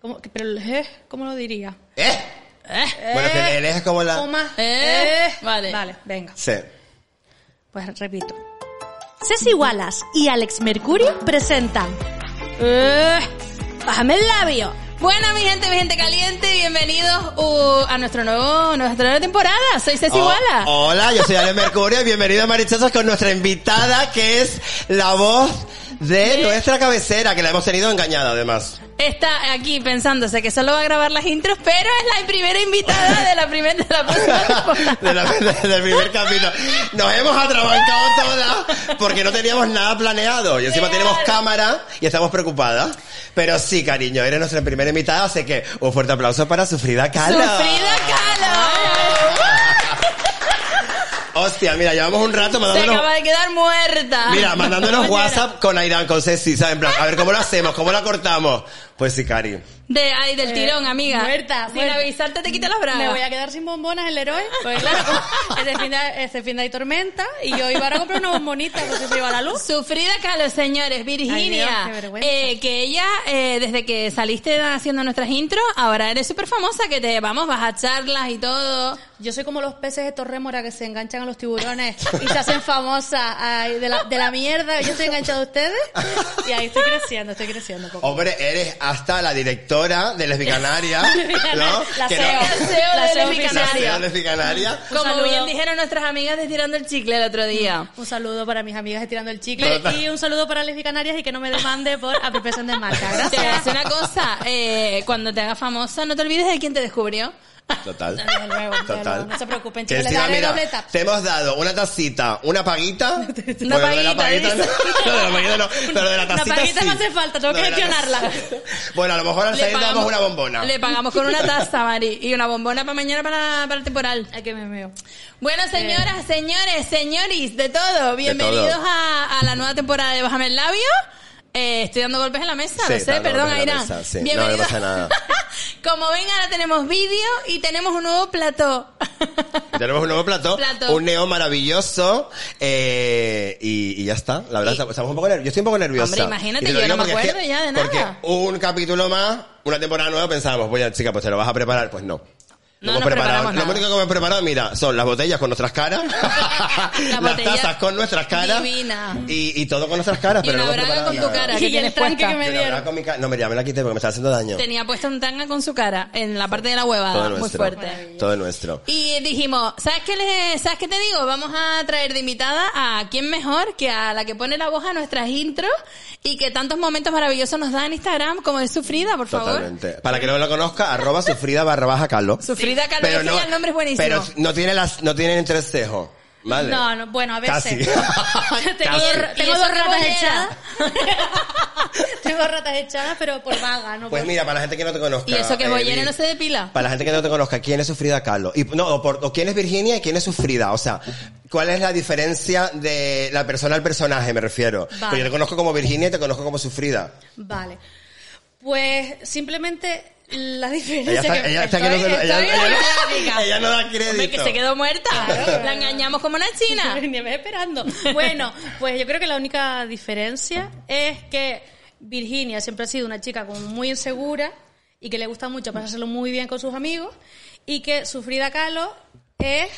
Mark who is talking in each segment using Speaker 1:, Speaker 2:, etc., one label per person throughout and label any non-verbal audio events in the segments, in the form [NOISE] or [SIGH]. Speaker 1: ¿Cómo, que- pero el je, ¿cómo lo diría? Eh,
Speaker 2: ¿Eh? Bueno, que el- el es como la...
Speaker 1: Coma.
Speaker 3: Eh,
Speaker 1: eh.
Speaker 3: vale.
Speaker 1: Vale, venga.
Speaker 2: Sí.
Speaker 1: Pues repito.
Speaker 4: Ceci Wallace y Alex Mercurio presentan. Eh, ¡Bájame el labio!
Speaker 3: Buena, mi gente, mi gente caliente, bienvenidos uh, a nuestro nuevo, nuestra nueva temporada. Soy Ceci
Speaker 2: Oh,
Speaker 3: Wala.
Speaker 2: hola, yo soy Ale Mercurio y bienvenido a Marichazos con nuestra invitada que es la voz de nuestra cabecera, que la hemos tenido engañada
Speaker 3: [LAUGHS]
Speaker 2: además.
Speaker 3: Está aquí pensándose que solo va a grabar las intros, pero es la primera invitada de la primera de la próxima temporada.
Speaker 2: De la- de- del primer camino. Nos hemos atrabancado todas porque no teníamos nada planeado. Y encima
Speaker 3: Real.
Speaker 2: tenemos cámara y estamos preocupadas. Pero sí, cariño, eres nuestra primera invitada, así que un fuerte aplauso para Sufrida Cala.
Speaker 3: Sufrida Kahlo.
Speaker 2: Hostia, mira, llevamos un rato
Speaker 3: Se
Speaker 2: mandándonos...
Speaker 3: acaba de quedar muerta.
Speaker 2: Mira, mandándonos
Speaker 3: Mañana.
Speaker 2: WhatsApp con Airán, con Ceci, ¿sabes? En plan, a ver, ¿cómo lo hacemos? ¿Cómo la cortamos? Pues sí, Cari.
Speaker 3: De, ay, del tirón, amiga.
Speaker 1: muerta,
Speaker 3: Sin
Speaker 1: muerta.
Speaker 3: avisarte te quita las bragas.
Speaker 1: Me voy a quedar sin bombonas el héroe. Porque claro, [LAUGHS] este fin, de, este fin de hay tormenta y yo iba a comprar una bombonita porque se iba la luz.
Speaker 3: Sufrida Carlos, señores, Virginia,
Speaker 1: Ay, Dios, qué vergüenza.
Speaker 3: eh, que ella, eh, desde que saliste haciendo nuestras intros, ahora eres súper famosa, que te vamos, vas a charlas y todo.
Speaker 1: Yo soy como los peces de Torremora que se enganchan a los tiburones y se hacen famosas ay, de, la, de la mierda. Yo estoy enganchada a ustedes y ahí estoy creciendo, estoy creciendo. poco.
Speaker 2: Hombre, eres hasta la directora de Lesbicanaria, Oh, ¿no?
Speaker 1: [LAUGHS] La
Speaker 2: Que
Speaker 1: CEO.
Speaker 2: no-
Speaker 1: La
Speaker 3: CEO de
Speaker 1: CEO
Speaker 2: La
Speaker 3: Lesbicanaria.
Speaker 1: oficial.
Speaker 2: CEO de Lesbicanaria.
Speaker 1: Un
Speaker 3: Como
Speaker 1: saludo.
Speaker 3: bien dijeron nuestras amigas de Tirando el Chicle el otro día.
Speaker 1: Un saludo para mis amigas de Tirando el Chicle
Speaker 2: Total.
Speaker 1: y un saludo para Lesbi Canarias y que no me demande por apropiación de marca.
Speaker 3: Te voy a decir
Speaker 1: Gracias.
Speaker 3: una cosa, eh, cuando te hagas famosa, no te olvides de quién te descubrió.
Speaker 2: Total.
Speaker 1: Desde luego, desde
Speaker 2: Total.
Speaker 1: luego, no se preocupen,
Speaker 2: Que
Speaker 1: chicos, les
Speaker 2: encima,
Speaker 1: daré
Speaker 2: mira,
Speaker 1: doble tap.
Speaker 2: Te hemos dado una tacita, una paguita. Bueno, de la
Speaker 3: paguita,
Speaker 2: paguita no,
Speaker 3: dice.
Speaker 2: no, de la paguita no, pero de la
Speaker 1: Una
Speaker 2: tacita
Speaker 1: paguita
Speaker 2: sí.
Speaker 1: no hace falta, tengo
Speaker 2: No,
Speaker 1: que
Speaker 2: de la taza-
Speaker 1: gestionarla.
Speaker 2: Bueno, a lo mejor al salir
Speaker 3: Le
Speaker 2: damos una bombona.
Speaker 3: Le pagamos con una taza, Mari, y una bombona para mañana para, para el temporal.
Speaker 1: Ay, que me meo.
Speaker 3: Bueno, señoras, señores, señoris, de todo, bienvenidos
Speaker 2: todo.
Speaker 3: A, a la nueva temporada de Bájame el Labio. Eh, estoy dando golpes en la mesa,
Speaker 2: Sí,
Speaker 3: no sé,
Speaker 2: dando
Speaker 3: perdón,
Speaker 2: golpes en la
Speaker 3: Aira.
Speaker 2: mesa, sí. No, no
Speaker 3: Bienvenidos.
Speaker 2: pasa nada.
Speaker 3: Como ven, ahora tenemos vídeo y tenemos un nuevo plató.
Speaker 2: Tenemos un nuevo plato,
Speaker 3: Plato.
Speaker 2: un neo maravilloso eh, y, y ya está. La verdad, estamos un poco nerviosos. Yo estoy un poco nerviosa.
Speaker 3: Hombre, imagínate,
Speaker 2: Y te lo
Speaker 3: yo
Speaker 2: digo
Speaker 3: no me
Speaker 2: porque es
Speaker 3: acuerdo ya de nada.
Speaker 2: Porque un capítulo más, una temporada nueva, pensábamos, pues ya, chica, pues te lo vas a preparar. Pues no.
Speaker 3: No
Speaker 2: hemos
Speaker 3: nos
Speaker 2: preparado.
Speaker 3: preparamos
Speaker 2: Lo
Speaker 3: nada.
Speaker 2: único que hemos preparado, mira, son las botellas con nuestras
Speaker 3: [LAUGHS]
Speaker 2: caras, las,
Speaker 3: botellas
Speaker 2: tazas con nuestras caras
Speaker 3: divina.
Speaker 2: y, y todo con nuestras caras,
Speaker 3: y
Speaker 2: pero
Speaker 3: una
Speaker 2: no hemos
Speaker 3: braga
Speaker 2: preparado
Speaker 3: con tu
Speaker 2: nada.
Speaker 3: cara
Speaker 1: Y
Speaker 3: que
Speaker 1: el
Speaker 3: tienes
Speaker 1: tranque
Speaker 3: puesta.
Speaker 1: que me
Speaker 2: Y una braga
Speaker 1: dieron.
Speaker 2: con mi cara. No, mira, me la quité porque me está haciendo daño.
Speaker 3: Tenía puesta un tanga con su cara en la parte de la huevada,
Speaker 2: todo
Speaker 3: muy
Speaker 2: nuestro.
Speaker 3: fuerte.
Speaker 2: Todo nuestro.
Speaker 3: Y dijimos, ¿sabes qué, les- ¿sabes qué te digo? Vamos a traer de invitada a quién mejor que a la que pone la voz a nuestras intros y que tantos momentos maravillosos nos da en Instagram, como de Sufrida, por favor.
Speaker 2: Totalmente. Para que no lo conozca, arroba sufrida barra baja calo.
Speaker 3: Sufrida Kahlo, ese ya el nombre es buenísimo.
Speaker 2: Pero no tiene las, no tiene el entrecejo. ¿Vale?
Speaker 1: No, no, bueno, a veces.
Speaker 2: Casi.
Speaker 1: [LAUGHS] tengo
Speaker 2: Casi.
Speaker 1: dos,
Speaker 3: ¿Y
Speaker 1: tengo
Speaker 3: eso
Speaker 1: dos
Speaker 3: qué
Speaker 1: ratas
Speaker 3: bollera?
Speaker 1: echadas. tengo ratas echadas, pero por vaga, no
Speaker 2: Pues
Speaker 1: por-
Speaker 2: mira, para la gente que no te conozca.
Speaker 3: Y eso que
Speaker 2: eh,
Speaker 3: Boyere
Speaker 2: Vir-
Speaker 3: no se depila.
Speaker 2: Para la gente que no te conozca, ¿quién es Sufrida Kahlo? Y, no, o, por- o quién es Virginia y quién es Sufrida. O sea, ¿cuál es la diferencia de la persona al personaje, me refiero?
Speaker 1: Vale.
Speaker 2: Porque yo te conozco como Virginia y te conozco como
Speaker 3: [LAUGHS]
Speaker 2: Sufrida.
Speaker 1: Vale. Pues simplemente la
Speaker 2: Ella
Speaker 1: diferencia
Speaker 2: está,
Speaker 1: que
Speaker 2: ella está que no
Speaker 1: Estoy-
Speaker 2: se- ella-
Speaker 1: estoy-
Speaker 2: ella no-
Speaker 3: estoy-
Speaker 2: ella no da
Speaker 3: Hombre, que
Speaker 2: crédito.
Speaker 3: se quedó muerta.
Speaker 1: Claro.
Speaker 3: La engañamos como una china.
Speaker 1: [LAUGHS] Ni me esperando. Bueno, pues yo creo que la única diferencia es que Virginia siempre ha sido una chica como muy insegura y que le gusta mucho pasárselo muy bien con sus amigos y que Sufrida Kahlo es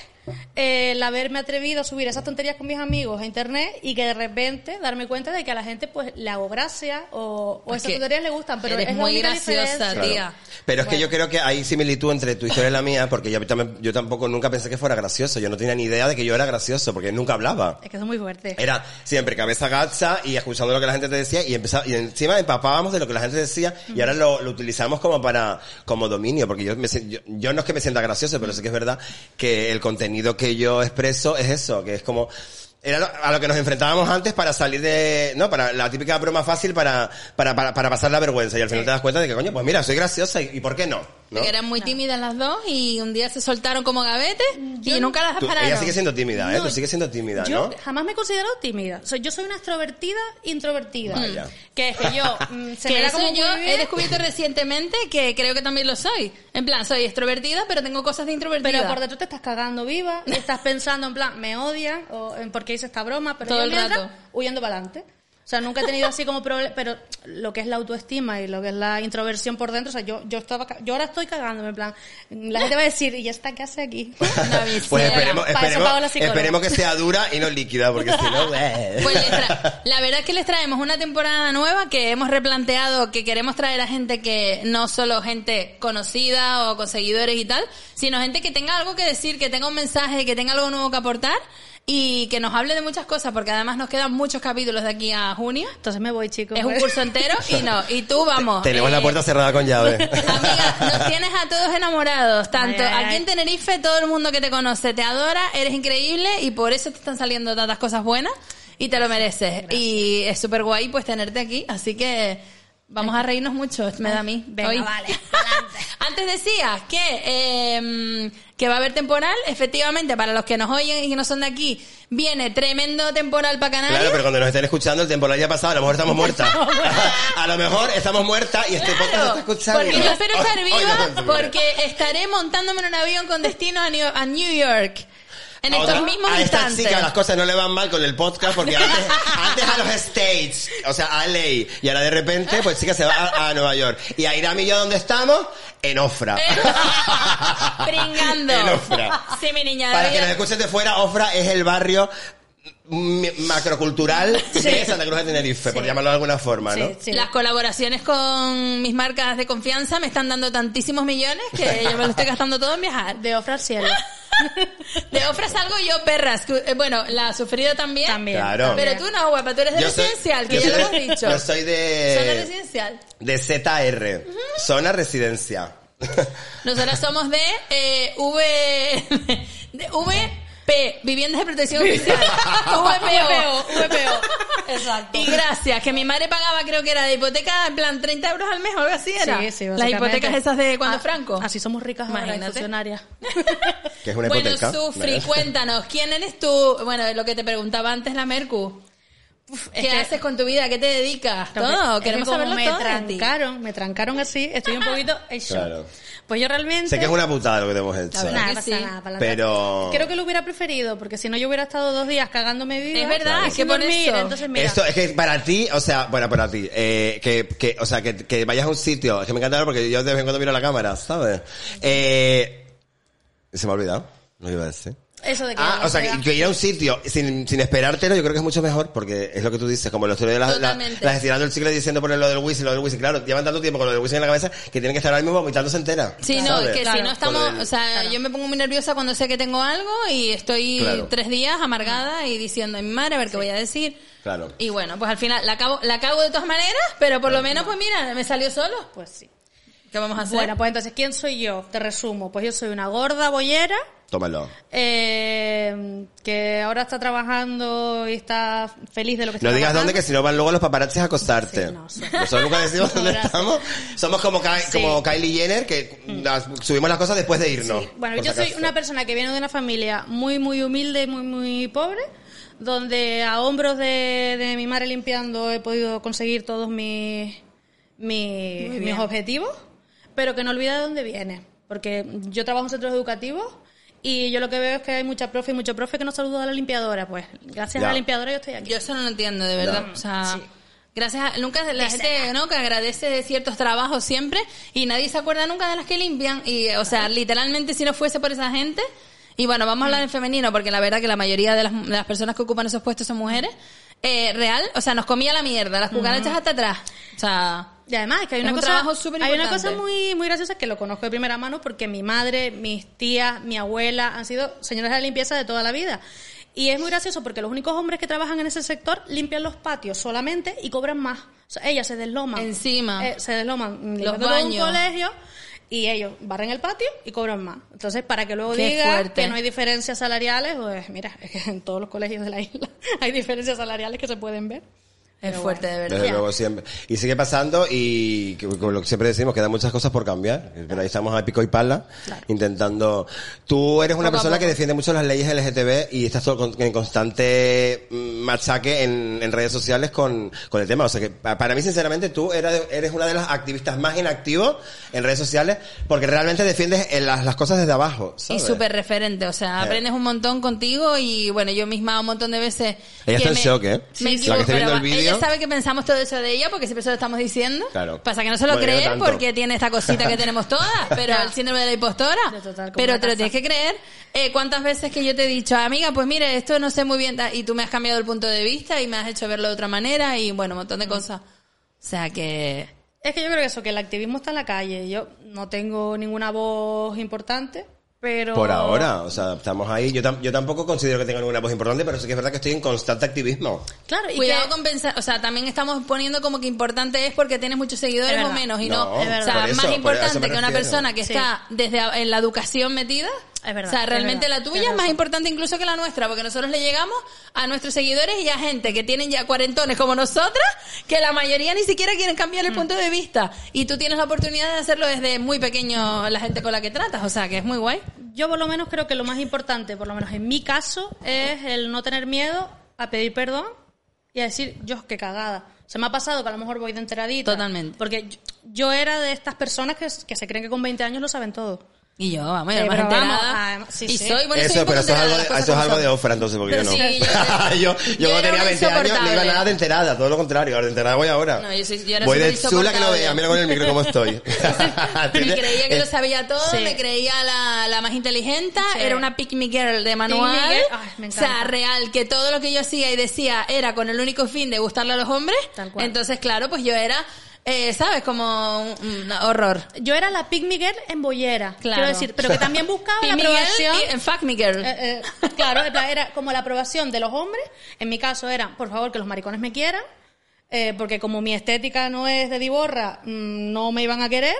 Speaker 1: eh, el haberme atrevido a subir esas tonterías con mis amigos a internet y que de repente darme cuenta de que a la gente pues le hago gracia o, o esas
Speaker 3: Porque
Speaker 1: tonterías le gustan, pero
Speaker 3: eres
Speaker 1: es la
Speaker 3: muy
Speaker 1: única
Speaker 3: graciosa,
Speaker 1: diferencia.
Speaker 3: tía.
Speaker 2: Pero es que yo creo que hay similitud entre tu historia y la mía, porque yo, también- yo tampoco nunca pensé que fuera gracioso. Yo no tenía ni idea de que yo era gracioso, porque nunca hablaba.
Speaker 1: Es que eso es muy fuerte.
Speaker 2: Era siempre cabeza gacha y escuchando lo que la gente te decía y empezaba, y encima empapábamos de lo que la gente decía y ahora lo, lo utilizamos como para, como dominio, porque yo, me sien- yo, yo no es que me sienta gracioso, pero sí que es verdad que el contenido que yo expreso es eso, que es como, Era lo- a lo que nos enfrentábamos antes para salir de, no, para la típica broma fácil para, para, para, para pasar la vergüenza. Y al final te das cuenta de que, coño, pues mira, soy graciosa y, ¿y ¿por qué no? [LAUGHS] ¿No?
Speaker 3: Que eran muy tímidas las dos y un día se soltaron como gavetes y nunca las
Speaker 2: Tú-
Speaker 3: pararon.
Speaker 2: ella sigue siendo tímida, ¿eh?
Speaker 1: No,
Speaker 2: Tú sigues siendo tímida,
Speaker 1: Yo
Speaker 2: ¿no?
Speaker 1: jamás me he considerado tímida. O sea, yo soy una extrovertida introvertida.
Speaker 2: Vaya.
Speaker 1: Que es
Speaker 2: [LAUGHS]
Speaker 1: que yo mm, se
Speaker 3: que
Speaker 1: me da
Speaker 3: eso
Speaker 1: como
Speaker 3: yo
Speaker 1: muy bien,
Speaker 3: he descubierto recientemente que creo que también lo soy. En plan, soy extrovertida, pero tengo cosas de introvertida.
Speaker 1: pero por dentro te estás cagando
Speaker 3: [LAUGHS]
Speaker 1: viva, estás pensando en plan, me odian o en por qué hice esta broma, pero
Speaker 3: Todo
Speaker 1: yo
Speaker 3: el
Speaker 1: mientras,
Speaker 3: rato.
Speaker 1: huyendo para adelante. O sea, nunca he tenido así como problemas, pero lo que es la autoestima y lo que es la introversión por dentro, o sea, yo yo estaba ca- yo ahora estoy cagándome en plan, la gente va a decir, "¿Y esta qué hace aquí?" [LAUGHS]
Speaker 3: Una visera.
Speaker 2: Pues esperemos,
Speaker 1: Para eso pago la
Speaker 2: esperemos,
Speaker 1: psicóloga.
Speaker 2: esperemos que sea dura y no líquida, porque si
Speaker 3: [LAUGHS]
Speaker 2: no, eh.
Speaker 3: Pues les tra- la verdad es que les traemos una temporada nueva que hemos replanteado que queremos traer a gente que no solo gente conocida o con seguidores y tal, sino gente que tenga algo que decir, que tenga un mensaje, que tenga algo nuevo que aportar y que nos hable de muchas cosas, porque además nos quedan muchos capítulos de aquí a junio.
Speaker 1: Entonces me voy, chicos.
Speaker 3: Es un
Speaker 1: pues.
Speaker 3: curso entero y no, y tú
Speaker 2: [LAUGHS]
Speaker 3: vamos.
Speaker 2: Tenemos la
Speaker 3: eh,
Speaker 2: puerta cerrada con
Speaker 3: [LAUGHS]
Speaker 2: llave.
Speaker 3: Amiga, nos tienes a todos enamorados, tanto
Speaker 1: Ay, ay,
Speaker 3: aquí
Speaker 1: ay.
Speaker 3: en Tenerife, todo el mundo que te conoce te adora, eres increíble y por eso te están saliendo tantas cosas buenas y te lo mereces. Y es súper guay pues tenerte aquí, así que vamos a reírnos mucho, me da a mí.
Speaker 1: Venga,
Speaker 3: hoy. [LAUGHS]
Speaker 1: vale,
Speaker 3: Antes decía que, eh, que va a haber temporal, efectivamente, para los que nos oyen y que no son de aquí, viene tremendo temporal para Canarias.
Speaker 2: Claro, pero cuando nos estén escuchando, el temporal ya ha pasado, a lo mejor estamos muertas. [LAUGHS] a lo mejor estamos muertas y este podcast no
Speaker 3: Claro,
Speaker 2: está escuchando.
Speaker 3: Porque yo espero estar
Speaker 2: Hoy-
Speaker 3: viva
Speaker 2: hoy no está escuchando.
Speaker 3: porque estaré montándome en un avión con destino a New, a New York. En
Speaker 2: A
Speaker 3: estos
Speaker 2: otra-
Speaker 3: mismos
Speaker 2: a esta
Speaker 3: instantes.
Speaker 2: chica las cosas no le van mal con el podcast porque antes, antes a los States, o sea, a LA, y ahora de repente, pues chica se va a, a Nueva York. Y a Irami y yo, ¿dónde estamos? En Ofra.
Speaker 3: [LAUGHS] Pringando.
Speaker 2: En Ofra.
Speaker 3: Sí, mi niña. de
Speaker 2: Para que
Speaker 3: vida.
Speaker 2: nos escuchen de fuera, Ofra es el barrio m- macrocultural de Santa Cruz de Tenerife, por llamarlo de alguna forma, ¿no?
Speaker 1: Sí, sí.
Speaker 3: Las colaboraciones con mis marcas de confianza me están dando tantísimos millones que yo me lo estoy gastando todo en viajar.
Speaker 1: de ofra al
Speaker 3: [LAUGHS]
Speaker 1: cielo.
Speaker 3: De ofras algo yo, perras. que, eh, Bueno, la sufrida también.
Speaker 1: También.
Speaker 2: Claro.
Speaker 1: también.
Speaker 3: Pero tú no, guapa, tú eres de
Speaker 2: Yo soy-
Speaker 3: residencial, que
Speaker 2: yo
Speaker 3: ya lo
Speaker 2: soy-
Speaker 3: hemos dicho.
Speaker 2: Yo soy
Speaker 3: Zona
Speaker 2: de,
Speaker 3: residencial.
Speaker 2: de ZR, zona residencia. [LAUGHS]
Speaker 3: Nosotras somos de eh, V. de VP, Viviendas de
Speaker 1: [LAUGHS]
Speaker 3: Protección Oficial. VPO.
Speaker 1: VPO. Exacto.
Speaker 3: Y gracias, que mi madre pagaba, creo que era de hipoteca, en plan 30 euros al mes o algo así era.
Speaker 1: Sí, sí,
Speaker 3: Las
Speaker 1: básicamente.
Speaker 3: hipotecas esas de cuando
Speaker 1: Ah,
Speaker 3: Franco.
Speaker 1: Así somos ricas ahora,
Speaker 3: Imagínate.
Speaker 1: funcionarias.
Speaker 2: [LAUGHS] que es una
Speaker 3: bueno,
Speaker 2: hipoteca.
Speaker 3: Sufri, cuéntanos, ¿quién eres tú? Bueno, lo que te preguntaba antes la Mercu. ¿Qué
Speaker 1: es que-
Speaker 3: haces con tu vida? ¿Qué te dedicas?
Speaker 1: Lo que-
Speaker 3: Todo,
Speaker 1: es que
Speaker 3: queremos
Speaker 1: como
Speaker 3: saberlo
Speaker 1: me
Speaker 3: todo de ti.
Speaker 1: trancaron, me trancaron así, estoy
Speaker 3: [LAUGHS]
Speaker 1: un poquito en shock.
Speaker 2: Claro.
Speaker 1: Pues yo realmente...
Speaker 2: Sé que es una putada lo que te hemos hecho.
Speaker 3: La
Speaker 1: Nada,
Speaker 3: Que
Speaker 1: pasa
Speaker 3: sí.
Speaker 1: nada, para
Speaker 2: Pero-
Speaker 1: Creo que lo hubiera preferido, porque si no yo hubiera estado dos días cagándome viva.
Speaker 3: Es verdad, es que
Speaker 1: sin
Speaker 3: por
Speaker 1: dormir,
Speaker 3: eso.
Speaker 1: Entonces, mira,
Speaker 2: Esto es que para ti, o sea, bueno, para ti, eh, que, que, o sea, que, que vayas a un sitio, es que me encanta ver porque yo de vez en cuando miro la cámara, ¿sabes? Eh, se me ha olvidado, lo que iba a decir.
Speaker 1: eso de que...
Speaker 2: Ah, o sea, que, que ir a un sitio sin, sin esperártelo, yo creo que es mucho mejor, porque es lo que tú dices, como lo estoy de las, las,
Speaker 3: Totalmente.
Speaker 2: las estirando el ciclo diciendo poner lo del whisky, lo del whisky. Claro, llevan tanto tiempo con lo del whisky en la cabeza que tienen que estar ahora mismo vomitándose entera.
Speaker 3: Sí, no,
Speaker 2: ¿sabes?
Speaker 3: es que si no
Speaker 2: Con
Speaker 3: estamos,
Speaker 2: el-
Speaker 3: o sea, yo me pongo muy nerviosa cuando sé que tengo algo y estoy
Speaker 2: Claro. Ah.
Speaker 3: tres días amargada y diciendo a mi madre a ver qué voy a decir.
Speaker 2: Claro.
Speaker 3: Y bueno, pues al final la acabo, la cago de todas maneras, pero por lo menos, pues mira, me salió solo.
Speaker 1: Pues sí.
Speaker 3: ¿Qué vamos a hacer?
Speaker 1: Bueno, pues entonces, ¿quién soy yo? Te resumo. Pues yo soy una gorda bollera
Speaker 2: Tómalo.
Speaker 1: eh, que ahora está trabajando y está feliz de lo que está
Speaker 2: No digas
Speaker 1: trabajando.
Speaker 2: dónde, que si no van luego los paparazzis a acostarte.
Speaker 1: Este Sí, no, sí.
Speaker 2: Nosotros nunca decimos dónde
Speaker 1: Gracias.
Speaker 2: estamos. Somos como, Ki-
Speaker 1: Sí. Mm.
Speaker 2: como Kylie Jenner, que las- subimos las cosas después de irnos.
Speaker 1: Bueno,
Speaker 2: Pues por
Speaker 1: yo
Speaker 2: si
Speaker 1: soy
Speaker 2: acaso.
Speaker 1: una persona que viene de una familia muy, muy humilde y muy, muy pobre, donde a hombros de, de mi madre limpiando he podido conseguir todos mis, mis, mis objetivos, pero que no olvida de dónde viene, porque yo trabajo en centros educativos y yo lo que veo es que hay mucha profe y mucho profe que no saluda a la limpiadora, pues gracias
Speaker 2: Ya.
Speaker 1: a la limpiadora yo estoy aquí.
Speaker 3: Yo eso no lo entiendo, de verdad.
Speaker 2: No.
Speaker 3: O sea, gracias a, nunca la gente, ¿no? Que agradece de ciertos trabajos siempre y nadie se acuerda nunca de las que limpian. Y, o sea, literalmente si no fuese por esa gente. Y bueno, vamos a hablar en femenino porque la verdad que la mayoría de las, de las personas que ocupan esos puestos son mujeres. Eh, real, o sea, nos comía la mierda, las cucarachas hasta atrás. O sea,
Speaker 1: Y además, es que hay
Speaker 3: Es
Speaker 1: una,
Speaker 3: un
Speaker 1: cosa,
Speaker 3: trabajo súper
Speaker 1: hay una
Speaker 3: importante.
Speaker 1: cosa muy, muy graciosa que lo conozco de primera mano porque mi madre, mis tías, mi abuela han sido señoras de la limpieza de toda la vida. Y es muy gracioso porque los únicos hombres que trabajan en ese sector limpian los patios solamente y cobran más. O sea, ellas se desloman.
Speaker 3: Encima.
Speaker 1: Eh, se desloman. mm,
Speaker 3: Los
Speaker 1: limpiando todo un
Speaker 3: baños.
Speaker 1: colegio. y ellos barren el patio y cobran más. Entonces, para que luego
Speaker 3: Qué
Speaker 1: digan
Speaker 3: fuerte.
Speaker 1: que no hay diferencias salariales, pues mira, es que en todos los colegios de la isla [LAUGHS] hay diferencias salariales que se pueden ver.
Speaker 3: Es fuerte, de verdad.
Speaker 2: Desde luego siempre. Y sigue pasando y que- como lo que siempre decimos, quedan muchas cosas por cambiar. Pero ahí estamos a pico y pala intentando... Tú eres una
Speaker 3: Poco a
Speaker 2: persona que
Speaker 3: poco.
Speaker 2: defiende mucho las leyes LGTB y estás todo con- en constante mm, machaque en, en redes sociales con, con el tema. O sea que pa- para mí, sinceramente, tú era de- eres una de las activistas más inactivos en redes sociales porque realmente defiendes eh, las, las cosas desde abajo.
Speaker 3: Y
Speaker 2: ¿sabes? Eh.
Speaker 3: súper referente, o sea,
Speaker 2: Sí.
Speaker 3: aprendes un montón contigo y bueno, yo misma un montón de veces...
Speaker 2: Ella
Speaker 3: que
Speaker 2: está en
Speaker 3: me-
Speaker 2: shock, ¿eh? Sí, sí.
Speaker 3: Me equivoco,
Speaker 2: La que esté viendo
Speaker 3: pero
Speaker 2: el
Speaker 3: va-
Speaker 2: vídeo.
Speaker 3: Ella sabe que pensamos todo eso de ella porque siempre se lo estamos diciendo.
Speaker 2: Claro.
Speaker 3: Pasa que no se lo
Speaker 2: Bueno, yo
Speaker 3: cree
Speaker 2: tanto.
Speaker 3: porque tiene esta cosita que tenemos
Speaker 2: [LAUGHS]
Speaker 3: todas, pero el síndrome de la impostora.
Speaker 1: De total, como
Speaker 3: pero
Speaker 1: una
Speaker 3: te lo
Speaker 1: casa.
Speaker 3: tienes que creer. Eh, ¿Cuántas veces que yo te he dicho, amiga, pues mire, esto no sé muy bien ta- y tú me has cambiado el punto de vista y me has hecho verlo de otra manera y bueno, un montón
Speaker 1: Mm.
Speaker 3: de cosas. O sea que...
Speaker 1: Es que yo creo que eso, que el activismo está en la calle. Yo no tengo ninguna voz importante, pero...
Speaker 2: Por
Speaker 3: Oh.
Speaker 2: ahora, o sea, estamos ahí. Yo, tam- yo tampoco considero que tenga ninguna voz importante, pero sí que es verdad que estoy en constante activismo.
Speaker 1: Claro, y
Speaker 3: Cuidado
Speaker 1: que-
Speaker 3: con pensar, o sea, también estamos poniendo como que importante es porque tienes muchos
Speaker 1: Es
Speaker 3: seguidores
Speaker 1: verdad.
Speaker 3: o menos y
Speaker 2: No,
Speaker 3: no,
Speaker 2: es
Speaker 3: o
Speaker 2: verdad.
Speaker 3: sea,
Speaker 2: Por eso, por
Speaker 3: más
Speaker 2: eso
Speaker 3: importante
Speaker 2: me
Speaker 3: que una
Speaker 2: refiero.
Speaker 3: persona que
Speaker 1: Sí.
Speaker 3: está desde a- en la educación metida.
Speaker 1: Es verdad,
Speaker 3: O sea,
Speaker 1: es
Speaker 3: realmente
Speaker 1: verdad.
Speaker 3: la tuya
Speaker 1: Tienes
Speaker 3: es más
Speaker 1: razón.
Speaker 3: importante incluso que la nuestra, porque nosotros le llegamos a nuestros seguidores y a gente que tienen ya cuarentones como nosotras, que la mayoría ni siquiera quieren cambiar
Speaker 1: Mm.
Speaker 3: el punto de vista. Y tú tienes la oportunidad de hacerlo desde muy pequeño la gente con la que tratas, o sea, que es muy guay.
Speaker 1: Yo por lo menos creo que lo más importante, por lo menos en mi caso, es el no tener miedo a pedir perdón y a decir, yo, qué cagada. Se me ha pasado que a lo mejor voy de enteradita.
Speaker 3: Totalmente.
Speaker 1: Porque yo- yo era de estas personas que, que se creen que con 20 años lo saben todo.
Speaker 3: Y yo, vamos,
Speaker 1: Eh,
Speaker 3: además
Speaker 1: pero vamos,
Speaker 3: enterada.
Speaker 1: además, sí,
Speaker 3: y
Speaker 1: sí.
Speaker 3: soy, bueno, soy
Speaker 2: eso,
Speaker 3: un poco
Speaker 2: pero eso es
Speaker 3: enterada
Speaker 2: algo
Speaker 3: de las
Speaker 2: de,
Speaker 3: cosas
Speaker 2: eso es
Speaker 3: como
Speaker 2: algo
Speaker 3: son.
Speaker 2: de Ofra, entonces, porque yo
Speaker 3: Pero
Speaker 2: no.
Speaker 3: sí,
Speaker 2: [LAUGHS]
Speaker 3: yo-
Speaker 2: yo, yo
Speaker 3: yo
Speaker 2: cuando
Speaker 3: era
Speaker 2: tenía
Speaker 3: una
Speaker 2: 20 años no iba
Speaker 3: insoportable.
Speaker 2: nada de enterada, todo lo contrario, ahora de enterada voy ahora.
Speaker 3: No, yo soy- yo era
Speaker 2: voy de
Speaker 3: súper
Speaker 2: chula que no
Speaker 3: insoportable.
Speaker 2: vea, mira con el micro cómo
Speaker 3: [LAUGHS]
Speaker 2: estoy. [LAUGHS] Eh,
Speaker 3: me creía que lo
Speaker 2: sabía.
Speaker 3: sabía todo,
Speaker 1: Sí.
Speaker 3: me creía la, la más inteligente,
Speaker 1: Sí.
Speaker 3: era una pick me girl de manual,
Speaker 1: Pick me girl. Ay, me
Speaker 3: o
Speaker 1: encanta.
Speaker 3: sea, real, que todo lo que yo hacía y decía era con el único fin de gustarle a los hombres,
Speaker 1: Tal cual.
Speaker 3: entonces claro, pues yo era, eh, ¿sabes? Como un, un horror.
Speaker 1: Yo era la Pig Miguel en bollera,
Speaker 3: Claro.
Speaker 1: quiero decir, pero que también
Speaker 3: [LAUGHS]
Speaker 1: buscaba la
Speaker 3: Pick me girl
Speaker 1: aprobación.
Speaker 3: y- eh, fuck me girl.
Speaker 1: Eh, eh, claro, en plan, era como la aprobación de los hombres. En mi caso era, por favor, que los maricones me quieran, eh, porque como mi estética no es de divorra, mm, no me iban a querer.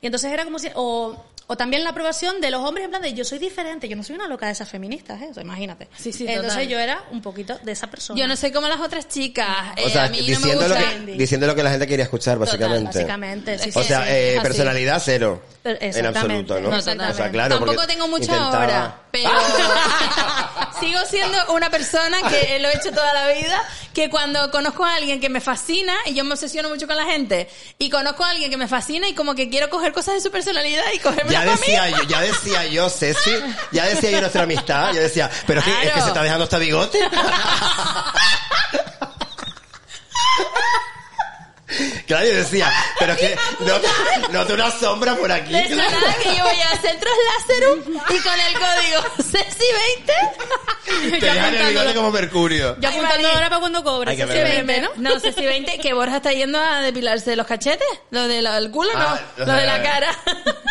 Speaker 1: Y entonces era como si... O, o también la aprobación de los hombres en plan de yo soy diferente, yo no soy una loca de esas feministas, ¿eh? O sea, imagínate.
Speaker 3: Sí, sí,
Speaker 1: entonces
Speaker 3: total.
Speaker 1: yo era un poquito de esa persona.
Speaker 3: yo no soy como las otras chicas, eh,
Speaker 2: O sea,
Speaker 3: a mí
Speaker 2: diciendo,
Speaker 3: no me
Speaker 2: lo
Speaker 3: gusta.
Speaker 2: que, diciendo lo que la gente quería escuchar, básicamente.
Speaker 1: básicamente, sí,
Speaker 2: o
Speaker 3: sí,
Speaker 2: sea,
Speaker 3: sí,
Speaker 2: eh,
Speaker 3: es así.
Speaker 2: personalidad cero.
Speaker 1: Pero-
Speaker 2: En
Speaker 1: exactamente,
Speaker 2: absoluto, ¿no?
Speaker 1: exactamente.
Speaker 2: O sea, claro, porque
Speaker 3: Tampoco tengo mucha
Speaker 2: intentaba-
Speaker 3: obra, pero
Speaker 2: [LAUGHS]
Speaker 3: sigo siendo una persona que lo he hecho toda la vida, que cuando conozco a alguien que me fascina, y yo me obsesiono mucho con la gente, y conozco a alguien que me fascina y como que quiero coger cosas de su personalidad y cogerme
Speaker 2: Ya
Speaker 3: para mí.
Speaker 2: decía yo, ya decía yo, Ceci, ya decía yo nuestra amistad, yo decía, pero es que- es que
Speaker 3: Claro.
Speaker 2: se está dejando hasta bigote. [LAUGHS] Claro, yo decía, pero es que no, no te una sombra por aquí.
Speaker 3: De esa nada que yo voy a Centros Láserum y con el código
Speaker 2: Te
Speaker 3: Ceci20.
Speaker 2: dejan el bigote como mercurio.
Speaker 1: Yo
Speaker 3: Ay,
Speaker 1: apuntando
Speaker 3: María.
Speaker 1: ahora para cuando cobres.
Speaker 2: Hay que
Speaker 1: así
Speaker 2: ver,
Speaker 1: que
Speaker 2: ver.
Speaker 1: vente, ¿no?
Speaker 3: No, sé si 20, que Borja está yendo a depilarse los cachetes, lo del el culo,
Speaker 2: Ah,
Speaker 3: no,
Speaker 2: los
Speaker 3: lo
Speaker 2: de
Speaker 3: de la
Speaker 2: la-
Speaker 3: cara.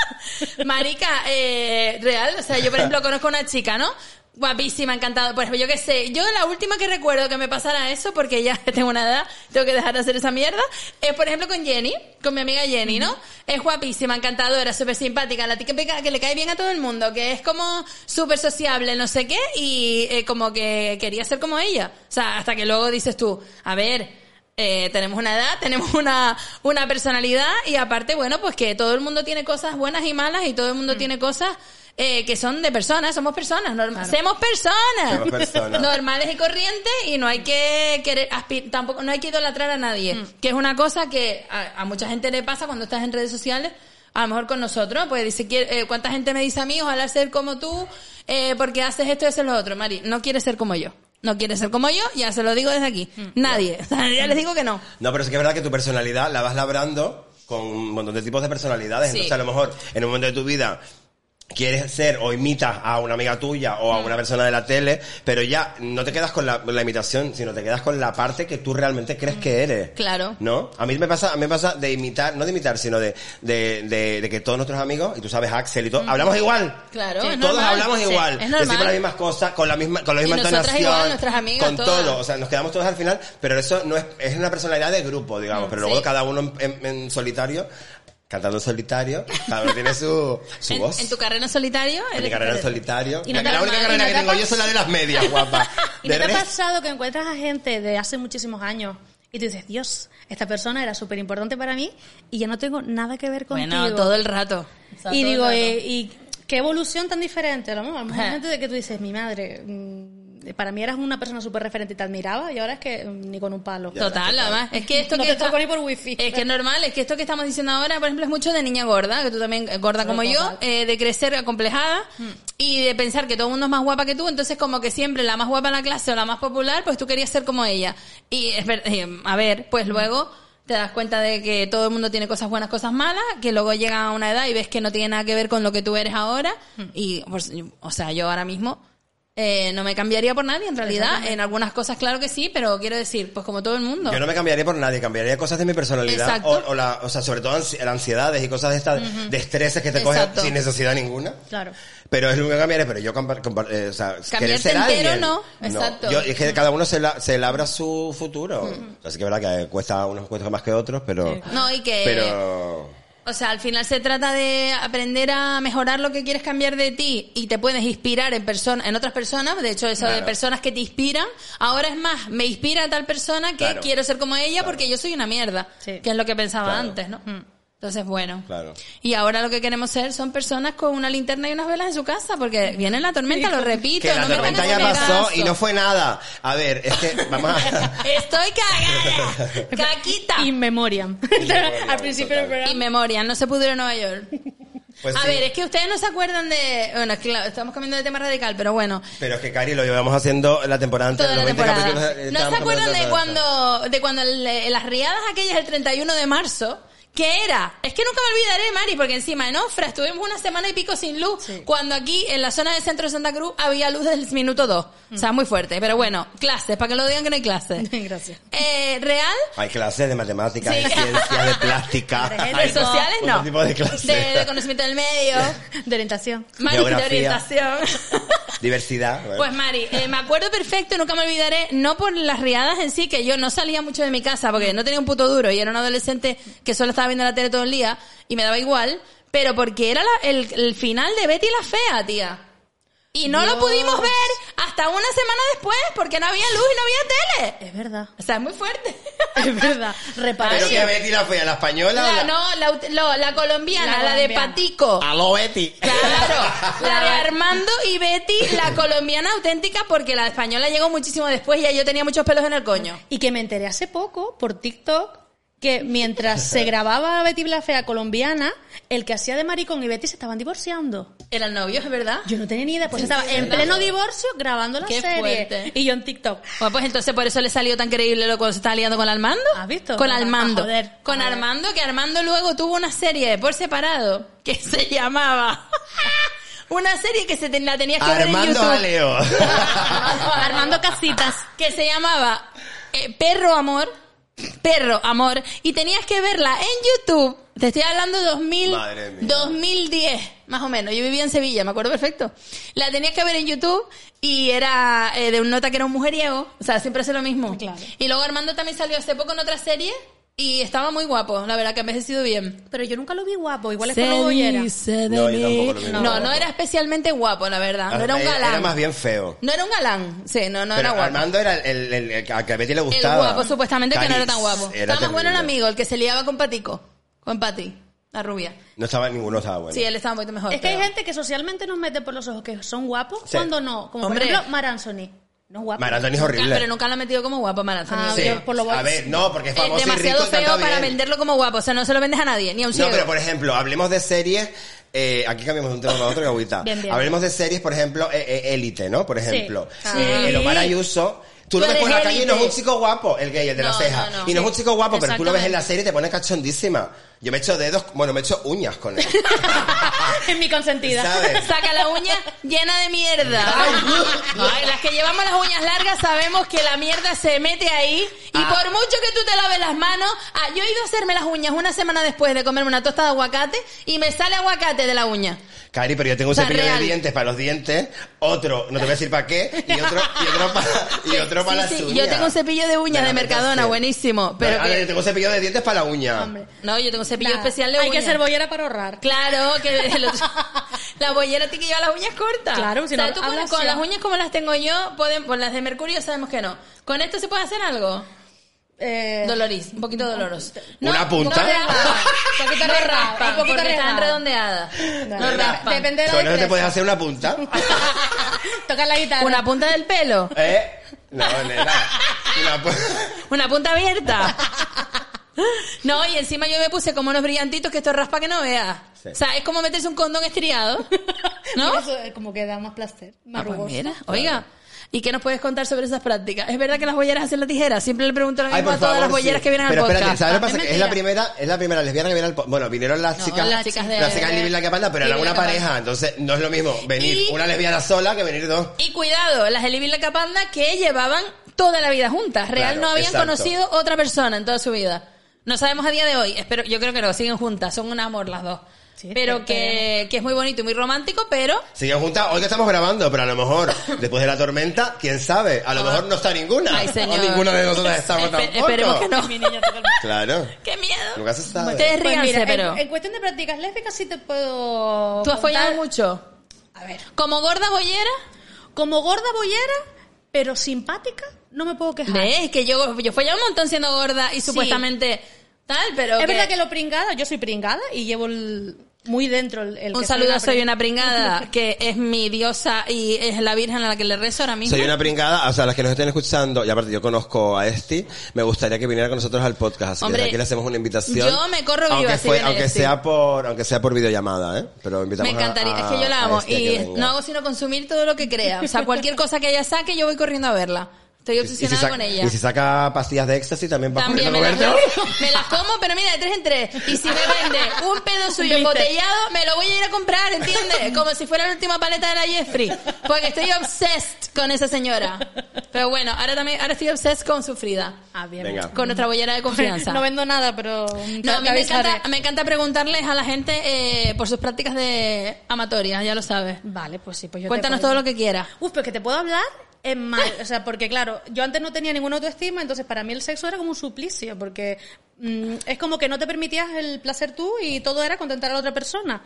Speaker 3: [LAUGHS] Marica, eh, real, o sea, yo por ejemplo conozco a una chica, ¿no? Guapísima, encantada. Por ejemplo, yo qué sé, yo la última que recuerdo que me pasara eso, porque ya [LAUGHS] tengo una edad, tengo que dejar de hacer esa mierda, es por ejemplo con Jenny, con mi amiga Jenny, ¿no? Es guapísima, encantadora, súper simpática, la típica que le cae bien a todo el mundo, que es como súper sociable, no sé qué, y eh, como que quería ser como ella. O sea, hasta que luego dices tú, a ver, eh, tenemos una edad, tenemos [LAUGHS] una, una personalidad y aparte, bueno, pues que todo el mundo tiene cosas buenas y malas y todo el
Speaker 2: Mm.
Speaker 3: mundo tiene cosas eh, que son de personas, somos personas, norm- ¡Semos personas!
Speaker 2: Somos
Speaker 3: [LAUGHS]
Speaker 2: personas.
Speaker 3: Normales y corrientes y no hay que querer, aspi- tampoco, no hay que idolatrar a nadie, que es una cosa que a, a mucha gente le pasa cuando estás en redes sociales. A lo mejor con nosotros, pues dice, quier- eh, ¿cuánta gente me dice a mí, ojalá ser como tú, eh, porque haces esto y haces lo otro? Mari, no quieres ser como yo. No quieres ser como yo, ya se lo digo desde aquí. Nadie. O sea, Mm. [LAUGHS] ya Mm. les digo que no.
Speaker 2: No, pero sí que es verdad que tu personalidad la vas labrando con un montón de tipos de personalidades.
Speaker 3: Sí.
Speaker 2: Entonces, a lo mejor, en un momento de tu vida, quieres ser o imitas a una amiga tuya o a una persona de la tele, pero ya no te quedas con la, con la imitación, sino te quedas con la parte que tú realmente crees que eres.
Speaker 3: Claro.
Speaker 2: ¿No? A mí me pasa, a mí me pasa de imitar, no de imitar, sino de, de, de, de que todos nuestros amigos, y tú sabes, Axel y todo, hablamos igual.
Speaker 3: Mm. Claro,
Speaker 2: Todos
Speaker 3: es normal.
Speaker 2: hablamos
Speaker 3: Sí,
Speaker 2: igual.
Speaker 3: es
Speaker 2: Decimos
Speaker 3: normal.
Speaker 2: las mismas cosas, con la misma, con la
Speaker 3: Y
Speaker 2: misma
Speaker 3: nosotras
Speaker 2: entonación.
Speaker 3: igual, nuestras amigas,
Speaker 2: con
Speaker 3: todas.
Speaker 2: todo. O sea, nos quedamos todos al final, pero eso no es, es una personalidad de grupo, digamos, pero
Speaker 3: Mm, sí.
Speaker 2: luego cada uno en, en- en solitario cantando en solitario. Cada uno tiene su, su
Speaker 3: En,
Speaker 2: voz.
Speaker 3: en tu carrera en solitario.
Speaker 2: En mi
Speaker 3: eres-
Speaker 2: carrera en solitario.
Speaker 1: Y no
Speaker 2: la,
Speaker 1: te
Speaker 2: la
Speaker 1: la
Speaker 2: única
Speaker 1: ma- y
Speaker 2: carrera
Speaker 1: no
Speaker 2: que
Speaker 1: te
Speaker 2: tengo
Speaker 1: pas-
Speaker 2: yo es la de las medias, guapa.
Speaker 3: [LAUGHS]
Speaker 1: ¿Y
Speaker 2: De
Speaker 1: no te ha
Speaker 2: resto-
Speaker 1: pasado que encuentras a gente de hace muchísimos años y tú dices, Dios, esta persona era súper importante para mí y ya no tengo nada que ver contigo?
Speaker 3: Bueno, todo el rato. O sea,
Speaker 1: y
Speaker 3: todo el
Speaker 1: digo,
Speaker 3: rato.
Speaker 1: eh, ¿y qué evolución tan diferente? ¿no? A lo mejor
Speaker 3: Ajá.
Speaker 1: hay gente de que tú dices, mi madre, mm, para mí eras una persona súper referente y te admiraba y ahora es que mm, ni con un palo.
Speaker 3: Total, además. Es que esto
Speaker 1: No
Speaker 3: que
Speaker 1: te
Speaker 3: está-
Speaker 1: toco ni por wifi.
Speaker 3: Es que es normal, es que esto que estamos diciendo ahora, por ejemplo, es mucho de niña gorda, que tú también, eh, gorda como yo,
Speaker 1: Total. Mm.
Speaker 3: eh, de crecer acomplejada y de pensar que todo el mundo es más guapa que tú, entonces como que siempre la más guapa en la clase o la más popular, pues tú querías ser como ella. Y, es ver- eh, a ver, pues
Speaker 1: Mm.
Speaker 3: luego te das cuenta de que todo el mundo tiene cosas buenas, cosas malas, que luego llega a una edad y ves que no tiene nada que ver con lo que tú eres ahora.
Speaker 1: Mm.
Speaker 3: Y, pues, o sea, yo ahora mismo eh, no me cambiaría por nadie, en realidad. En algunas cosas, claro que sí, pero quiero decir, pues como todo el mundo.
Speaker 2: Yo no me cambiaría por nadie, cambiaría cosas de mi personalidad.
Speaker 3: Exacto.
Speaker 2: O, o la, o sea, sobre todo ansi- las ansiedades y cosas de estas, de estreses que te cogen
Speaker 3: Exacto.
Speaker 2: sin necesidad ninguna.
Speaker 1: Claro.
Speaker 2: Pero es lo único que cambiaré, pero yo compar- compar- eh, o sea, querer ser
Speaker 3: entero,
Speaker 2: alguien.
Speaker 3: no. Exacto.
Speaker 2: Yo- es que cada uno se, la- se labra su futuro. Así que es verdad que eh, cuesta unos cuesta más que otros, pero...
Speaker 3: No, y que...
Speaker 2: Pero...
Speaker 3: O sea, al final se trata de aprender a mejorar lo que quieres cambiar de ti y te puedes inspirar en persona, en otras personas. De hecho, eso de
Speaker 2: Claro.
Speaker 3: personas que te inspiran. Ahora es más, me inspira a tal persona que
Speaker 2: Claro.
Speaker 3: quiero ser como ella porque yo soy una mierda,
Speaker 1: Sí.
Speaker 3: que es lo que pensaba
Speaker 2: Claro.
Speaker 3: antes, ¿no? Mm. Entonces, bueno.
Speaker 2: Claro.
Speaker 3: Y ahora lo que queremos ser son personas con una linterna y unas velas en su casa porque viene la tormenta, lo repito.
Speaker 2: Que la
Speaker 3: no me
Speaker 2: tormenta
Speaker 3: hagan
Speaker 2: ya
Speaker 3: hacer
Speaker 2: pasó
Speaker 3: caso.
Speaker 2: y no fue nada. A ver, es
Speaker 3: [LAUGHS]
Speaker 2: que vamos a...
Speaker 3: Estoy
Speaker 2: [LAUGHS]
Speaker 3: cagada, caquita.
Speaker 1: In memoriam. [LAUGHS]
Speaker 2: memoriam,
Speaker 1: Al principio del
Speaker 2: total.
Speaker 1: programa.
Speaker 3: Y memoria, no se pudieron en Nueva York.
Speaker 2: Pues
Speaker 3: a
Speaker 2: sí.
Speaker 3: ver, es que ustedes no se acuerdan de. Bueno, es que claro, estamos cambiando de tema radical, pero bueno.
Speaker 2: Pero es que, Cari, lo llevamos haciendo la temporada antes de
Speaker 3: Toda la
Speaker 2: los 20
Speaker 3: temporada.
Speaker 2: capítulos, eh,
Speaker 3: ¿No se
Speaker 2: estábamos
Speaker 3: acuerdan
Speaker 2: hablando
Speaker 3: de
Speaker 2: esto.
Speaker 3: cuando, de cuando le- las riadas aquellas el 31 de marzo? ¿Qué era? Es que nunca me olvidaré, Mari, porque encima en Ofra estuvimos una semana y pico sin luz, cuando aquí en la zona del centro de Santa Cruz había luz desde el minuto 2. O sea, muy fuerte. Pero bueno, clases, para que lo digan que no
Speaker 1: [LAUGHS]
Speaker 3: hay clases.
Speaker 1: Gracias.
Speaker 3: Eh, Real,
Speaker 2: Hay clases de matemáticas,
Speaker 3: Sí.
Speaker 2: de ciencias, de
Speaker 3: [LAUGHS]
Speaker 2: plástica. Hay
Speaker 3: redes sociales
Speaker 2: otro
Speaker 3: no.
Speaker 2: tipo de clases.
Speaker 3: de, de conocimiento
Speaker 2: [LAUGHS]
Speaker 3: del medio,
Speaker 1: De orientación.
Speaker 3: Mari de
Speaker 2: Geografía. [LAUGHS]
Speaker 3: orientación.
Speaker 2: Diversidad. bueno.
Speaker 3: Pues Mari, eh, me acuerdo perfecto, nunca me olvidaré, no por las riadas en sí, que yo no salía mucho de mi casa porque no tenía un puto duro y era una adolescente que solo estaba viendo la tele todo el día y me daba igual, pero porque era la- el, el final de Betty la Fea, tía. Y no lo
Speaker 1: Dios.
Speaker 3: pudimos ver hasta una semana después porque no había luz y no había tele.
Speaker 1: Es verdad.
Speaker 3: O sea, es muy fuerte.
Speaker 1: Es verdad. Reparación.
Speaker 2: ¿Pero qué Betty la fea? ¿La española o la-
Speaker 3: La, no, la, ut- lo- la colombiana, la,
Speaker 1: La
Speaker 3: de
Speaker 1: colombiana.
Speaker 3: Patico.
Speaker 2: Aló, Betty. [LAUGHS]
Speaker 3: Claro,
Speaker 1: [LAUGHS]
Speaker 3: la de Armando y Betty, la colombiana auténtica, porque la española llegó muchísimo después y ya yo tenía muchos pelos en el coño.
Speaker 1: Y que me enteré hace poco por TikTok que mientras
Speaker 3: [LAUGHS]
Speaker 1: se grababa Betty la Fea colombiana, el que hacía de maricón y Betty se estaban divorciando.
Speaker 3: Eran novios, es verdad.
Speaker 1: Yo no tenía ni idea, pues estaba en pleno divorcio grabando la
Speaker 3: Qué
Speaker 1: serie.
Speaker 3: fuerte.
Speaker 1: Y yo en TikTok.
Speaker 3: Bueno, pues entonces por eso le salió tan creíble lo cuando se estaba liando con Armando.
Speaker 1: ¿Has visto?
Speaker 3: Con
Speaker 1: Ah,
Speaker 3: Armando.
Speaker 1: joder,
Speaker 3: con
Speaker 1: joder.
Speaker 3: Armando, que Armando luego tuvo una serie por separado que [LAUGHS] se llamaba. [LAUGHS] una serie que se te- la tenías que ver en
Speaker 2: Armando
Speaker 3: YouTube. [LAUGHS]
Speaker 2: Aleo.
Speaker 1: Armando Casitas.
Speaker 3: que se llamaba eh, Perro Amor. Perro Amor. Y tenías que verla en YouTube. Te estoy hablando 2000,
Speaker 2: Madre mía.
Speaker 3: 2010, más o menos. Yo vivía en Sevilla, me acuerdo perfecto. La tenías que ver en YouTube y era eh, de un nota que era un mujeriego. O sea, siempre hace lo mismo.
Speaker 1: Claro.
Speaker 3: Y luego Armando también salió hace poco en otra serie y estaba muy guapo. La verdad que ha envejecido bien.
Speaker 1: Pero yo nunca lo vi guapo, igual es
Speaker 3: Se
Speaker 1: por lo bollera.
Speaker 3: dice de
Speaker 2: No, yo
Speaker 3: mí.
Speaker 2: tampoco lo vi
Speaker 3: no,
Speaker 2: guapo. Ah,
Speaker 3: no era especialmente guapo, la verdad. No era un galán.
Speaker 2: Era más bien feo.
Speaker 3: No era un galán. Sí, no, no
Speaker 2: Pero
Speaker 3: era guapo.
Speaker 2: Armando era el, el, el- el que a Betty le
Speaker 3: El
Speaker 2: gustaba.
Speaker 3: guapo, supuestamente, que
Speaker 2: Cari,
Speaker 3: no era tan guapo.
Speaker 2: era
Speaker 3: estaba más bueno el
Speaker 2: terrible.
Speaker 3: amigo, el que se liaba con Patico. Con Pati, la rubia.
Speaker 2: No estaba, ninguno estaba bueno.
Speaker 3: Sí, él estaba mucho mejor.
Speaker 1: Es que hay
Speaker 3: pero-
Speaker 1: gente que socialmente nos mete por los ojos que son guapos
Speaker 2: Sí.
Speaker 1: cuando no. Como
Speaker 3: Hombre.
Speaker 1: por ejemplo Maranzoni. No es guapo. [LAUGHS]
Speaker 2: Maratón es horrible.
Speaker 3: Nunca- pero nunca lo han metido como guapo, Maranzón.
Speaker 1: Ah,
Speaker 2: Sí.
Speaker 1: bien, por lo
Speaker 2: a
Speaker 1: bueno.
Speaker 2: ver, no, porque es
Speaker 3: Es
Speaker 2: famoso
Speaker 3: demasiado
Speaker 2: y rico y canta
Speaker 3: feo para
Speaker 2: bien.
Speaker 3: venderlo como guapo. O sea, no se lo vendes a nadie, ni a un
Speaker 2: No,
Speaker 3: ciego.
Speaker 2: pero por ejemplo, hablemos de series. eh, aquí cambiamos de un tema para otro, Gabita.
Speaker 1: Bien, bien.
Speaker 2: Hablemos de series, por ejemplo, eh, eh, Élite, ¿no? Por ejemplo.
Speaker 3: Ah.
Speaker 1: Sí.
Speaker 2: Eh,
Speaker 1: Sí.
Speaker 2: el Omar Ayuso. Tú,
Speaker 3: Tú
Speaker 2: lo ves por
Speaker 3: eres
Speaker 2: la calle y no es un
Speaker 3: Élite.
Speaker 2: chico guapo, el gay, el de la
Speaker 3: No,
Speaker 2: ceja.
Speaker 3: no, no.
Speaker 2: Y no es un chico guapo, pero tú lo ves
Speaker 1: Exactamente.
Speaker 2: en la serie y te pones cachondísima. Yo me echo dedos, bueno, me echo uñas con
Speaker 3: [LAUGHS]
Speaker 2: él.
Speaker 1: en mi consentida.
Speaker 2: ¿Sabes?
Speaker 3: Saca la uña llena de mierda. Ay, las que llevamos las uñas largas sabemos que la mierda se mete ahí. Y
Speaker 2: Ah.
Speaker 3: por mucho que tú te laves las manos, ah, yo he ido a hacerme las uñas una semana después de comerme una tosta de aguacate y me sale aguacate de la uña.
Speaker 2: Cari, pero yo tengo un
Speaker 3: O sea,
Speaker 2: cepillo
Speaker 3: real.
Speaker 2: de dientes para los dientes, otro, no te voy a decir para qué, y otro, y otro para, y otro para
Speaker 3: Sí,
Speaker 2: las
Speaker 3: sí,
Speaker 2: uñas.
Speaker 3: Yo tengo un cepillo de uñas
Speaker 2: Me la
Speaker 3: de Mercadona,
Speaker 2: metaste.
Speaker 3: buenísimo.
Speaker 2: Pero
Speaker 3: Pero
Speaker 2: yo
Speaker 3: que,
Speaker 2: tengo un cepillo de dientes para la uña.
Speaker 1: Hombre.
Speaker 3: no, yo tengo un cepillo
Speaker 1: Nada.
Speaker 3: especial de uñas.
Speaker 1: Hay que ser bollera para ahorrar.
Speaker 3: Claro,
Speaker 1: [LAUGHS]
Speaker 3: que el otro- la bollera tiene que llevar las uñas cortas.
Speaker 1: Claro, si
Speaker 3: O sea,
Speaker 1: no,
Speaker 3: tú con,
Speaker 1: hablas
Speaker 3: con
Speaker 1: ya.
Speaker 3: las uñas como las tengo yo, podemos, con las de mercurio sabemos que no. ¿Con esto se puede hacer algo?
Speaker 1: Eh, [LAUGHS]
Speaker 3: Dolorís, un poquito doloroso.
Speaker 2: ¿Una punta?
Speaker 3: No raspa, un [LAUGHS] poquito
Speaker 1: No
Speaker 3: raspa,
Speaker 1: raspa, un poquito
Speaker 3: porque están
Speaker 1: raspa.
Speaker 3: redondeadas. No,
Speaker 1: Depende-
Speaker 3: raspa.
Speaker 1: Depende de la
Speaker 2: Con eso te
Speaker 1: destreza.
Speaker 2: puedes hacer una punta.
Speaker 3: [LAUGHS]
Speaker 1: Tocar la guitarra.
Speaker 3: Una punta del pelo,
Speaker 2: ¿Eh? No, nena. pues. Una pu-
Speaker 3: una punta abierta. [LAUGHS] No, y encima yo me puse como unos brillantitos que esto raspa que no veas.
Speaker 2: Sí.
Speaker 3: O sea, es como meterse un condón [LAUGHS] estriado, ¿no?
Speaker 1: Mira, eso, eh, como que da más placer. Más
Speaker 3: Ah, pues
Speaker 1: rugoso.
Speaker 3: mira, oiga. ¿Y qué nos puedes contar sobre esas prácticas? ¿Es verdad que las bolleras hacen la tijera? Siempre le pregunto lo mismo
Speaker 2: Ay, por
Speaker 3: a todas
Speaker 2: favor,
Speaker 3: las bolleras
Speaker 2: sí.
Speaker 3: que vienen
Speaker 2: Pero
Speaker 3: al
Speaker 2: espérate,
Speaker 3: podcast.
Speaker 2: ¿sabes lo que
Speaker 3: Ah,
Speaker 2: pasa?
Speaker 3: es
Speaker 2: Es la
Speaker 3: mentira.
Speaker 2: primera, es la primera lesbiana que viene al podcast. Bueno, vinieron las
Speaker 3: No,
Speaker 2: chicas.
Speaker 3: las chicas de-
Speaker 2: Las chicas de Living La Capanda, pero era
Speaker 3: Living
Speaker 2: una
Speaker 3: La Capanda.
Speaker 2: pareja. Entonces, no es lo mismo venir
Speaker 3: Y-
Speaker 2: una lesbiana sola que venir dos.
Speaker 3: Y cuidado, las del Living La Capanda que llevaban toda la vida juntas. Real
Speaker 2: Claro,
Speaker 3: no habían
Speaker 2: exacto.
Speaker 3: conocido otra persona en toda su vida. No sabemos a día de hoy. Espero, yo creo que no, siguen juntas, son un amor las dos.
Speaker 1: Sí,
Speaker 3: pero que, que es muy bonito y muy romántico, pero
Speaker 2: Siguen juntas. Hoy que estamos grabando, pero a lo
Speaker 3: [LAUGHS]
Speaker 2: mejor, después de la tormenta, quién sabe. A lo mejor no está ninguna.
Speaker 3: Ah. Ay, señor.
Speaker 2: O ninguna de nosotras estamos
Speaker 3: Espe-
Speaker 2: tampoco.
Speaker 3: esperemos que no.
Speaker 1: [LAUGHS] Mi niña toca el-
Speaker 2: Claro.
Speaker 3: ¡Qué miedo!
Speaker 2: Nunca se sabe.
Speaker 3: Ustedes
Speaker 1: Pues
Speaker 3: ríanse,
Speaker 1: mira, en-
Speaker 3: pero...
Speaker 1: en, cuestión de prácticas lésbicas sí te puedo.
Speaker 3: ¿Tú has
Speaker 1: contar-
Speaker 3: follado mucho?
Speaker 1: A ver.
Speaker 3: ¿Como gorda bollera?
Speaker 1: Como gorda bollera, pero simpática, no me puedo quejar.
Speaker 3: ¿Ves? Que yo, yo follaba un montón siendo gorda y supuestamente tal, pero.
Speaker 1: Es verdad que lo pringada, yo soy pringada y llevo el- muy dentro el. el
Speaker 3: Un
Speaker 1: que
Speaker 3: saludo a
Speaker 1: soy
Speaker 3: Soy
Speaker 1: una
Speaker 3: una pringada,
Speaker 1: [LAUGHS]
Speaker 3: que es mi diosa y es la virgen a la que le rezo ahora mismo.
Speaker 2: Soy una pringada, o sea, las que nos estén escuchando, y aparte yo conozco a Esti, me gustaría que viniera con nosotros al podcast, así que
Speaker 3: Hombre,
Speaker 2: desde aquí le hacemos una invitación.
Speaker 3: yo me corro viva
Speaker 2: aunque,
Speaker 3: si viene
Speaker 2: aunque
Speaker 3: Esti.
Speaker 2: sea por, aunque sea por videollamada, ¿eh? Pero
Speaker 3: Me
Speaker 2: invitamos a-
Speaker 3: encantaría, es
Speaker 2: a-
Speaker 3: que yo la
Speaker 2: a
Speaker 3: amo
Speaker 2: Esti a que
Speaker 3: y
Speaker 2: Ah, venga.
Speaker 3: no hago sino consumir todo lo que crea. O sea, cualquier cosa que ella saque, yo voy corriendo a verla. Estoy
Speaker 2: Y si
Speaker 3: obsesionada
Speaker 2: saca-
Speaker 3: con ella.
Speaker 2: Y si saca pastillas de éxtasis también para
Speaker 3: También me las, me las como, pero mira, de tres en tres. Y si me vende un pedo suyo
Speaker 1: ¿Viste?
Speaker 3: embotellado, me lo voy a ir a comprar, ¿entiendes? Como si fuera la última paleta de la Jeffrey. Porque estoy obsessed con esa señora. Pero bueno, ahora también, ahora estoy obsessed con Sufrida.
Speaker 1: Ah, bien. [LAUGHS]
Speaker 2: Venga.
Speaker 3: Con nuestra bollera de confianza.
Speaker 1: No vendo nada, pero.
Speaker 3: No,
Speaker 1: te
Speaker 3: a mí me
Speaker 1: avisaré.
Speaker 3: encanta, me encanta preguntarles a la gente eh, por sus prácticas de amatorias, ya lo sabes.
Speaker 1: Vale, pues sí, pues yo. te
Speaker 3: Cuéntanos
Speaker 1: puedo-
Speaker 3: todo lo que quieras.
Speaker 1: Uf, pero que te puedo hablar en mal. O sea, porque claro, yo antes no tenía ninguna autoestima, entonces para mí el sexo era como un suplicio, porque mm, es como que no te permitías el placer tú y todo era contentar a la otra persona.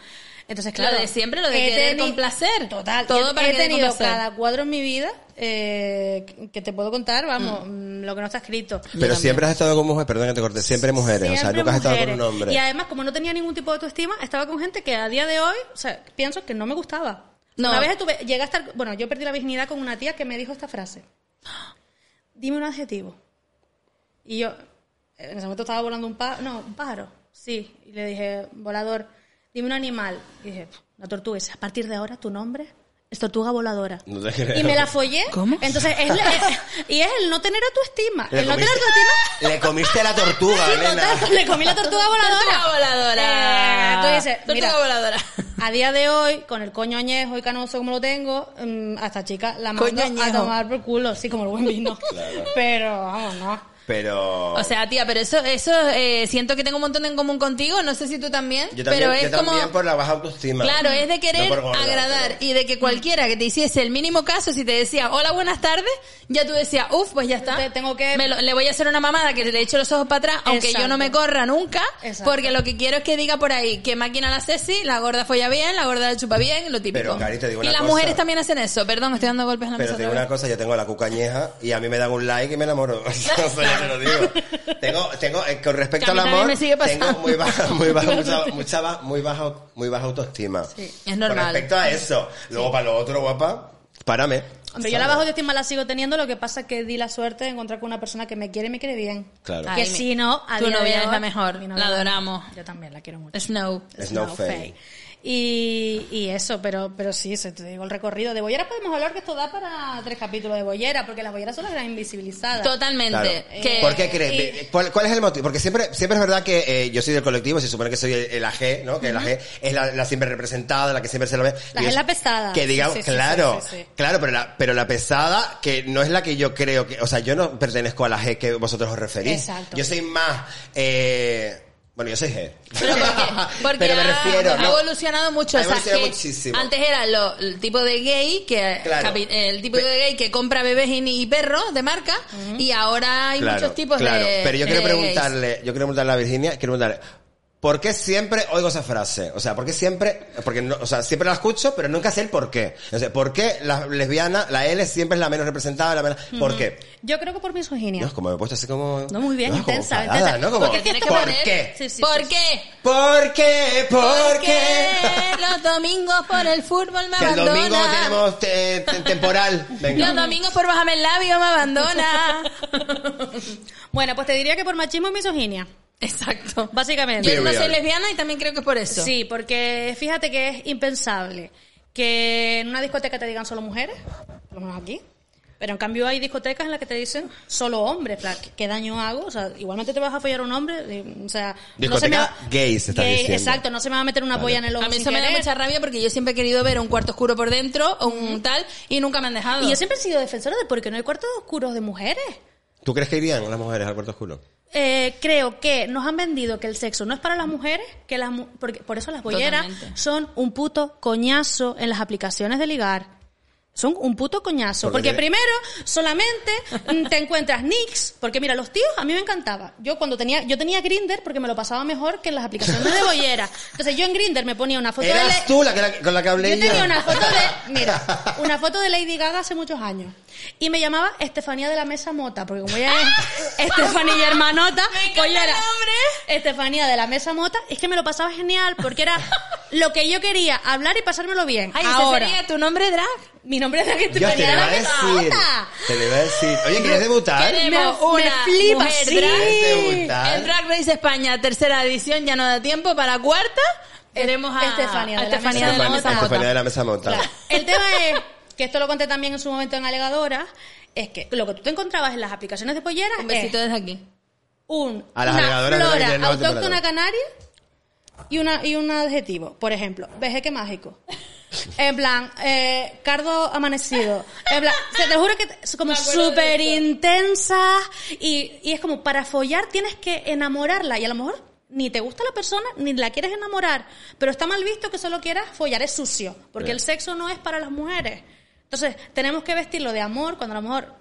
Speaker 1: Entonces,
Speaker 3: Lo
Speaker 1: claro.
Speaker 3: de siempre, lo de
Speaker 1: he
Speaker 3: querer
Speaker 1: teni-
Speaker 3: complacer.
Speaker 1: Total.
Speaker 3: Todo
Speaker 1: He-
Speaker 3: para
Speaker 1: he
Speaker 3: querer
Speaker 1: tenido
Speaker 3: complacer.
Speaker 1: cada cuadro en mi vida eh, que te puedo contar, vamos, mm, lo que no está escrito.
Speaker 2: Pero siempre has estado con mujeres, perdón que te corte, siempre mujeres, o sea,
Speaker 1: Siempre
Speaker 2: nunca has estado con
Speaker 1: mujeres.
Speaker 2: un hombre.
Speaker 1: Y además, como no tenía ningún tipo de autoestima, estaba con gente que a día de hoy, o sea, pienso que no me gustaba.
Speaker 3: No.
Speaker 1: Una vez estuve, llegué a estar, bueno, yo perdí la virginidad con una tía que me dijo esta frase. Dime un adjetivo. Y yo, en ese momento estaba volando un pájaro, no, un pájaro, sí. Y le dije, volador, dime un animal. Y dije, una tortuga. Y dice, a partir de ahora, tu nombre es tortuga voladora.
Speaker 2: No te creo.
Speaker 1: Y me la follé.
Speaker 3: ¿Cómo?
Speaker 1: Entonces, es
Speaker 3: [LAUGHS]
Speaker 1: la- es- y es el no tener autoestima.
Speaker 2: Le
Speaker 1: El no tener
Speaker 2: comiste-
Speaker 1: autoestima
Speaker 2: Le comiste a la tortuga,
Speaker 1: Sí,
Speaker 2: nena.
Speaker 1: total, le comí la
Speaker 3: [LAUGHS]
Speaker 1: tortuga voladora.
Speaker 3: Tortuga voladora.
Speaker 1: Eh, tú dices,
Speaker 3: Tortuga
Speaker 1: mira,
Speaker 3: voladora.
Speaker 1: A día de hoy, con el coño añejo y canoso como lo tengo, mm, hasta chica la
Speaker 3: Coño
Speaker 1: mando a
Speaker 3: añejo.
Speaker 1: tomar por culo, así como el buen
Speaker 3: [LAUGHS]
Speaker 1: vino. Pero, vamos, no.
Speaker 2: Pero...
Speaker 3: O sea, tía, pero eso, eso eh, siento que tengo un montón en común contigo, no sé si tú también,
Speaker 2: yo también,
Speaker 3: pero es
Speaker 2: yo
Speaker 3: como...
Speaker 2: también por la baja autoestima.
Speaker 3: Claro, es de querer
Speaker 2: No por gorda,
Speaker 3: agradar
Speaker 2: pero- Mm.
Speaker 3: y de que cualquiera que te hiciese el mínimo caso, si te decía hola, buenas tardes, ya tú decías, uff, pues ya está.
Speaker 1: Te- tengo que-
Speaker 3: Me lo- le voy a hacer una mamada que le echo los ojos para atrás, aunque yo no
Speaker 1: Exacto.
Speaker 3: me corra nunca,
Speaker 1: Exacto.
Speaker 3: porque lo que quiero es que diga por ahí que máquina la Ceci, la gorda folla bien, la gorda chupa bien, lo típico.
Speaker 2: Pero, Cari, te digo
Speaker 3: y
Speaker 2: una
Speaker 3: las
Speaker 2: cosa.
Speaker 3: mujeres también hacen eso, perdón, estoy dando golpes en la
Speaker 2: Pero
Speaker 3: mesa
Speaker 2: te digo
Speaker 3: otra
Speaker 2: una
Speaker 3: vez.
Speaker 2: cosa, yo tengo a la cucañeja y a mí me dan un like y me enamoro. [LAUGHS] O sea, yo te lo digo. Tengo, tengo, eh, con respecto
Speaker 3: Que a
Speaker 2: al
Speaker 3: mí también
Speaker 2: amor,
Speaker 3: me sigue pasando.
Speaker 2: tengo muy baja, muy
Speaker 3: [LAUGHS]
Speaker 2: baja, mucha, mucha ba- muy baja, muy baja autoestima.
Speaker 3: es normal.
Speaker 2: Con respecto a eso, luego para lo otro, guapa, párame.
Speaker 1: Hombre, yo la bajo de estima la sigo teniendo, lo que pasa que di la suerte de encontrar con una persona que me quiere y me quiere bien.
Speaker 2: Claro.
Speaker 3: Ay,
Speaker 1: que
Speaker 3: mi-
Speaker 1: si no, a
Speaker 3: tu
Speaker 1: día de
Speaker 3: novia es
Speaker 1: hoy-
Speaker 3: la mejor,
Speaker 1: mi
Speaker 3: la adoramos.
Speaker 1: Yo también la quiero mucho.
Speaker 3: Snow.
Speaker 2: Snowflake.
Speaker 1: Y, y eso, pero, pero sí, se te digo, el recorrido de Bollera podemos hablar que esto da para tres capítulos de Bollera, porque las Bolleras son las gran invisibilizadas.
Speaker 3: Totalmente.
Speaker 2: Claro.
Speaker 3: Que-
Speaker 2: ¿Por qué crees?
Speaker 1: Eh, y-
Speaker 2: ¿Cuál, cuál es el motivo? Porque siempre, siempre es verdad que eh, yo soy del colectivo, se supone que soy el, el AG, ¿no? Que el AG es la, la siempre representada, la que siempre se lo ve.
Speaker 1: La
Speaker 2: Y
Speaker 1: G es
Speaker 2: es-
Speaker 1: la pesada.
Speaker 2: Que digamos,
Speaker 1: Sí, sí, sí,
Speaker 2: claro,
Speaker 1: sí, sí, sí.
Speaker 2: claro, pero la, pero la pesada que no es la que yo creo que, o sea, yo no pertenezco a la G que vosotros os referís.
Speaker 1: Exacto.
Speaker 2: Yo soy más, eh, Bueno, yo soy G.
Speaker 3: Pero porque,
Speaker 2: [LAUGHS]
Speaker 3: [LAUGHS] porque
Speaker 2: Pero me
Speaker 3: ha,
Speaker 2: refiero,
Speaker 3: ha
Speaker 2: ¿no?
Speaker 3: evolucionado mucho.
Speaker 2: Ha
Speaker 3: o sea,
Speaker 2: evolucionado
Speaker 3: que
Speaker 2: muchísimo.
Speaker 3: Antes era lo- el tipo de gay que
Speaker 2: Claro.
Speaker 3: capi- el tipo de gay que compra bebés y, ni- y perros de marca y ahora hay
Speaker 2: Claro,
Speaker 3: muchos tipos
Speaker 2: claro.
Speaker 3: de
Speaker 2: Pero yo quiero
Speaker 3: de gays.
Speaker 2: preguntarle, yo quiero preguntarle a Virginia, quiero preguntarle, ¿por qué siempre oigo esa frase? O sea, ¿por qué siempre, porque no- o sea, siempre la escucho, pero nunca sé el por qué? O sea, ¿por qué la lesbiana, la L siempre es la menos representada, la menos, ¿por qué?
Speaker 1: Yo creo que por misoginia.
Speaker 2: No, es como me he puesto así como...
Speaker 1: Mm. No, muy bien,
Speaker 2: es como
Speaker 1: intensa,
Speaker 2: enfadada,
Speaker 1: intensa.
Speaker 2: ¿no? Como,
Speaker 3: Porque tienes que
Speaker 2: ¿Por
Speaker 3: poner-
Speaker 2: qué?
Speaker 1: Sí, sí,
Speaker 3: ¿Por
Speaker 1: sí.
Speaker 3: qué?
Speaker 2: ¿Por qué? ¿Por qué?
Speaker 3: Porque los domingos por el fútbol me
Speaker 2: Que el
Speaker 3: abandona.
Speaker 2: domingo tenemos eh, te- temporal. Venga.
Speaker 3: Los domingos por bajarme el labio
Speaker 2: [LAUGHS]
Speaker 3: me abandona.
Speaker 1: Bueno, pues te diría que por machismo y misoginia,
Speaker 3: Exacto.
Speaker 1: básicamente.
Speaker 3: Yo no soy
Speaker 2: Period.
Speaker 3: lesbiana y también creo que es por eso.
Speaker 1: Sí, porque fíjate que es impensable que en una discoteca te digan solo mujeres, por lo menos aquí. Pero en cambio hay discotecas en las que te dicen solo hombres, plan, ¿qué- ¿qué daño hago? O sea, igualmente te vas a follar a un hombre, eh, o sea... no se me va-
Speaker 2: Discoteca gays, estás
Speaker 1: Gay,
Speaker 2: diciendo.
Speaker 1: Exacto, no se me va a meter una polla en el ojo
Speaker 3: A mí
Speaker 1: sin
Speaker 3: eso me da
Speaker 1: querer.
Speaker 3: mucha rabia porque yo siempre he querido ver un cuarto oscuro por dentro o un tal y nunca me han dejado.
Speaker 1: Y yo siempre he sido defensora de porque no hay cuartos oscuros de mujeres.
Speaker 2: ¿Tú crees que irían las mujeres al cuarto oscuro?
Speaker 1: Eh, creo que nos han vendido que el sexo no es para las mujeres, que las mu- porque por eso las bolleras
Speaker 3: Totalmente.
Speaker 1: son un puto coñazo en las aplicaciones de ligar. Son un puto coñazo.
Speaker 2: Porque
Speaker 1: Porque,
Speaker 2: tiene-
Speaker 1: primero, solamente mm, te encuentras nicks. Porque mira, los tíos a mí me encantaba. Yo cuando tenía, yo tenía Grinder porque me lo pasaba mejor que en las aplicaciones de bollera. Entonces yo en Grinder me ponía una foto de la-
Speaker 2: Eras tú la que la- con la que hablé
Speaker 1: yo tenía una foto de,
Speaker 2: [LAUGHS]
Speaker 1: mira, una foto de Lady Gaga hace muchos años. Y me llamaba Estefanía de la Mesa Mota, porque como ella
Speaker 2: [LAUGHS]
Speaker 1: es Estefanía Hermanota, pues yo era Estefanía de la Mesa Mota, es que me lo pasaba genial, porque
Speaker 3: [LAUGHS]
Speaker 1: era lo que yo quería, hablar y pasármelo bien.
Speaker 3: Ay, ese
Speaker 1: Ahora,
Speaker 3: sería tu nombre drag.
Speaker 1: mi nombre es
Speaker 2: Yo te
Speaker 1: Estefanía
Speaker 2: lo
Speaker 1: de
Speaker 2: iba
Speaker 1: la
Speaker 2: a
Speaker 1: Mesa
Speaker 2: decir.
Speaker 1: Mota.
Speaker 2: Te lo iba a decir. Oye, ¿quieres debutar?
Speaker 3: Queremos
Speaker 1: Me- me flipa,
Speaker 3: mujer
Speaker 1: sí.
Speaker 3: drag.
Speaker 2: ¿Quieres
Speaker 1: Ah.
Speaker 3: El
Speaker 2: debutar?
Speaker 3: Drag Race España, tercera edición, ya no da tiempo para cuarta. Queremos a
Speaker 1: Estefanía
Speaker 3: a
Speaker 1: de la
Speaker 3: Estefanía
Speaker 1: Mesa
Speaker 3: de
Speaker 1: Mota.
Speaker 3: la Mesa Mota.
Speaker 2: Estefanía de la Mesa Mota.
Speaker 1: Claro. El tema
Speaker 3: [LAUGHS]
Speaker 1: es, que esto lo conté también en su momento en Alegadora, es que lo que tú te encontrabas en las aplicaciones de polleras
Speaker 3: Un
Speaker 1: es-
Speaker 3: besito desde aquí.
Speaker 1: un,
Speaker 2: A las
Speaker 1: una
Speaker 2: alegadoras no le
Speaker 1: flora
Speaker 2: viene nueva
Speaker 1: autóctona
Speaker 2: temporada.
Speaker 1: canaria y, una, y un adjetivo. Por ejemplo, vejeque
Speaker 2: [LAUGHS]
Speaker 1: mágico. En plan, eh, cardo amanecido. En plan, se te juro que te- es como
Speaker 3: Me acuerdo de
Speaker 1: súper
Speaker 3: eso.
Speaker 1: intensa y, y es como para follar tienes que enamorarla y a lo mejor ni te gusta la persona ni la quieres enamorar, pero está mal visto que solo quieras follar, es sucio, porque
Speaker 2: Bien.
Speaker 1: el sexo no es para las mujeres. Entonces, tenemos que vestirlo de amor cuando a lo mejor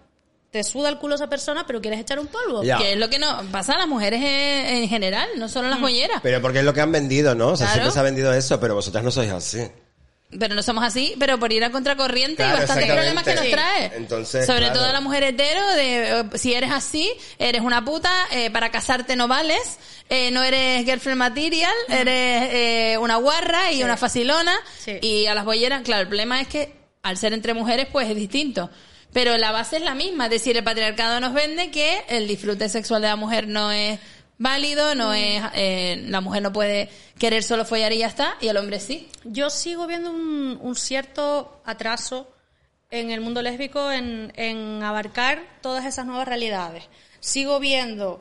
Speaker 1: te suda el culo esa persona, pero quieres echar un polvo.
Speaker 2: Ya.
Speaker 3: Que es lo que no pasa a las mujeres en, en general, no solo a las bolleras.
Speaker 2: Pero porque es lo que han vendido, ¿no? O sea,
Speaker 3: Claro.
Speaker 2: siempre se ha vendido eso, pero vosotras no sois así.
Speaker 3: Pero no somos así, pero por ir a contracorriente
Speaker 2: Claro,
Speaker 3: y bastantes problemas
Speaker 2: exactamente.
Speaker 3: que nos trae.
Speaker 2: Sí. Entonces,
Speaker 3: Sobre
Speaker 2: claro.
Speaker 3: todo a la mujer hetero, de, eh, si eres así, eres una puta, eh, para casarte no vales, eh, no eres girlfriend material, eres eh, una guarra y una facilona.
Speaker 1: Sí.
Speaker 3: Y a las bolleras, claro, el problema es que al ser entre mujeres, pues es distinto. Pero la base es la misma, es decir, el patriarcado nos vende que el disfrute sexual de la mujer no es válido, no es eh, la mujer no puede querer solo follar y ya está, y el hombre sí.
Speaker 1: Yo sigo viendo un, un cierto atraso en el mundo lésbico en, en abarcar todas esas nuevas realidades. Sigo viendo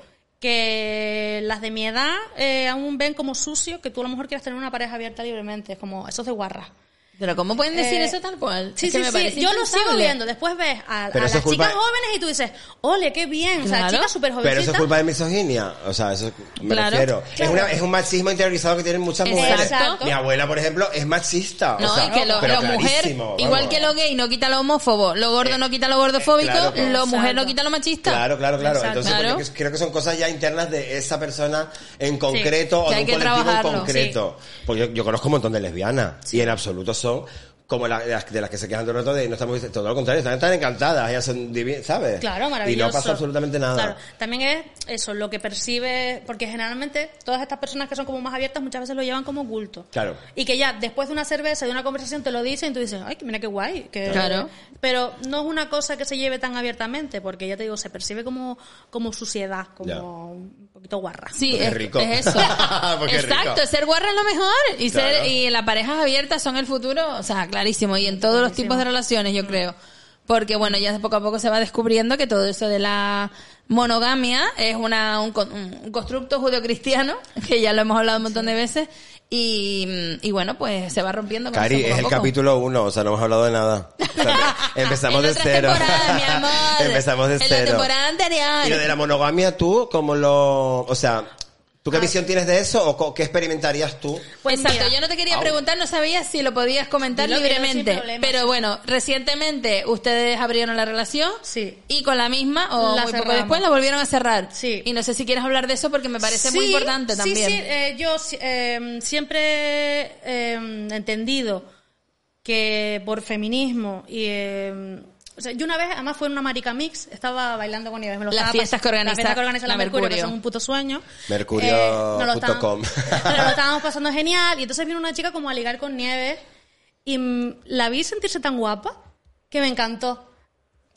Speaker 1: que las de mi edad eh, aún ven como sucio que tú a lo mejor quieras tener una pareja abierta libremente. Es como, eso es de guarra.
Speaker 3: Pero ¿cómo pueden decir
Speaker 1: Eh,
Speaker 3: eso tal cual?
Speaker 1: Sí,
Speaker 3: Es que
Speaker 1: sí, sí.
Speaker 3: me parece
Speaker 1: Yo lo
Speaker 3: impensable.
Speaker 1: sigo viendo. Después ves a, a
Speaker 2: Pero
Speaker 1: las
Speaker 2: eso es culpa-
Speaker 1: chicas jóvenes y tú dices, ole, qué bien. O sea,
Speaker 3: Claro.
Speaker 1: chicas súper
Speaker 2: Pero
Speaker 1: jovencitas.
Speaker 2: eso es culpa de misoginia. O sea, eso me
Speaker 3: Claro.
Speaker 2: refiero. Es,
Speaker 1: Claro.
Speaker 2: una- es un machismo interiorizado que tienen muchas mujeres.
Speaker 3: Exacto.
Speaker 2: Mi abuela, por ejemplo, es machista.
Speaker 3: No,
Speaker 2: o sea,
Speaker 3: y que lo,
Speaker 2: pero
Speaker 3: lo mujer,
Speaker 2: clarísimo, vamos.
Speaker 3: igual que lo gay no quita lo homófobo, lo gordo
Speaker 2: Eh,
Speaker 3: no quita lo gordofóbico,
Speaker 2: eh, claro,
Speaker 3: lo mujer no
Speaker 1: exacto.
Speaker 3: quita lo machista.
Speaker 2: Claro, claro, claro.
Speaker 1: Exacto.
Speaker 2: Entonces, porque
Speaker 3: Claro.
Speaker 2: que- creo que son cosas ya internas de esa persona en concreto
Speaker 3: que
Speaker 2: o de
Speaker 3: hay
Speaker 2: un
Speaker 3: que
Speaker 2: colectivo en
Speaker 3: trabajarlo,
Speaker 2: concreto. Pues yo, yo conozco un montón de lesbianas y en absoluto son como la- de las, de las que se quejan todo el rato de no estamos todo lo contrario, están, están encantadas, ellas son divi- ¿sabes?
Speaker 1: Claro, maravilloso.
Speaker 2: Y no pasa absolutamente nada.
Speaker 1: Claro, también es eso, lo que percibe, porque generalmente todas estas personas que son como más abiertas muchas veces lo llevan como oculto.
Speaker 2: Claro.
Speaker 1: Y que ya después de una cerveza, de una conversación, te lo dicen y tú dices, ay, que mira qué guay. que-
Speaker 3: Claro.
Speaker 1: Pero no es una cosa que se lleve tan abiertamente, porque ya te digo, se percibe como, como suciedad, como
Speaker 2: Ya.
Speaker 1: un poquito guarra.
Speaker 3: Sí,
Speaker 2: Porque
Speaker 3: es,
Speaker 2: rico.
Speaker 3: es eso.
Speaker 2: [LAUGHS] Porque
Speaker 3: Exacto,
Speaker 2: rico.
Speaker 3: ser guarra es lo mejor y ser
Speaker 2: Claro.
Speaker 3: y las parejas abiertas son el futuro, o sea, clarísimo y en todos los tipos de relaciones, yo creo. Porque bueno, ya poco a poco se va descubriendo que todo eso de la monogamia es una un, con- un constructo judeocristiano, [LAUGHS] que ya lo hemos hablado un montón de veces y, y bueno, pues se va rompiendo con
Speaker 2: Cari,
Speaker 3: eso poco
Speaker 2: es
Speaker 3: a
Speaker 2: el
Speaker 3: poco.
Speaker 2: capítulo uno, o sea, no hemos hablado de nada.
Speaker 3: [LAUGHS]
Speaker 2: O sea, empezamos
Speaker 3: En
Speaker 2: de
Speaker 3: otras
Speaker 2: cero.
Speaker 3: temporadas, mi amor.
Speaker 2: [LAUGHS] empezamos de
Speaker 3: en
Speaker 2: cero.
Speaker 3: la
Speaker 2: Y
Speaker 3: temporada
Speaker 2: lo de
Speaker 3: anterior.
Speaker 2: la monogamia, tú, como lo. O sea, ¿Tú qué visión tienes de eso o co- qué experimentarías tú?
Speaker 1: Pues
Speaker 3: Exacto,
Speaker 1: mira.
Speaker 3: yo no te quería
Speaker 2: Au.
Speaker 3: preguntar, no sabía si lo podías comentar
Speaker 1: Dilo, dilo, sin
Speaker 3: libremente.
Speaker 1: problemas.
Speaker 3: Pero bueno, recientemente ustedes abrieron la relación
Speaker 1: Sí.
Speaker 3: y con la misma o
Speaker 1: La
Speaker 3: muy poco
Speaker 1: cerramos.
Speaker 3: después la volvieron a cerrar.
Speaker 1: Sí.
Speaker 3: Y no sé si quieres hablar de eso porque me parece muy
Speaker 1: Sí,
Speaker 3: importante
Speaker 1: sí,
Speaker 3: también.
Speaker 1: Sí, eh, yo si- eh, siempre eh, he entendido que por feminismo y... eh, o sea, yo una vez, además fue en una marica mix, estaba bailando con Nieves. me lo
Speaker 3: Las
Speaker 1: estaba
Speaker 3: fiestas que
Speaker 1: pas-
Speaker 3: organiza
Speaker 1: las fiestas que organiza la,
Speaker 3: la
Speaker 1: Mercurio, que
Speaker 3: Mercurio.
Speaker 1: son un puto sueño. Eh,
Speaker 2: Mercurio
Speaker 1: nos lo estaban-
Speaker 2: punto com.
Speaker 1: [LAUGHS]
Speaker 2: [LAUGHS]
Speaker 1: nos lo estábamos pasando genial. Y entonces vino una chica como a ligar con Nieves y mm, la vi sentirse tan guapa que me encantó.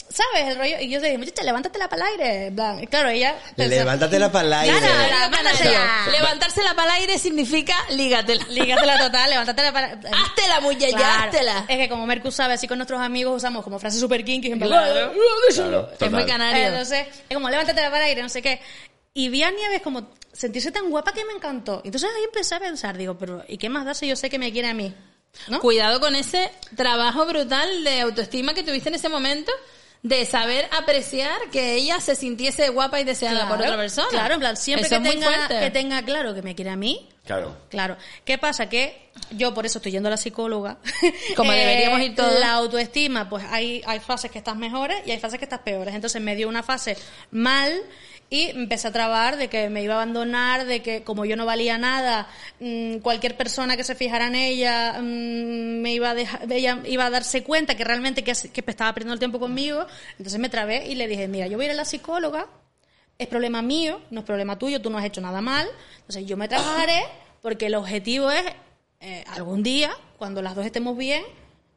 Speaker 1: ¿Sabes? El rollo. Y yo le dije, muchacha, levántatela para el aire. en plan, Y claro, ella. pensó-
Speaker 2: Levántatela para el aire.
Speaker 1: Claro,
Speaker 3: Levantársela
Speaker 1: Levántatela.
Speaker 3: Levantársela para el aire significa lígatela.
Speaker 1: Lígatela Eh, total, levántatela para.
Speaker 3: [LAUGHS] Háztela, muñeca, háztela.
Speaker 1: Es que como Mercus sabe, así con nuestros amigos usamos como frases super kinky. en plan,
Speaker 3: Claro.
Speaker 2: Claro,
Speaker 3: Es muy
Speaker 2: total.
Speaker 3: canario.
Speaker 1: Entonces, es como levántatela para el aire, no sé qué. Y vi a Nieves como sentirse tan guapa que me encantó. Entonces ahí empecé a pensar, digo, pero ¿y qué más da si yo sé que me quiere a mí? ¿No?
Speaker 3: Cuidado con ese trabajo brutal de autoestima que tuviste en ese momento de saber apreciar que ella se sintiese guapa y deseada
Speaker 1: Claro,
Speaker 3: por otra persona.
Speaker 1: Claro, en plan, siempre
Speaker 3: Eso
Speaker 1: que
Speaker 3: es muy
Speaker 1: tenga,
Speaker 3: fuerte.
Speaker 1: que tenga claro que me quiere a mí,
Speaker 2: Claro.
Speaker 1: Claro. ¿Qué pasa? Que yo por eso estoy yendo a la psicóloga.
Speaker 3: [LAUGHS]
Speaker 1: Eh,
Speaker 3: Como deberíamos ir todos.
Speaker 1: La autoestima, pues hay, hay fases que estás mejores y hay fases que estás peores. Entonces me dio una fase mal y empecé a trabar de que me iba a abandonar, de que como yo no valía nada, mm, cualquier persona que se fijara en ella, mm, me iba a dejar, ella iba a darse cuenta que realmente que, que estaba perdiendo el tiempo conmigo. Entonces me trabé y le dije, mira, yo voy a ir a la psicóloga es problema mío, no es problema tuyo, tú no has hecho nada mal. Entonces yo me trabajaré porque el objetivo es eh, algún día, cuando las dos estemos bien,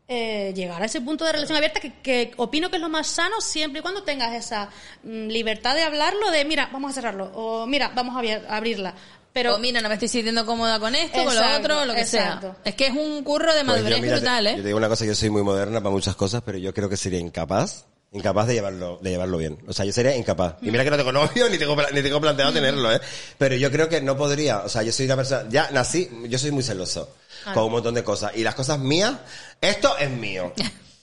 Speaker 1: eh, llegar a ese punto de relación abierta que, que opino que es lo más sano siempre y cuando tengas esa mm, libertad de hablarlo, de mira, vamos a cerrarlo, o mira, vamos a abier- abrirla. Pero
Speaker 3: O Oh, mira, no me estoy sintiendo cómoda con esto, con lo
Speaker 1: Exacto,
Speaker 3: otro, lo que
Speaker 1: exacto.
Speaker 3: sea. Es que es un curro de
Speaker 2: Pues yo,
Speaker 3: madurez
Speaker 2: mira, te-
Speaker 3: brutal,
Speaker 2: Yo te
Speaker 3: ¿eh?
Speaker 2: digo una cosa, yo soy muy moderna para muchas cosas, pero yo creo que sería incapaz, incapaz de llevarlo, de llevarlo bien. O sea, yo sería incapaz. Y mira que no tengo novio, [LAUGHS] ni tengo, pla- ni tengo planteado tenerlo, ¿eh? Pero yo creo que no podría, o sea, yo soy una persona, ya nací, yo soy muy celoso con un montón de cosas. Y las cosas mías, esto es mío.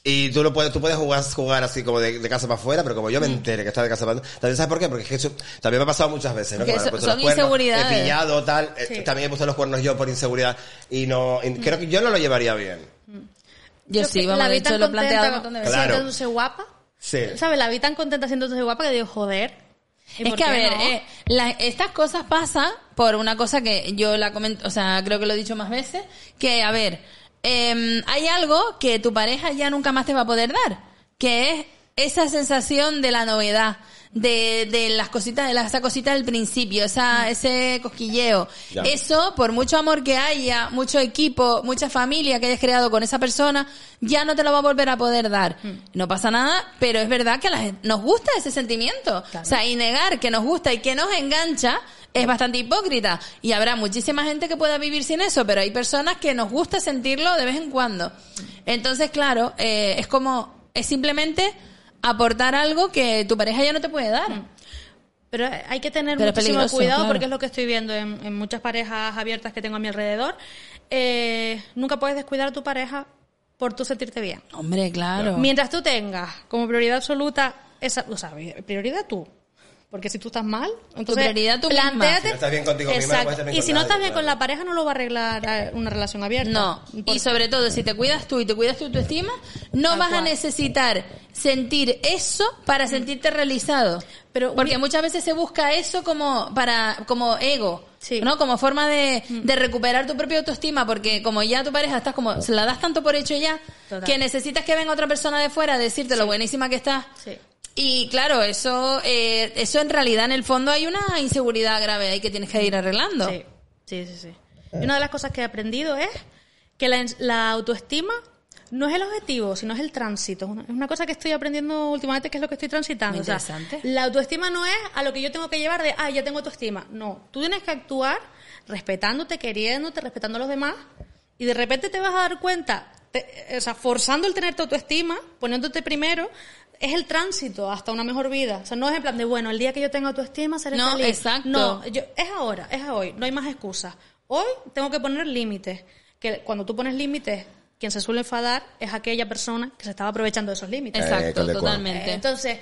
Speaker 2: Y tú lo puedes, tú puedes jugar, jugar así como de, de casa para afuera, pero como yo
Speaker 3: Mm.
Speaker 2: me entere que está de casa para afuera. También sabes por qué, porque es que eso- también me ha pasado muchas veces, ¿no?
Speaker 3: Porque
Speaker 2: Que me han
Speaker 3: so-
Speaker 2: puesto
Speaker 3: son
Speaker 2: los cuernos,
Speaker 3: inseguridades.
Speaker 2: He pillado, tal. eh,
Speaker 1: Sí. Mm.
Speaker 2: También he puesto los cuernos yo por inseguridad. Y no, y creo que yo no lo llevaría bien.
Speaker 3: Yo
Speaker 1: que
Speaker 3: sí, vamos,
Speaker 1: la
Speaker 3: de
Speaker 1: vi
Speaker 3: hecho
Speaker 1: tan
Speaker 3: lo he planteado un
Speaker 1: contenta,
Speaker 3: montón de veces.
Speaker 2: Claro.
Speaker 1: siéntándose guapa.
Speaker 2: Sí.
Speaker 1: ¿Sabes? La vi tan contenta siéntándose guapa que digo, joder. ¿y
Speaker 3: Es
Speaker 1: por
Speaker 3: que, a
Speaker 1: qué
Speaker 3: ver,
Speaker 1: no?
Speaker 3: eh, la- estas cosas pasan por una cosa que yo la comento, o sea, creo que lo he dicho más veces, que, a ver, em, hay algo que tu pareja ya nunca más te va a poder dar, que es esa sensación de la novedad, de, de las cositas, de la- esa cosita del principio,
Speaker 1: Mm.
Speaker 3: esa, ese cosquilleo.
Speaker 2: Ya.
Speaker 3: Eso, por mucho amor que haya, mucho equipo, mucha familia que hayas creado con esa persona, ya no te lo va a volver a poder dar. No pasa nada, pero es verdad que a la gente nos gusta ese sentimiento.
Speaker 1: Claro.
Speaker 3: O sea, y negar que nos gusta y que nos engancha es bastante hipócrita. Y habrá muchísima gente que pueda vivir sin eso, pero hay personas que nos gusta sentirlo de vez en cuando. Entonces, claro, eh, es como, es simplemente aportar algo que tu pareja ya no te puede dar.
Speaker 1: Pero hay que tener
Speaker 3: Pero es
Speaker 1: muchísimo
Speaker 3: peligroso,
Speaker 1: cuidado
Speaker 3: claro.
Speaker 1: porque es lo que estoy viendo en, en muchas parejas abiertas que tengo a mi alrededor. Eh, nunca puedes descuidar a tu pareja por tú sentirte bien.
Speaker 3: Hombre, claro.
Speaker 1: Mientras tú tengas como prioridad absoluta esa, o sea, prioridad tú. Porque si tú estás mal, entonces
Speaker 3: prioridad tú misma.
Speaker 1: plantéate.
Speaker 2: Si no estás bien contigo misma, no
Speaker 1: Exacto.
Speaker 2: puedes estar bien
Speaker 1: y
Speaker 2: con
Speaker 1: si no
Speaker 2: nadie,
Speaker 1: estás bien con
Speaker 2: claro.
Speaker 1: la pareja, no lo va a arreglar eh, una relación abierta.
Speaker 3: No, y
Speaker 1: Porque-
Speaker 3: sobre todo, si te cuidas tú y te cuidas tu autoestima, no vas a
Speaker 1: cual.
Speaker 3: necesitar sentir eso para sentirte realizado.
Speaker 1: Pero
Speaker 3: Porque
Speaker 1: hubi-
Speaker 3: muchas veces se busca eso como para como ego,
Speaker 1: Sí. Mm.
Speaker 3: ¿no? Como forma de, de recuperar tu propia autoestima, porque como ya tu pareja estás como, se la das tanto por hecho ya,
Speaker 1: Total.
Speaker 3: que necesitas que venga otra persona de fuera a decirte lo buenísima que estás.
Speaker 1: Sí.
Speaker 3: Y claro, eso, eh, eso en realidad en el fondo hay una inseguridad grave ahí que tienes que ir arreglando.
Speaker 1: Sí, sí, sí. sí. Y una de las cosas que he aprendido es que la, la autoestima no es el objetivo, sino es el tránsito. Es una- Es una cosa que estoy aprendiendo últimamente, que es lo que estoy transitando.
Speaker 3: Muy
Speaker 1: O sea,
Speaker 3: interesante.
Speaker 1: la autoestima no es a lo que yo tengo que llevar de, ah, ya tengo autoestima. No, tú tienes que actuar respetándote, queriéndote, respetando a los demás, y de repente te vas a dar cuenta, te- o sea, forzando el tener tu autoestima, poniéndote primero. Es el tránsito hasta una mejor vida. O sea, no es en plan de, bueno, el día que yo tenga autoestima seré
Speaker 3: No,
Speaker 1: feliz.
Speaker 3: exacto.
Speaker 1: No, yo- es ahora, es hoy, no hay más excusas. Hoy tengo que poner límites. Que cuando tú pones límites, quien se suele enfadar es aquella persona que se estaba aprovechando de esos límites.
Speaker 2: Eh,
Speaker 3: Exacto,
Speaker 2: con de cual.
Speaker 3: totalmente.
Speaker 1: Entonces,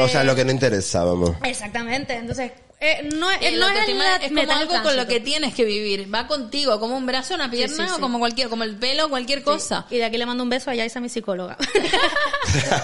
Speaker 2: O sea,
Speaker 1: eh,
Speaker 2: lo que no interesa, vamos.
Speaker 1: exactamente. Entonces, eh, no
Speaker 3: [LAUGHS]
Speaker 1: es,
Speaker 3: El
Speaker 1: no es
Speaker 3: autoestima
Speaker 1: la
Speaker 3: es como
Speaker 1: meta del
Speaker 3: algo con lo
Speaker 1: tránsito.
Speaker 3: que tienes que vivir. Va contigo, como un brazo, una pierna
Speaker 1: sí,
Speaker 3: o
Speaker 1: sí.
Speaker 3: como cualquier, como el pelo, cualquier cosa.
Speaker 1: Y de aquí le mando un beso a Yaisa, mi
Speaker 3: [LAUGHS]
Speaker 1: psicóloga.
Speaker 2: [LAUGHS]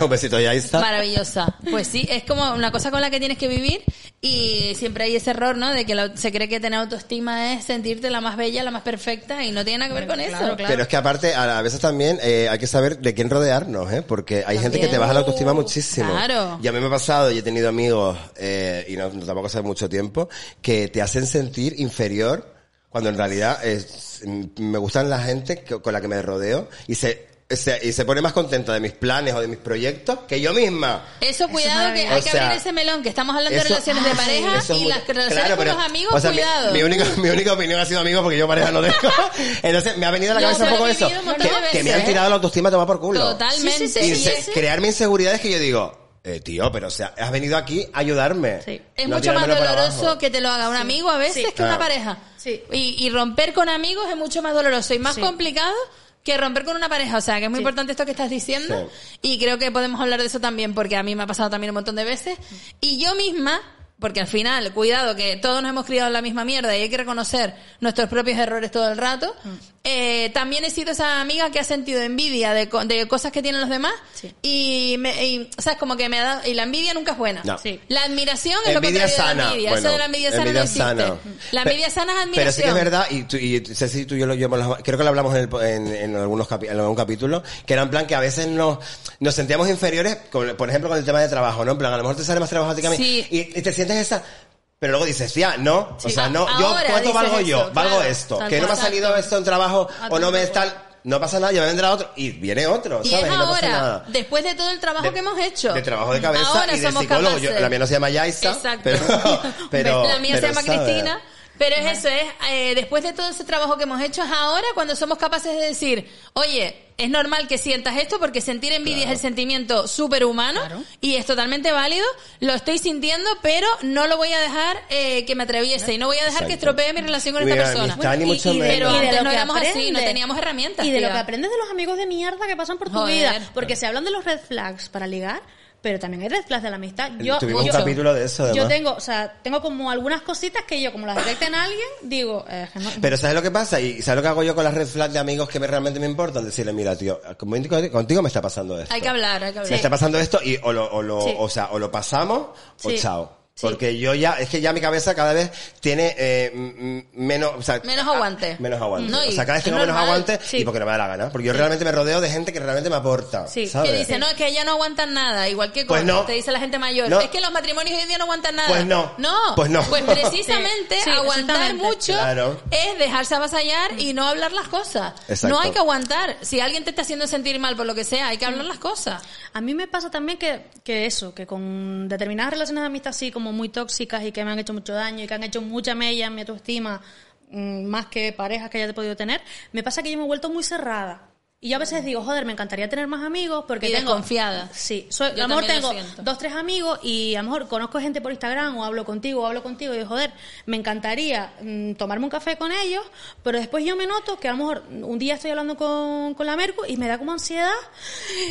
Speaker 2: Un besito, ya está.
Speaker 3: Maravillosa. Pues sí, es como una cosa con la que tienes que vivir y siempre hay ese error, ¿no? De que la- se cree que tener autoestima es sentirte la más bella, la más perfecta y no tiene nada que ver con eso.
Speaker 2: Pero es que aparte, a a veces también eh, hay que saber de quién rodearnos, ¿eh? Porque hay gente que te baja la autoestima muchísimo.
Speaker 3: Claro.
Speaker 2: Y a mí me ha pasado, y he tenido amigos, eh, y no, no tampoco hace mucho tiempo, que te hacen sentir inferior cuando en realidad es- m- me gustan la gente que- con la que me rodeo y se, se- y se pone más contenta de mis planes o de mis proyectos que yo misma.
Speaker 3: Eso, cuidado, que
Speaker 2: maravilla.
Speaker 3: hay
Speaker 2: O
Speaker 3: que
Speaker 2: sea,
Speaker 3: abrir ese melón, que estamos hablando
Speaker 2: Eso-
Speaker 3: de relaciones de
Speaker 2: Ay,
Speaker 3: pareja
Speaker 2: eso es
Speaker 3: y
Speaker 2: muy-
Speaker 3: las relaciones
Speaker 2: Claro,
Speaker 3: con
Speaker 2: pero,
Speaker 3: los amigos,
Speaker 2: o sea, mi-
Speaker 3: cuidado.
Speaker 2: Mi, única, mi única opinión ha sido amigos porque yo pareja no
Speaker 3: [LAUGHS]
Speaker 2: tengo. Entonces me ha venido a la
Speaker 3: Yo
Speaker 2: cabeza un
Speaker 3: se lo
Speaker 2: poco
Speaker 3: he
Speaker 2: eso.
Speaker 3: vivido un montón
Speaker 2: Que,
Speaker 3: de veces,
Speaker 2: que me han
Speaker 3: ¿eh?
Speaker 2: tirado la autoestima a tomar por culo.
Speaker 3: Totalmente.
Speaker 2: Y se- crearme inseguridades que yo digo, eh, tío, pero o sea, has venido aquí a ayudarme.
Speaker 1: Sí.
Speaker 3: Es
Speaker 2: No a
Speaker 3: mucho más
Speaker 2: tirármelo para
Speaker 3: doloroso
Speaker 2: abajo.
Speaker 3: que te lo haga un amigo a veces
Speaker 1: Sí.
Speaker 3: que una
Speaker 2: Claro.
Speaker 3: pareja.
Speaker 1: Sí.
Speaker 3: Y, y romper con amigos es mucho más doloroso y más
Speaker 1: Sí.
Speaker 3: complicado que romper con una pareja. O sea, que es muy importante esto que estás diciendo. Y creo que podemos hablar de eso también, porque a mí me ha pasado también un montón de veces. Y yo misma, porque al final, cuidado, que todos nos hemos criado en la misma mierda y hay que reconocer nuestros propios errores todo el rato.
Speaker 1: Mm.
Speaker 3: eh, también he sido esa amiga que ha sentido envidia de, co- de cosas que tienen los demás.
Speaker 1: Sí.
Speaker 3: Y, me, y, ¿sabes? Como que me ha dado. Y la envidia nunca es buena.
Speaker 2: No.
Speaker 1: Sí.
Speaker 3: La admiración es
Speaker 2: Envidia
Speaker 3: lo contrario de
Speaker 2: sana.
Speaker 3: la envidia.
Speaker 2: bueno,
Speaker 3: Eso de la envidia sana no existe. Mm. La
Speaker 2: Pe-
Speaker 3: envidia sana es admiración.
Speaker 2: Pero sí que es verdad, y, tú, y Ceci, tú y yo lo yo hemos- creo que lo hablamos en, el po- en- en algunos capi- en algún capítulo, que era en plan que a veces nos, nos sentíamos inferiores, con- por ejemplo, con el tema de trabajo, ¿no? En plan, a lo mejor te sale más trabajo a ti que a mí.
Speaker 3: Sí.
Speaker 2: Y, y te sientes esa... Pero luego dices, tía, no, o
Speaker 3: Sí.
Speaker 2: sea, no,
Speaker 3: Ah,
Speaker 2: yo,
Speaker 3: ahora
Speaker 2: ¿cuánto
Speaker 3: dices
Speaker 2: valgo
Speaker 3: eso,
Speaker 2: yo? Valgo
Speaker 3: claro,
Speaker 2: esto.
Speaker 3: tal
Speaker 2: Que no me ha
Speaker 3: cual.
Speaker 2: salido esto en trabajo,
Speaker 1: A
Speaker 2: o no
Speaker 1: tu
Speaker 2: me
Speaker 1: tiempo.
Speaker 2: está, no pasa nada, ya me vendrá otro, y viene otro,
Speaker 3: Y
Speaker 2: ¿sabes?
Speaker 3: es
Speaker 2: Y no pasa
Speaker 3: ahora,
Speaker 2: nada.
Speaker 3: después de todo el trabajo
Speaker 2: De-
Speaker 3: que hemos hecho.
Speaker 2: De trabajo de cabeza
Speaker 3: ahora
Speaker 2: y de
Speaker 3: somos
Speaker 2: psicólogo.
Speaker 3: capaces.
Speaker 2: Yo- la mía no se llama Yaisa.
Speaker 3: Exacto. [LAUGHS]
Speaker 2: Pero, [LAUGHS] pero-
Speaker 3: la mía se
Speaker 2: pero
Speaker 3: llama
Speaker 2: sabe.
Speaker 3: Cristina. Pero es eso, es eh, después de todo ese trabajo que hemos hecho, es ahora cuando somos capaces de decir, oye, es normal que sientas esto porque sentir envidia es el sentimiento superhumano y es totalmente válido, lo estoy sintiendo, pero no lo voy a dejar eh, que me atraviese y no voy a dejar que
Speaker 2: Exacto.
Speaker 3: estropee mi relación con
Speaker 2: Mira,
Speaker 3: esta persona.
Speaker 2: amistad, ni mucho menos.
Speaker 3: pero
Speaker 1: y
Speaker 3: antes
Speaker 1: de lo
Speaker 3: no
Speaker 1: que
Speaker 3: éramos así, no
Speaker 1: aprendes.
Speaker 3: teníamos herramientas.
Speaker 1: Y de lo
Speaker 3: tía.
Speaker 1: que aprendes de los amigos de mierda que pasan por tu
Speaker 3: Joder.
Speaker 1: vida. Porque se hablan de los red flags para ligar, pero también hay red flags de la amistad. Yo,
Speaker 2: Eh, Tuvimos un
Speaker 1: yo-
Speaker 2: capítulo de eso,
Speaker 1: Yo
Speaker 2: además.
Speaker 1: tengo, o sea, tengo como algunas cositas que yo, como las detecta en alguien, digo, eh, que no-
Speaker 2: Pero ¿sabes lo que pasa? ¿Y sabes lo que hago yo con las red flags de amigos que me, realmente me importan? Decirle, mira, tío, conmigo, contigo me está pasando esto.
Speaker 3: Hay que hablar, hay que
Speaker 2: Me
Speaker 3: hablar.
Speaker 2: está pasando esto y o lo, o lo,
Speaker 1: Sí.
Speaker 2: o sea, o lo pasamos o
Speaker 1: Sí.
Speaker 2: chao.
Speaker 1: Sí.
Speaker 2: Porque yo ya, es que ya mi cabeza cada vez tiene eh, m- m- menos, o sea,
Speaker 3: Menos aguante.
Speaker 2: a- menos aguante.
Speaker 3: No, y
Speaker 2: o sea, cada vez
Speaker 3: es
Speaker 2: tengo menos
Speaker 3: normal.
Speaker 2: aguante
Speaker 1: Sí.
Speaker 2: y porque no me da la gana. Porque yo realmente me rodeo de gente que realmente me aporta.
Speaker 1: Sí.
Speaker 2: ¿sabes?
Speaker 3: Que dice, no, es que ya no aguantan nada, igual que
Speaker 2: Pues
Speaker 3: cuando
Speaker 2: no.
Speaker 3: te dice la gente mayor.
Speaker 2: No.
Speaker 3: Es que los matrimonios hoy en día no aguantan nada.
Speaker 2: Pues no.
Speaker 3: No.
Speaker 2: Pues no.
Speaker 3: Pues precisamente
Speaker 1: [LAUGHS] Sí, sí,
Speaker 3: aguantar
Speaker 1: exactamente.
Speaker 3: mucho
Speaker 2: Claro.
Speaker 3: es dejarse avasallar y no hablar las cosas.
Speaker 2: Exacto.
Speaker 3: No hay que aguantar. Si alguien te está haciendo sentir mal por lo que sea, hay que hablar las cosas.
Speaker 1: A mí me pasa también que, que eso, que con determinadas relaciones de amistad así como muy tóxicas y que me han hecho mucho daño y que han hecho mucha mella en mi autoestima, mm, más que parejas que haya podido tener, me pasa que yo me he vuelto muy cerrada. Y yo a veces digo, joder, me encantaría tener más amigos porque
Speaker 3: Y
Speaker 1: tengo...
Speaker 3: desconfiada.
Speaker 1: Sí, soy,
Speaker 3: Yo
Speaker 1: a lo mejor
Speaker 3: también lo
Speaker 1: tengo
Speaker 3: siento.
Speaker 1: dos, tres amigos y a lo mejor conozco gente por Instagram o hablo contigo o hablo contigo y digo, joder, me encantaría mm, tomarme un café con ellos, pero después yo me noto que a lo mejor un día estoy hablando con, con la Mercu y me da como ansiedad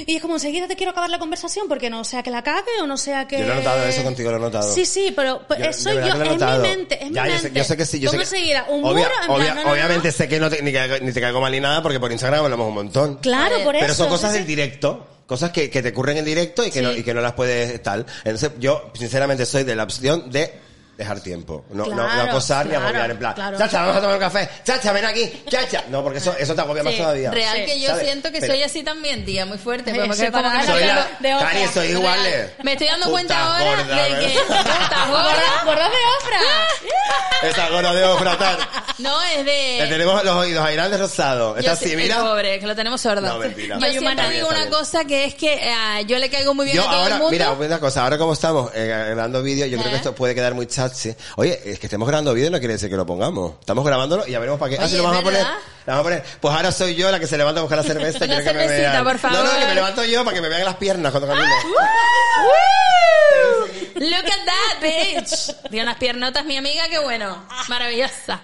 Speaker 1: y es como enseguida te quiero acabar la conversación porque no sea que la cague o no sea que...
Speaker 2: Yo lo he notado, eso contigo lo he notado.
Speaker 1: Sí, sí, pero pues,
Speaker 2: Yo- de
Speaker 1: soy
Speaker 2: verdad
Speaker 1: yo,
Speaker 2: que lo he
Speaker 1: es mi
Speaker 2: notado.
Speaker 1: mente, es mi
Speaker 2: Ya, yo
Speaker 1: mente.
Speaker 2: sé- yo sé que sí, yo sé
Speaker 1: Pongo
Speaker 2: que-
Speaker 1: enseguida un muro
Speaker 2: Obvia-
Speaker 1: en plan,
Speaker 2: obvia-
Speaker 1: no, no, no,
Speaker 2: Obviamente
Speaker 1: no.
Speaker 2: sé que no te, ni, que- ni te caigo mal ni nada porque por Instagram hablamos un montón.
Speaker 1: Claro, por eso.
Speaker 2: Pero son cosas
Speaker 1: sí,
Speaker 2: del
Speaker 1: sí.
Speaker 2: directo, cosas que, que te ocurren en directo y que,
Speaker 1: Sí.
Speaker 2: no, y que no las puedes tal. Entonces, yo, sinceramente, soy de la opción de dejar tiempo. No, no- no,
Speaker 1: Claro,
Speaker 2: acosar ni
Speaker 1: claro,
Speaker 2: agobiar en plan.
Speaker 1: claro.
Speaker 2: Chacha, vamos a tomar un café. Chacha, ven aquí. Chacha. No, porque eso, eso te agobia más
Speaker 1: Sí,
Speaker 2: todavía.
Speaker 3: Real
Speaker 1: Sí,
Speaker 3: que yo
Speaker 2: ¿sabes?
Speaker 3: siento que
Speaker 2: Pero-
Speaker 3: soy así también, tía, muy fuerte.
Speaker 1: Ay,
Speaker 3: como que-
Speaker 1: se
Speaker 3: como que
Speaker 1: parará
Speaker 3: no
Speaker 2: Soy
Speaker 1: la-
Speaker 3: tengo-
Speaker 2: la-
Speaker 1: de otra.
Speaker 2: Cari, soy
Speaker 1: Real.
Speaker 2: igual. eh.
Speaker 3: Me estoy dando cuenta
Speaker 2: Puta
Speaker 3: ahora
Speaker 2: gorda,
Speaker 3: de que...
Speaker 2: ¿verdad?
Speaker 1: [LAUGHS]
Speaker 3: Puta gorda.
Speaker 1: Gordas de Ofra.
Speaker 2: Esa gorda
Speaker 1: [LAUGHS]
Speaker 2: de ofratar.
Speaker 3: No, es
Speaker 1: Eh.
Speaker 2: Le
Speaker 3: de...
Speaker 2: tenemos los oídos a Irán de rosado. Está
Speaker 3: Yo
Speaker 2: así,
Speaker 3: sí-
Speaker 2: mira.
Speaker 3: el pobre, que lo tenemos sordo.
Speaker 2: No, mentira.
Speaker 3: Yo
Speaker 2: Está bien,
Speaker 3: siempre
Speaker 2: está
Speaker 3: digo
Speaker 2: bien,
Speaker 3: una
Speaker 2: está
Speaker 3: cosa que es que ah, yo le caigo muy bien
Speaker 2: Yo
Speaker 3: a todo
Speaker 2: ahora,
Speaker 3: el mundo.
Speaker 2: mira, [LAUGHS] una cosa, ahora como estamos eh, grabando vídeo, yo creo que
Speaker 3: ¿Eh?
Speaker 2: esto puede quedar muy chachi. Oye, es que estemos grabando vídeo no quiere decir que lo pongamos. Estamos grabándolo y ya veremos para qué.
Speaker 3: Oye,
Speaker 2: ah, sí, lo
Speaker 3: ¿es
Speaker 2: vamos a poner.
Speaker 3: verdad?
Speaker 2: Lo vamos a poner. Pues ahora soy yo la que se levanta a buscar la cerveza.
Speaker 3: [LAUGHS] Una
Speaker 2: quiero que me
Speaker 3: cervecita,
Speaker 2: vean.
Speaker 3: por favor. Ah,
Speaker 2: No, no, que me levanto yo para que me vean las piernas cuando camino.
Speaker 3: Look at that, bitch. Tiene unas piernotas, mi amiga, qué bueno. Maravillosa.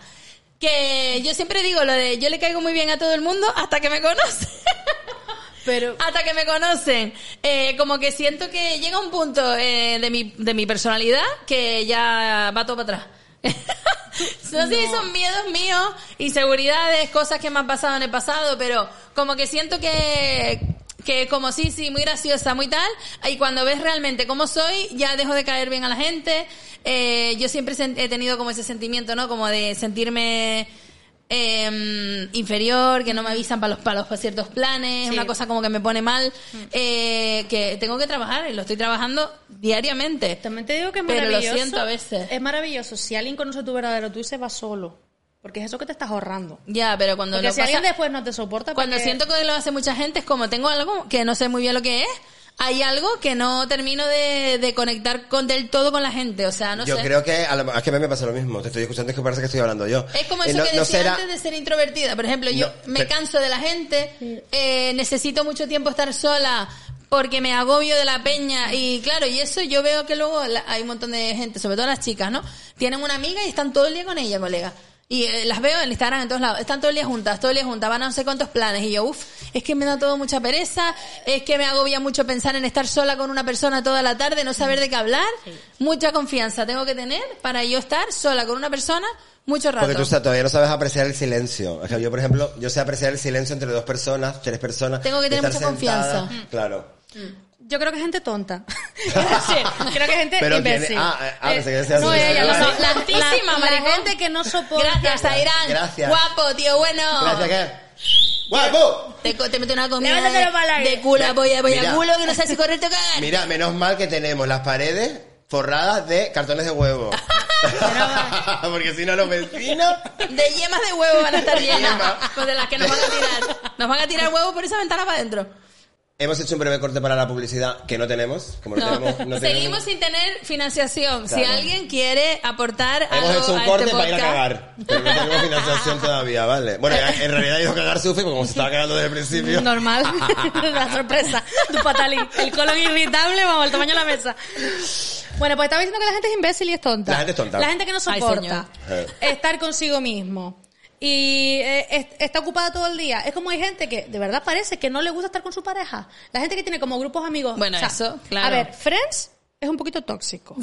Speaker 3: Que yo siempre digo lo de yo le caigo muy bien a todo el mundo hasta que me conoce.
Speaker 1: Pero-
Speaker 3: hasta que me conocen. Eh, como que siento que llega un punto eh, de, mi, de mi personalidad que ya va todo para atrás. [LAUGHS] no sé si son miedos míos, inseguridades, cosas que me han pasado en el pasado, pero como que siento que que como sí, sí, muy graciosa, muy tal, y cuando ves realmente cómo soy, ya dejo de caer bien a la gente. Eh, yo siempre sen- he tenido como ese sentimiento, ¿no? Como de sentirme eh, inferior, que no me avisan para los, para los pa' ciertos planes,
Speaker 1: Sí.
Speaker 3: una cosa como que me pone mal,
Speaker 1: Mm.
Speaker 3: eh, que tengo que trabajar y lo estoy trabajando diariamente.
Speaker 1: También te digo que es
Speaker 3: Pero lo
Speaker 1: maravilloso.
Speaker 3: siento a veces.
Speaker 1: Es maravilloso. Si alguien conoce tu verdadero tú y se va solo. Porque es eso que te estás ahorrando.
Speaker 3: Ya, pero cuando
Speaker 1: Porque
Speaker 3: lo
Speaker 1: si
Speaker 3: pasa-
Speaker 1: alguien después no te soporta.
Speaker 3: cuando
Speaker 1: porque-
Speaker 3: siento que lo hace mucha gente es como tengo algo que no sé muy bien lo que es. Hay algo que no termino de, de conectar con del todo con la gente, o sea, no
Speaker 2: yo
Speaker 3: sé.
Speaker 2: creo que a, la- es que a mí me pasa lo mismo. Te estoy escuchando es que parece que estoy hablando yo.
Speaker 3: Es como
Speaker 2: Eh,
Speaker 3: eso
Speaker 2: no-
Speaker 3: que
Speaker 2: no
Speaker 3: decía
Speaker 2: será-
Speaker 3: antes de ser introvertida. Por ejemplo, yo
Speaker 2: No,
Speaker 3: me
Speaker 2: pero-
Speaker 3: canso de la gente, eh, necesito mucho tiempo estar sola porque me agobio de la peña. Y claro, y eso yo veo que luego la- hay un montón de gente, sobre todo las chicas, ¿no? Tienen una amiga y están todo el día con ella, colega. Y eh, las veo en Instagram en todos lados. Están todo el día juntas, todo el día juntas. Van a no sé cuántos planes. Y yo, uff, es que me da todo mucha pereza. Es que me agobia mucho pensar en estar sola con una persona toda la tarde, no saber de qué hablar. Mucha confianza tengo que tener para yo estar sola con una persona mucho rato.
Speaker 2: Porque tú o sea, todavía no sabes apreciar el silencio. O sea, yo, por ejemplo, yo sé apreciar el silencio entre dos personas, tres personas.
Speaker 3: Tengo que
Speaker 2: de
Speaker 3: tener
Speaker 2: estar
Speaker 3: mucha
Speaker 2: sentada.
Speaker 3: confianza. Mm.
Speaker 2: Claro.
Speaker 1: Yo creo que es gente tonta. [LAUGHS] Es decir, creo que es gente
Speaker 2: Pero tiene-
Speaker 1: imbécil.
Speaker 2: ah, eh, ah,
Speaker 1: Eh,
Speaker 2: pensé que decías-
Speaker 1: no, ella,
Speaker 2: Vale.
Speaker 1: la, la,
Speaker 3: Tontísima,
Speaker 1: la- la
Speaker 3: maricón.
Speaker 1: gente que no soporta.
Speaker 3: Gracias, Airán.
Speaker 2: Gracias.
Speaker 3: Guapo, tío, bueno.
Speaker 2: Gracias, ¿qué? ¡Guapo!
Speaker 3: Te, co- te meto una comida
Speaker 1: Levántatelo para el
Speaker 3: de,
Speaker 1: aire.
Speaker 3: de culo, polla, polla,
Speaker 2: Mira.
Speaker 3: culo, que no sabes si correr o cagar.
Speaker 2: Mira, menos mal que tenemos las paredes forradas de cartones de huevo. [LAUGHS] Porque si no, los vecinos.
Speaker 3: De yemas de huevo van a estar llenas.
Speaker 2: Yema.
Speaker 3: Pues de las que nos van a tirar. Nos van a tirar huevo por esa ventana para adentro.
Speaker 2: Hemos hecho un breve corte para la publicidad que no tenemos. Como no,
Speaker 3: No.
Speaker 2: tenemos. no tenemos-
Speaker 3: Seguimos sin tener financiación. Si
Speaker 2: Claro.
Speaker 3: alguien quiere aportar
Speaker 2: Hemos
Speaker 3: algo
Speaker 2: hecho un
Speaker 3: a
Speaker 2: corte
Speaker 3: este
Speaker 2: para ir a
Speaker 3: podcast-
Speaker 2: cagar. Pero no tenemos financiación todavía, ¿vale? Bueno, ya, en realidad ha ido a cagar Sufi, porque como se estaba cagando desde el principio.
Speaker 3: [LAUGHS]
Speaker 1: Normal. [LAUGHS] la
Speaker 2: [LAUGHS]
Speaker 1: sorpresa. Tu patalín. El colon irritable, vamos, el tamaño de la mesa. Bueno, pues estaba diciendo que la gente es imbécil y es tonta.
Speaker 2: La gente es tonta. Eh.
Speaker 1: La gente que no
Speaker 3: Ay,
Speaker 1: soporta
Speaker 2: señor.
Speaker 1: estar consigo mismo. Y eh, es- está ocupada todo el día. Es como hay gente que de verdad parece que no le gusta estar con su pareja. La gente que tiene como grupos amigos.
Speaker 3: Bueno, eso, claro.
Speaker 1: A ver, Friends es un poquito tóxico.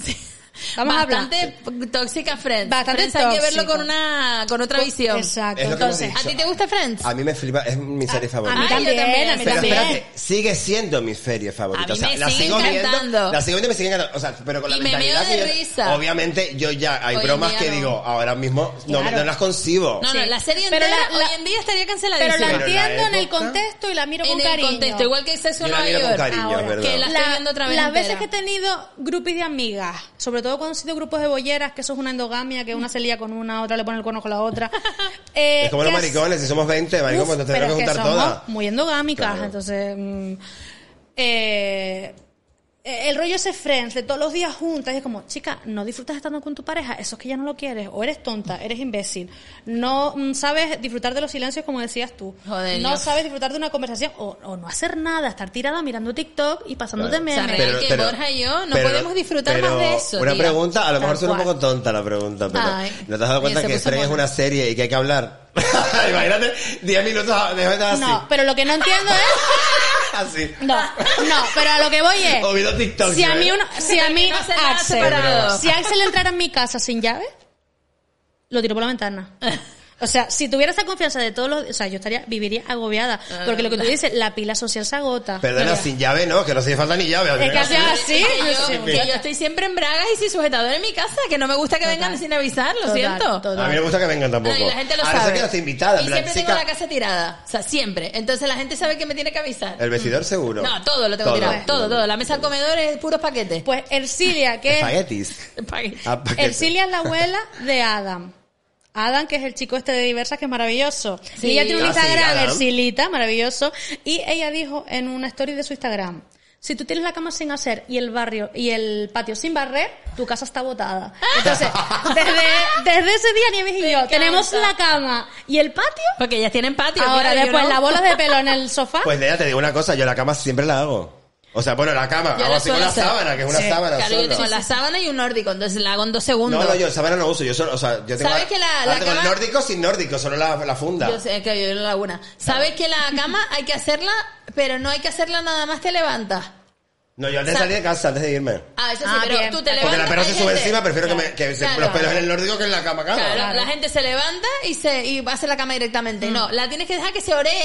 Speaker 1: Vamos a hablar.
Speaker 3: Bastante tóxica Friends.
Speaker 1: Bastante
Speaker 3: Friends hay que verlo
Speaker 1: tóxico.
Speaker 3: con una con otra visión.
Speaker 1: Exacto.
Speaker 2: Es lo que hemos
Speaker 1: Entonces,
Speaker 3: ¿A ti te gusta Friends?
Speaker 2: A mí me flipa, es mi serie favorita.
Speaker 1: a mí
Speaker 3: Ay, yo
Speaker 1: también,
Speaker 3: también,
Speaker 1: a mí
Speaker 2: Pero
Speaker 1: también.
Speaker 2: espérate, sigue siendo mi serie favorita.
Speaker 3: A mí
Speaker 2: o sea,
Speaker 3: me
Speaker 2: la
Speaker 3: sigue
Speaker 2: sigo
Speaker 3: encantando.
Speaker 2: viendo. La sigo viendo y me sigue encantando. O sea, pero con la
Speaker 3: Y me
Speaker 2: mentalidad
Speaker 3: meo de
Speaker 2: que yo-
Speaker 3: risa.
Speaker 2: Obviamente, yo ya, hay
Speaker 3: Hoy en
Speaker 2: bromas
Speaker 3: día
Speaker 2: que
Speaker 3: no.
Speaker 2: digo, ahora mismo no, me-
Speaker 1: Claro.
Speaker 2: no las concibo.
Speaker 3: No, no,
Speaker 1: Sí.
Speaker 3: la serie
Speaker 1: Pero
Speaker 3: entera
Speaker 1: la- la-
Speaker 3: hoy en día estaría canceladísima.
Speaker 1: pero la
Speaker 2: Pero la
Speaker 1: entiendo en el
Speaker 2: época-
Speaker 1: contexto y la miro con
Speaker 3: en el
Speaker 1: cariño.
Speaker 3: contexto, igual que Sexo
Speaker 2: Yo
Speaker 3: en
Speaker 2: la
Speaker 3: Nueva
Speaker 2: miro con
Speaker 3: York.
Speaker 2: cariño,
Speaker 1: Ahora,
Speaker 2: es
Speaker 3: que
Speaker 2: verdad.
Speaker 3: la- estoy viendo otra vez
Speaker 1: Las
Speaker 3: entera.
Speaker 1: veces que he tenido grupis de amigas, sobre todo cuando he sido grupos de bolleras, que eso es una endogamia, que una se lía con una, otra le pone el cuerno con la otra. Eh,
Speaker 2: [LAUGHS] Es como los
Speaker 1: que es-
Speaker 2: maricones, si somos 20, maricón,
Speaker 1: Uf,
Speaker 2: pues nos tenemos
Speaker 1: pero
Speaker 2: que
Speaker 1: es
Speaker 2: juntar
Speaker 1: somos
Speaker 2: todas.
Speaker 1: Muy endogámicas,
Speaker 2: Claro.
Speaker 1: entonces. mm, eh, eh, el rollo ese friends de todos los días juntas y es como chica no disfrutas estando con tu pareja eso es que ya no lo quieres o eres tonta eres imbécil no mm, sabes disfrutar de los silencios como decías tú
Speaker 3: Joder,
Speaker 1: no
Speaker 3: yo-
Speaker 1: sabes disfrutar de una conversación o, o no hacer nada estar tirada mirando TikTok y pasándote
Speaker 2: Claro.
Speaker 3: O sea,
Speaker 1: memes
Speaker 3: real que Borja y yo no podemos disfrutar
Speaker 2: pero
Speaker 3: más de eso,
Speaker 2: Una
Speaker 3: tía.
Speaker 2: pregunta, a lo mejor
Speaker 1: Tal
Speaker 2: suena un
Speaker 1: cual.
Speaker 2: poco tonta la pregunta, pero
Speaker 3: Ay.
Speaker 2: ¿no te has dado
Speaker 3: Y
Speaker 2: cuenta
Speaker 3: se
Speaker 2: que
Speaker 3: puso
Speaker 2: Friends es
Speaker 3: mono.
Speaker 2: una serie y que hay que hablar? [LAUGHS] Imagínate, 10 minutos de estar así.
Speaker 1: no pero lo que no entiendo es
Speaker 2: Así.
Speaker 1: no
Speaker 3: Ah,
Speaker 1: no pero a lo que voy
Speaker 2: [LAUGHS]
Speaker 1: es
Speaker 2: O viendo TikTok.
Speaker 1: si a
Speaker 2: ¿sabes?
Speaker 1: mí uno- si a mí
Speaker 3: No hace nada
Speaker 1: Axel-
Speaker 3: separado.
Speaker 1: si Axel entrara en mi casa sin llave lo tiro por la ventana o sea si tuviera esa confianza de todos los o sea yo estaría viviría agobiada porque lo que tú
Speaker 3: Ah.
Speaker 1: dices la pila social se agota
Speaker 2: Perdona,
Speaker 1: Mira.
Speaker 2: sin llave no, que no se falta ni llave.
Speaker 1: es que hace así
Speaker 3: Que yo,
Speaker 1: sí.
Speaker 3: que yo estoy siempre en bragas y sin sujetador en mi casa, que no me gusta que vengan sin avisar, lo
Speaker 1: Total,
Speaker 3: siento.
Speaker 1: total.
Speaker 2: A mí me gusta que vengan
Speaker 3: No,
Speaker 2: tampoco.
Speaker 3: y la gente lo
Speaker 2: Ahora
Speaker 3: sabe.
Speaker 2: sé que no está invitada,
Speaker 3: y
Speaker 2: en plan,
Speaker 3: siempre tengo
Speaker 2: chica,
Speaker 3: la casa tirada, o sea, siempre. Entonces la gente sabe que me tiene que avisar.
Speaker 2: El vestidor seguro.
Speaker 3: Mm. No, todo lo tengo tirado, todo, todo. La mesa del comedor es puros paquetes.
Speaker 1: pues Ercilia que es
Speaker 3: [LAUGHS]
Speaker 2: Espaguetis.
Speaker 3: Paquetes.
Speaker 2: Ah, paquete.
Speaker 1: Ercilia es la abuela de Adam. Adam, que es el chico este de diversas, que es maravilloso.
Speaker 3: Sí.
Speaker 1: Y ella tiene un
Speaker 2: Ah, sí,
Speaker 1: Instagram,
Speaker 2: Adam.
Speaker 1: Ercilita, maravilloso. Y ella dijo en una story de su Instagram, si tú tienes la cama sin hacer y el barrio y el patio sin barrer, tu casa está botada. Entonces, desde, desde ese día, Nieves y yo,
Speaker 3: encanta.
Speaker 1: tenemos la cama y el patio.
Speaker 3: Porque ellas tienen patio.
Speaker 1: Ahora,
Speaker 3: claro,
Speaker 2: [LAUGHS]
Speaker 3: yo
Speaker 1: después,
Speaker 3: no.
Speaker 1: las bolas de pelo en el sofá.
Speaker 2: Pues Lea, te digo una cosa, yo la cama siempre la hago. O sea, bueno, la cama.
Speaker 3: Yo
Speaker 2: Vamos
Speaker 3: lo
Speaker 2: así con
Speaker 3: suelo
Speaker 2: la
Speaker 3: hacer.
Speaker 2: sábana, que es una
Speaker 3: Sí.
Speaker 2: sábana.
Speaker 3: Claro, yo
Speaker 2: solo.
Speaker 3: tengo la sábana y un nórdico, entonces la hago en dos segundos.
Speaker 2: No, no, yo sábana no uso. Yo solo, o sea, yo tengo.
Speaker 3: ¿Sabes que la-
Speaker 2: ahora
Speaker 3: la
Speaker 2: tengo el
Speaker 3: cama-
Speaker 2: nórdico sin nórdico, solo la, la funda.
Speaker 3: Yo sé que yo la hago una. Sabes que la cama hay que hacerla, pero no hay que hacerla nada más te levantas.
Speaker 2: No, yo antes
Speaker 3: Sa-
Speaker 2: de salir de casa, antes de irme.
Speaker 3: Ah, eso sí,
Speaker 4: Ah,
Speaker 3: pero
Speaker 4: bien.
Speaker 3: tú te levantas.
Speaker 2: Porque la perra se
Speaker 3: hay
Speaker 2: sube
Speaker 3: gente-
Speaker 2: encima, prefiero que, me, que se-
Speaker 3: Claro.
Speaker 2: los pelos en el nórdico que en la cama, claro.
Speaker 3: Claro, la gente se levanta y se y va a hacer la cama
Speaker 1: Mm.
Speaker 3: directamente. No, la tienes que dejar que se oree.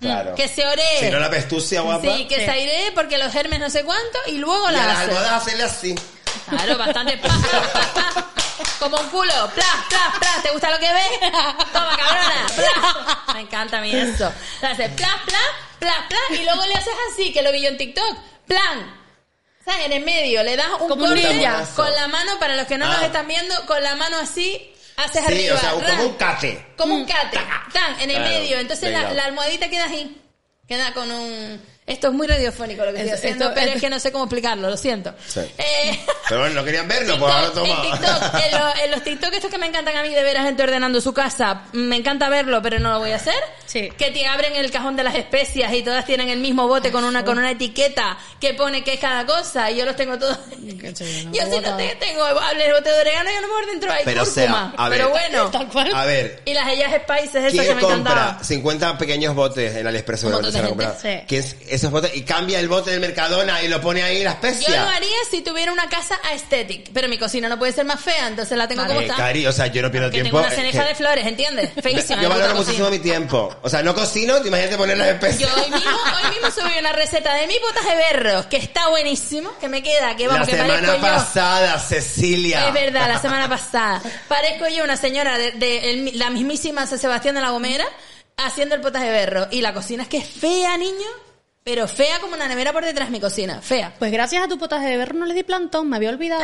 Speaker 2: Claro.
Speaker 3: Que se oree.
Speaker 2: Si no la pestucia, guapa. eh.
Speaker 3: Sí, que se airee porque los germes no sé cuánto y luego
Speaker 2: Y a
Speaker 3: la
Speaker 2: las
Speaker 3: haces.
Speaker 2: almohadas hacerle así.
Speaker 3: Claro, bastante pa, pa, pa, Como un culo. Plas, plas, plas. ¿Te gusta lo que ves? Toma, cabrona. Plas. Me encanta a mí eso. Le haces plas, plas, plas, plas. Y luego le haces así, que lo vi yo en TikTok. Plan. ¿Sabes? En el medio. Le das un
Speaker 1: Como un
Speaker 3: corte
Speaker 2: ninja.
Speaker 3: con la mano, para los que no
Speaker 2: Ah.
Speaker 3: nos están viendo, con la mano así, haces
Speaker 2: Sí,
Speaker 3: arriba.
Speaker 2: o sea,
Speaker 3: ran.
Speaker 2: como un cate.
Speaker 3: Como
Speaker 1: Mm.
Speaker 3: un cate. Tan, en el
Speaker 2: Claro,
Speaker 3: medio. Entonces la,
Speaker 2: venga.
Speaker 3: la almohadita queda así. Queda con un... Esto es muy radiofónico lo que estoy
Speaker 1: Esto-
Speaker 3: haciendo,
Speaker 1: esto-
Speaker 3: pero
Speaker 1: esto-
Speaker 3: es que no sé cómo explicarlo, lo siento.
Speaker 2: Sí.
Speaker 3: Eh, [LAUGHS]
Speaker 2: Pero bueno, [LAUGHS] no querían verlo,
Speaker 3: TikTok,
Speaker 2: pues ahora
Speaker 3: en
Speaker 2: [LAUGHS]
Speaker 3: TikTok,
Speaker 2: toma.
Speaker 3: en, lo- en los TikTok estos que me encantan a mí de ver a gente ordenando su casa, me encanta verlo, pero no lo voy a hacer.
Speaker 1: Sí.
Speaker 3: Que te abren el cajón de las especias y todas tienen el mismo bote con una con una etiqueta que pone que es cada cosa y yo los tengo todos.
Speaker 1: Mm,
Speaker 3: [LAUGHS] yo si no te- tengo el bote de orégano yo no me ordeno dentro ahí
Speaker 2: Pero, o sea,
Speaker 3: cúrcuma.
Speaker 2: a ver.
Speaker 3: pero bueno.
Speaker 1: Tal cual.
Speaker 2: A ver,
Speaker 3: Y las ellas spices esas que
Speaker 2: ¿quién
Speaker 3: me
Speaker 2: compra
Speaker 3: encantaban.
Speaker 2: 50 pequeños botes en Aliexpress?
Speaker 3: Un
Speaker 2: seguramente
Speaker 3: montón
Speaker 2: se
Speaker 3: de
Speaker 2: van a
Speaker 1: gente,
Speaker 2: comprar?
Speaker 1: sí.
Speaker 2: ¿Qué es esos botes? Y cambia el bote del Mercadona y lo pone ahí la especia.
Speaker 3: Yo lo haría si tuviera una casa aesthetic, pero mi cocina no puede ser más fea, entonces la tengo como
Speaker 2: Eh,
Speaker 3: está.
Speaker 2: Cari, o sea, yo no pierdo
Speaker 3: que
Speaker 2: tiempo.
Speaker 3: tengo una
Speaker 2: eh, [LAUGHS]
Speaker 3: ceneja
Speaker 2: que-
Speaker 3: de flores, ¿entiendes? Feísima.
Speaker 2: yo
Speaker 3: la
Speaker 2: valoro
Speaker 3: puta
Speaker 2: muchísimo
Speaker 3: cocina.
Speaker 2: mi tiempo. O sea, no cocino, te imagínate poner las
Speaker 3: Yo eh,
Speaker 2: especias.
Speaker 3: hoy mismo, hoy mismo subí una receta de mi potaje berros, que está buenísimo, que me queda, que
Speaker 2: La
Speaker 3: vamos, que
Speaker 2: semana
Speaker 3: parezco
Speaker 2: pasada,
Speaker 3: yo.
Speaker 2: Cecilia.
Speaker 3: Es verdad, la semana pasada. Parezco yo una señora de, de el- la mismísima San Sebastián de la Gomera haciendo el potaje berro. Y la cocina es que es fea, niño, pero fea como una nevera por detrás de mi cocina. Fea.
Speaker 1: Pues gracias a tu potaje de berro no le di plantón, me había olvidado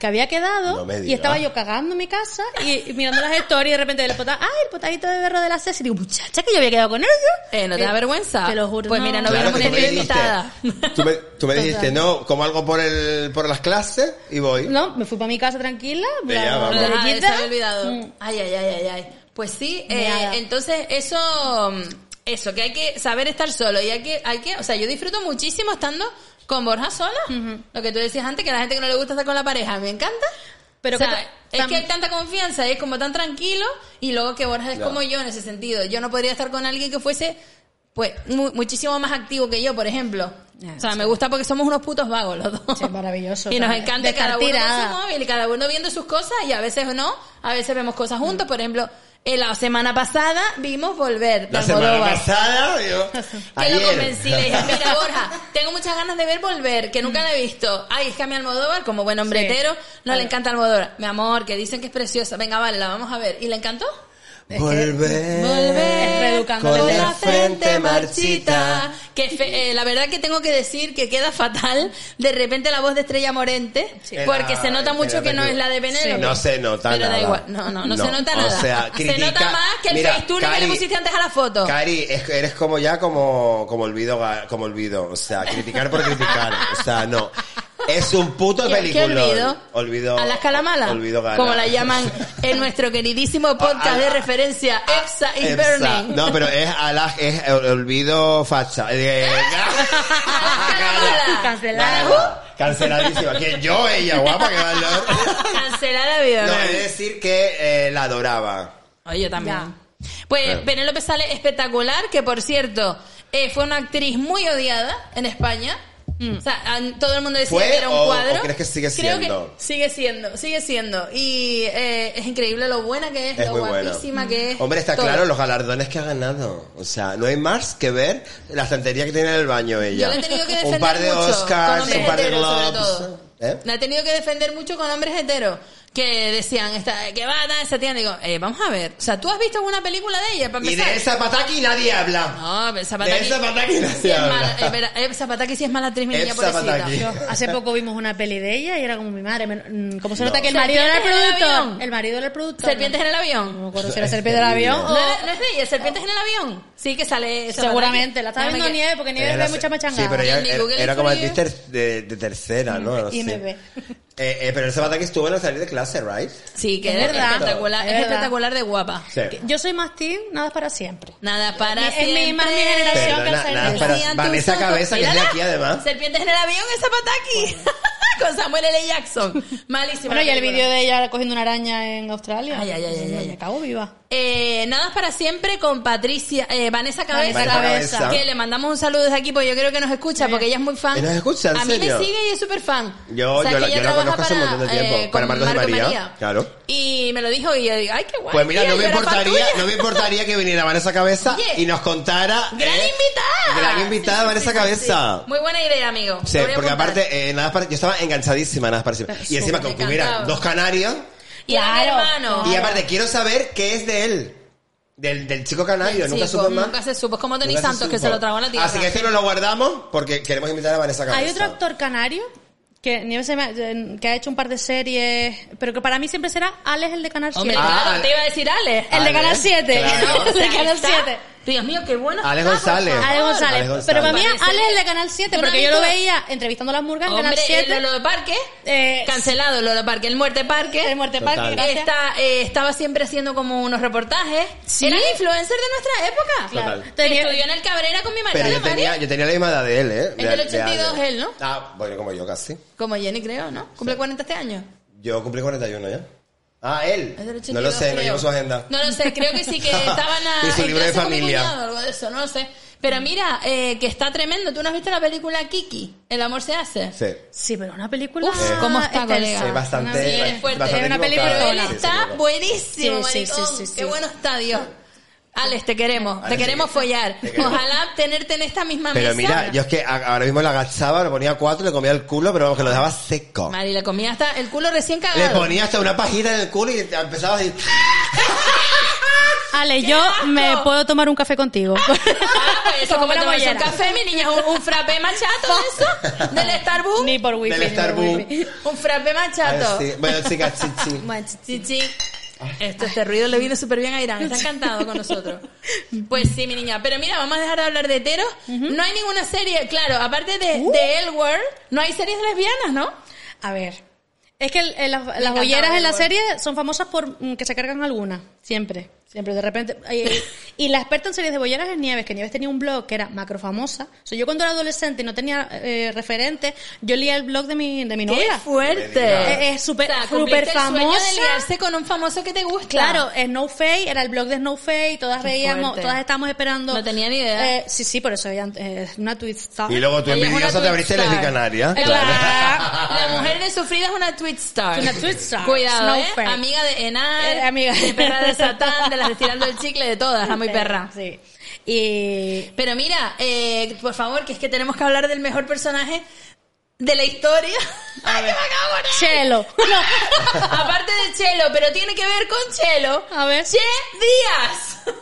Speaker 1: que había
Speaker 2: No
Speaker 1: quedado
Speaker 2: me digas.
Speaker 1: y estaba yo cagando en mi casa y, y mirando las stories y de repente el potaje, ah, el potajito de berro de la Ceci, y digo, muchacha, que yo había quedado con ello.
Speaker 3: Eh, ¿no te da vergüenza?
Speaker 1: Te lo juro.
Speaker 3: Pues mira, no
Speaker 1: Claro
Speaker 3: hubiéramos
Speaker 2: que tú me
Speaker 3: tenido
Speaker 2: dijiste,
Speaker 3: invitada.
Speaker 2: Tú me, tú
Speaker 3: [LAUGHS]
Speaker 2: me dijiste, no, como algo por el, por las clases y voy.
Speaker 1: No, me fui para mi casa tranquila,
Speaker 2: Ya,
Speaker 1: bla,
Speaker 2: vamos.
Speaker 1: bla, bla, bla,
Speaker 3: Ah, se había
Speaker 1: bla.
Speaker 3: olvidado.
Speaker 1: Mm.
Speaker 3: Ay, ay, ay, ay, ay. Pues sí, eh,
Speaker 1: Nada.
Speaker 3: entonces eso, mm, eso, que hay que saber estar solo y hay que, hay que, o sea, yo disfruto muchísimo estando con Borja sola. Lo que tú decías antes, que la gente que no le gusta estar con la pareja, me encanta.
Speaker 1: Pero
Speaker 3: O sea,
Speaker 1: que ta-
Speaker 3: es que
Speaker 1: tam-
Speaker 3: hay tanta confianza y es como tan tranquilo y luego que Borja es
Speaker 2: Ya.
Speaker 3: como yo en ese sentido. Yo no podría estar con alguien que fuese pues mu- muchísimo más activo que yo, por ejemplo.
Speaker 1: Ah,
Speaker 3: o sea, me gusta porque somos unos putos vagos los dos.
Speaker 1: Sí, es maravilloso.
Speaker 3: [LAUGHS] Y nos
Speaker 1: También.
Speaker 3: encanta
Speaker 1: De estar
Speaker 3: cada uno con su
Speaker 1: tirada.
Speaker 3: móvil y cada uno viendo sus cosas y a veces no, a veces vemos cosas juntos. Por ejemplo, en la semana pasada vimos volver de
Speaker 2: La semana
Speaker 3: Almodóvar.
Speaker 2: pasada, yo,
Speaker 3: [LAUGHS] Que lo
Speaker 2: ayer.
Speaker 3: convencí, le dije, mira Borja, tengo muchas ganas de ver volver, que nunca la he visto. Ay, es que a mi Almodóvar, como buen hombretero, no le encanta Almodóvar. Mi amor, que dicen que es preciosa, venga, vale, la vamos a ver. ¿Y le encantó?
Speaker 2: [LAUGHS] Volver.
Speaker 3: Volver
Speaker 1: reeducándole
Speaker 3: con
Speaker 2: desde
Speaker 3: la
Speaker 2: la
Speaker 3: frente
Speaker 2: frente
Speaker 3: marchita.
Speaker 2: marchita.
Speaker 3: Que fe- eh, la verdad que tengo que decir que queda fatal de repente la voz de Estrella Morente, porque
Speaker 2: Era-
Speaker 3: se nota mucho
Speaker 2: era
Speaker 3: que no
Speaker 2: medio-
Speaker 3: es la de Venezuela.
Speaker 2: No se nota
Speaker 3: Pero
Speaker 2: nada.
Speaker 3: da igual, no, no, no, se nota nada.
Speaker 2: O sea,
Speaker 3: se
Speaker 2: critica-
Speaker 3: nota más que el
Speaker 2: Mira,
Speaker 3: facetune que
Speaker 2: Cari-
Speaker 3: le pusiste antes a la foto.
Speaker 2: Cari, es- eres como ya como, como olvido, ga- como olvido. O sea, criticar por criticar. O sea, no. Es un puto
Speaker 3: ¿Qué- qué
Speaker 2: película.
Speaker 3: olvido?
Speaker 2: Olvido.
Speaker 3: a las calamalas,
Speaker 2: Olvido gana.
Speaker 3: como la llaman en nuestro queridísimo podcast
Speaker 2: A- a-
Speaker 3: de referencia,
Speaker 2: Ah,
Speaker 3: EPSA y
Speaker 2: Epsa.
Speaker 3: Burning.
Speaker 2: No, pero es a la, es el olvido facha.
Speaker 3: [LAUGHS]
Speaker 2: Eh,
Speaker 3: Cancelada.
Speaker 2: Nada. Canceladísima. ¿Quién? Yo, ella, guapa, que
Speaker 3: [LAUGHS]
Speaker 2: valor.
Speaker 3: Cancelar la vida.
Speaker 2: No, eh,
Speaker 3: ¿no?
Speaker 2: es decir que eh, la adoraba.
Speaker 3: Oye, Ah, yo también. Pues
Speaker 2: Claro.
Speaker 3: Penélope Sale espectacular, que por cierto, eh, fue una actriz muy odiada en España. O sea, an- todo el mundo decía
Speaker 2: ¿Fue
Speaker 3: que era un
Speaker 2: o-
Speaker 3: cuadro.
Speaker 2: o crees que sigue
Speaker 3: Creo
Speaker 2: siendo?
Speaker 3: que sigue siendo, sigue siendo. Y eh, es increíble lo buena que es,
Speaker 2: Es
Speaker 3: lo
Speaker 2: muy buena.
Speaker 3: guapísima que es.
Speaker 2: Hombre, está
Speaker 3: todo.
Speaker 2: claro los galardones que ha ganado. O sea, no hay más que ver la estantería que tiene en el baño ella.
Speaker 3: Yo la he tenido que defender
Speaker 2: Un par de
Speaker 3: mucho con
Speaker 2: Oscars,
Speaker 3: hombres
Speaker 2: un par de
Speaker 3: heteros, sobre
Speaker 2: Globes.
Speaker 3: todo.
Speaker 2: ¿Eh?
Speaker 3: La he tenido que defender mucho con hombres heteros que decían, esta, que va a dar esa tía. Digo, eh, vamos a ver. O sea, ¿tú has visto alguna película de ella? Para
Speaker 2: Y
Speaker 3: empezar?
Speaker 2: de esa pataki nadie habla.
Speaker 3: No, pero Zapata
Speaker 2: De
Speaker 3: aquí-
Speaker 2: esa pataki nadie
Speaker 3: Sí es mala,
Speaker 2: habla.
Speaker 3: es verdad, eh, Zapataki sí es mala actriz, mi niña
Speaker 2: Epsa
Speaker 3: pobrecita.
Speaker 2: Pataki.
Speaker 1: Yo, hace poco vimos una peli de ella y era como mi madre. men- mm, ¿Cómo se nota
Speaker 2: No.
Speaker 1: que el marido era el
Speaker 3: Serpientes en el avión.
Speaker 1: productor? El marido era el productor.
Speaker 3: ¿Serpientes en el
Speaker 1: No me
Speaker 3: avión?
Speaker 1: acuerdo si era serpiente del avión
Speaker 3: No,
Speaker 1: o...
Speaker 3: era- no es de ella, ¿Serpientes en el avión? Sí, que sale Zapataki.
Speaker 1: Seguramente, la estaba
Speaker 3: Déjame
Speaker 1: viendo
Speaker 3: que-
Speaker 1: nieve porque nieve
Speaker 2: Era
Speaker 1: ve
Speaker 2: la-
Speaker 1: mucha machangada.
Speaker 2: Sí, pero ella
Speaker 3: Ni
Speaker 2: era,
Speaker 3: Google
Speaker 2: era como
Speaker 3: Free.
Speaker 2: actriz ter- de, de tercera, ¿no? No
Speaker 1: Y
Speaker 2: sé.
Speaker 1: me ve.
Speaker 2: Eh, eh, pero esa que estuvo en el salir de clase, ¿right?
Speaker 3: Sí, que
Speaker 1: Es
Speaker 3: es,
Speaker 1: verdad.
Speaker 3: espectacular,
Speaker 1: Es
Speaker 3: es
Speaker 1: verdad.
Speaker 3: espectacular de guapa.
Speaker 2: Sí.
Speaker 1: Yo soy más team, nada es para siempre.
Speaker 3: Nada para
Speaker 1: Es mi-
Speaker 3: siempre.
Speaker 1: más mi generación.
Speaker 2: Perdona,
Speaker 1: que sale
Speaker 2: nada,
Speaker 1: de
Speaker 2: para
Speaker 3: Decían
Speaker 2: Vanessa
Speaker 3: tus ojos.
Speaker 2: Cabeza, que es de
Speaker 3: Mírala,
Speaker 2: aquí además.
Speaker 3: Serpientes en el avión, esa pataki. [LAUGHS] Con Samuel L. Jackson. Malísimo.
Speaker 1: Bueno,
Speaker 3: la
Speaker 1: y el
Speaker 3: película.
Speaker 1: vídeo de ella cogiendo una araña en Australia.
Speaker 3: Ay, ay, ay, ay, ay.
Speaker 1: Me cago viva.
Speaker 3: Eh, nada es para siempre con Patricia, eh, Vanessa Cabeza,
Speaker 2: Vanessa Cabeza. Cabeza.
Speaker 3: que le mandamos un saludo desde aquí porque yo creo que nos escucha porque ella es muy fan.
Speaker 2: ¿Y nos escucha, en
Speaker 3: A mí
Speaker 2: serio?
Speaker 3: me sigue y es súper fan.
Speaker 2: Yo- yo la-
Speaker 3: que ella
Speaker 2: yo la
Speaker 3: trabaja eh,
Speaker 2: conozco hace un montón de tiempo. Para
Speaker 3: con
Speaker 2: Marcos y
Speaker 3: Marco
Speaker 2: María, claro.
Speaker 3: Y me lo dijo y yo digo, ay, qué guay.
Speaker 2: Pues mira,
Speaker 3: tía,
Speaker 2: no me
Speaker 3: yo era fan
Speaker 2: importaría,
Speaker 3: tuya.
Speaker 2: no me importaría que viniera Vanessa Cabeza
Speaker 3: Oye,
Speaker 2: y nos contara.
Speaker 3: Gran
Speaker 2: eh,
Speaker 3: invitada.
Speaker 2: Gran invitada
Speaker 3: Sí, sí,
Speaker 2: Vanessa
Speaker 3: sí,
Speaker 2: Cabeza.
Speaker 3: sí. Muy buena idea, amigo.
Speaker 2: Sí,
Speaker 3: Lo voy a
Speaker 2: porque
Speaker 3: apuntar.
Speaker 2: aparte, eh, nada más para- yo estaba enganchadísima, nada más para siempre. Y encima,
Speaker 3: súper
Speaker 2: como que hubiera
Speaker 3: encantado.
Speaker 2: dos canarios.
Speaker 3: Y era mi
Speaker 1: Claro.
Speaker 3: hermano.
Speaker 2: Y aparte, quiero saber qué es de él. Del, del chico canario,
Speaker 3: Del
Speaker 2: nunca
Speaker 3: chico,
Speaker 2: supo más.
Speaker 3: pues nunca se supo. Es como Tony
Speaker 2: Nunca
Speaker 3: Santos, que
Speaker 2: supo.
Speaker 3: se lo tragó en la tierra.
Speaker 2: Así que este no lo guardamos porque queremos invitar a Vanessa Cabeza.
Speaker 1: Hay otro actor canario que, ni se me- que ha hecho un par de series, pero que para mí siempre será Alex el de Canal 7.
Speaker 3: Hombre,
Speaker 2: Ah,
Speaker 3: claro, te iba a decir Ale.
Speaker 1: el de
Speaker 2: Alex,
Speaker 1: Canal 7.
Speaker 2: claro.
Speaker 1: [LAUGHS] El de Canal
Speaker 3: Está-
Speaker 1: 7.
Speaker 3: Dios mío, qué bueno.
Speaker 2: Alex
Speaker 3: está, por
Speaker 2: González.
Speaker 3: favor.
Speaker 1: Alex González.
Speaker 2: Alex González.
Speaker 1: Pero para mí
Speaker 3: Parece-
Speaker 1: Alex el de Canal 7,
Speaker 3: ¿Tú no
Speaker 1: porque
Speaker 3: has
Speaker 1: yo lo
Speaker 3: visto?
Speaker 1: veía entrevistando a las murgas en
Speaker 3: Hombre,
Speaker 1: Canal 7.
Speaker 3: el Lolo Parque,
Speaker 1: Eh,
Speaker 3: cancelado, Lolo Parque, el Muerte Parque.
Speaker 1: El Muerte
Speaker 2: Total.
Speaker 1: Parque, gracias.
Speaker 3: Está, eh, estaba siempre haciendo como unos reportajes.
Speaker 1: Sí.
Speaker 3: Era influencer de nuestra época.
Speaker 2: Total.
Speaker 3: Que
Speaker 1: Tenía-
Speaker 3: Estudió en el Cabrera con mi marido.
Speaker 2: Pero yo
Speaker 3: Mario.
Speaker 2: tenía, yo tenía la misma edad de él, ¿eh?
Speaker 3: del 82 él, ¿no?
Speaker 2: Ah, bueno, como yo casi.
Speaker 3: Como Jenny, creo, ¿no? Cumple 40 este año.
Speaker 2: Yo cumplí 41 ya. Ah, él.
Speaker 3: Es del 82,
Speaker 2: No lo sé, no
Speaker 3: creo.
Speaker 2: llevo su agenda.
Speaker 3: No lo sé, creo que sí,
Speaker 2: [LAUGHS]
Speaker 3: que estaban a,
Speaker 2: Y su
Speaker 3: en
Speaker 2: libro de
Speaker 3: clase con mi
Speaker 2: familia.
Speaker 3: cuñado, algo de eso, no lo sé. Pero mira, eh, que está tremendo. ¿Tú no has visto la película Kiki? El amor se hace.
Speaker 2: Sí.
Speaker 1: Sí, pero una película.
Speaker 3: Uf, ¿cómo está,
Speaker 1: extensa.
Speaker 3: colega?
Speaker 2: Es bastante.
Speaker 3: Sí, es
Speaker 2: bastante
Speaker 3: fuerte.
Speaker 2: equivocado.
Speaker 1: Es una
Speaker 3: Pero
Speaker 1: película
Speaker 2: Sí,
Speaker 3: él
Speaker 2: sí,
Speaker 3: está
Speaker 2: sí,
Speaker 3: buenísimo,
Speaker 1: Sí, sí, sí,
Speaker 3: maricón.
Speaker 1: sí, sí.
Speaker 3: Qué bueno está Dios. Alex, te queremos.
Speaker 2: Alex,
Speaker 3: te
Speaker 2: te
Speaker 3: queremos follar.
Speaker 2: Te queremos.
Speaker 3: Ojalá tenerte en esta misma
Speaker 2: Pero
Speaker 3: mesa.
Speaker 2: mira, yo es que a- ahora mismo lo agachaba, lo ponía a cuatro, le comía el culo, pero vamos, que lo dejaba seco.
Speaker 3: Mari, le comía hasta el culo recién
Speaker 2: Le
Speaker 3: cagado.
Speaker 2: ponía hasta una pajita en el culo y te- empezaba a decir,
Speaker 1: Ale, yo
Speaker 3: asco!
Speaker 1: me puedo tomar un café contigo.
Speaker 3: Ah, pues eso,
Speaker 1: Como
Speaker 3: como
Speaker 1: una
Speaker 3: tomarse un
Speaker 1: mollera.
Speaker 3: café, mi niña, un, un frappé machato,
Speaker 1: [LAUGHS]
Speaker 3: eso, del Starbucks.
Speaker 1: Ni por wifi.
Speaker 2: Del
Speaker 1: ni por
Speaker 2: Starbucks.
Speaker 1: wifi.
Speaker 3: Un frappé machato.
Speaker 2: Bueno, chicas,
Speaker 3: [LAUGHS]
Speaker 2: chichi.
Speaker 3: Machichichi. Esto, este ruido le vino súper bien a Irán. Está encantado
Speaker 1: [LAUGHS]
Speaker 3: con nosotros. Pues sí, mi niña. Pero mira, vamos a dejar de hablar de heteros. No hay ninguna serie, claro, aparte de,
Speaker 1: Uh.
Speaker 3: de El World, no hay series lesbianas, ¿no?
Speaker 1: A ver. Es que el- el- las, las
Speaker 3: encanta
Speaker 1: bolleras en la
Speaker 3: Overlord.
Speaker 1: serie son famosas por mm, que se cargan algunas. Siempre. Siempre, de repente. ay, ay. Y la experta en series de bolleras es Nieves, que Nieves tenía un blog que era macrofamosa. O sea, yo cuando era adolescente y no tenía eh, referente, yo leía el blog de mi, de mi
Speaker 3: ¡Qué
Speaker 1: novia.
Speaker 3: fuerte!
Speaker 1: Es- es Eh, súper-
Speaker 3: O sea, cumpliste
Speaker 1: súper
Speaker 3: El sueño
Speaker 1: famosa.
Speaker 3: de liarse con un famoso que te gusta.
Speaker 1: Claro, Snowface era el blog de Snowface, todas reíamos,
Speaker 3: fuerte.
Speaker 1: todas estábamos esperando.
Speaker 3: No tenía ni idea.
Speaker 1: Eh, sí, sí, por eso ella es una tweet star.
Speaker 2: Y luego tú
Speaker 3: Ella es una
Speaker 2: envidiosa te abriste
Speaker 3: twitstar.
Speaker 2: la canaria.
Speaker 3: Eh,
Speaker 1: Claro.
Speaker 3: La mujer de sufrida es una tweet star.
Speaker 1: Una tweet star.
Speaker 3: Cuidado, ¿eh?
Speaker 1: Snowface.
Speaker 3: Amiga de Enar,
Speaker 1: Eh, amiga.
Speaker 3: de perra de Satán, de las
Speaker 1: [LAUGHS]
Speaker 3: de tirando el chicle, de todas, la muy perra.
Speaker 1: Sí. Y
Speaker 3: Pero mira, eh, por favor, que es que tenemos que hablar del mejor personaje de
Speaker 1: [LAUGHS]
Speaker 3: la historia. Ay, que me acabo de poner. [LAUGHS]
Speaker 1: Chelo.
Speaker 3: Aparte de Chelo, pero tiene que ver con Chelo.
Speaker 1: A ver.
Speaker 3: Che Díaz.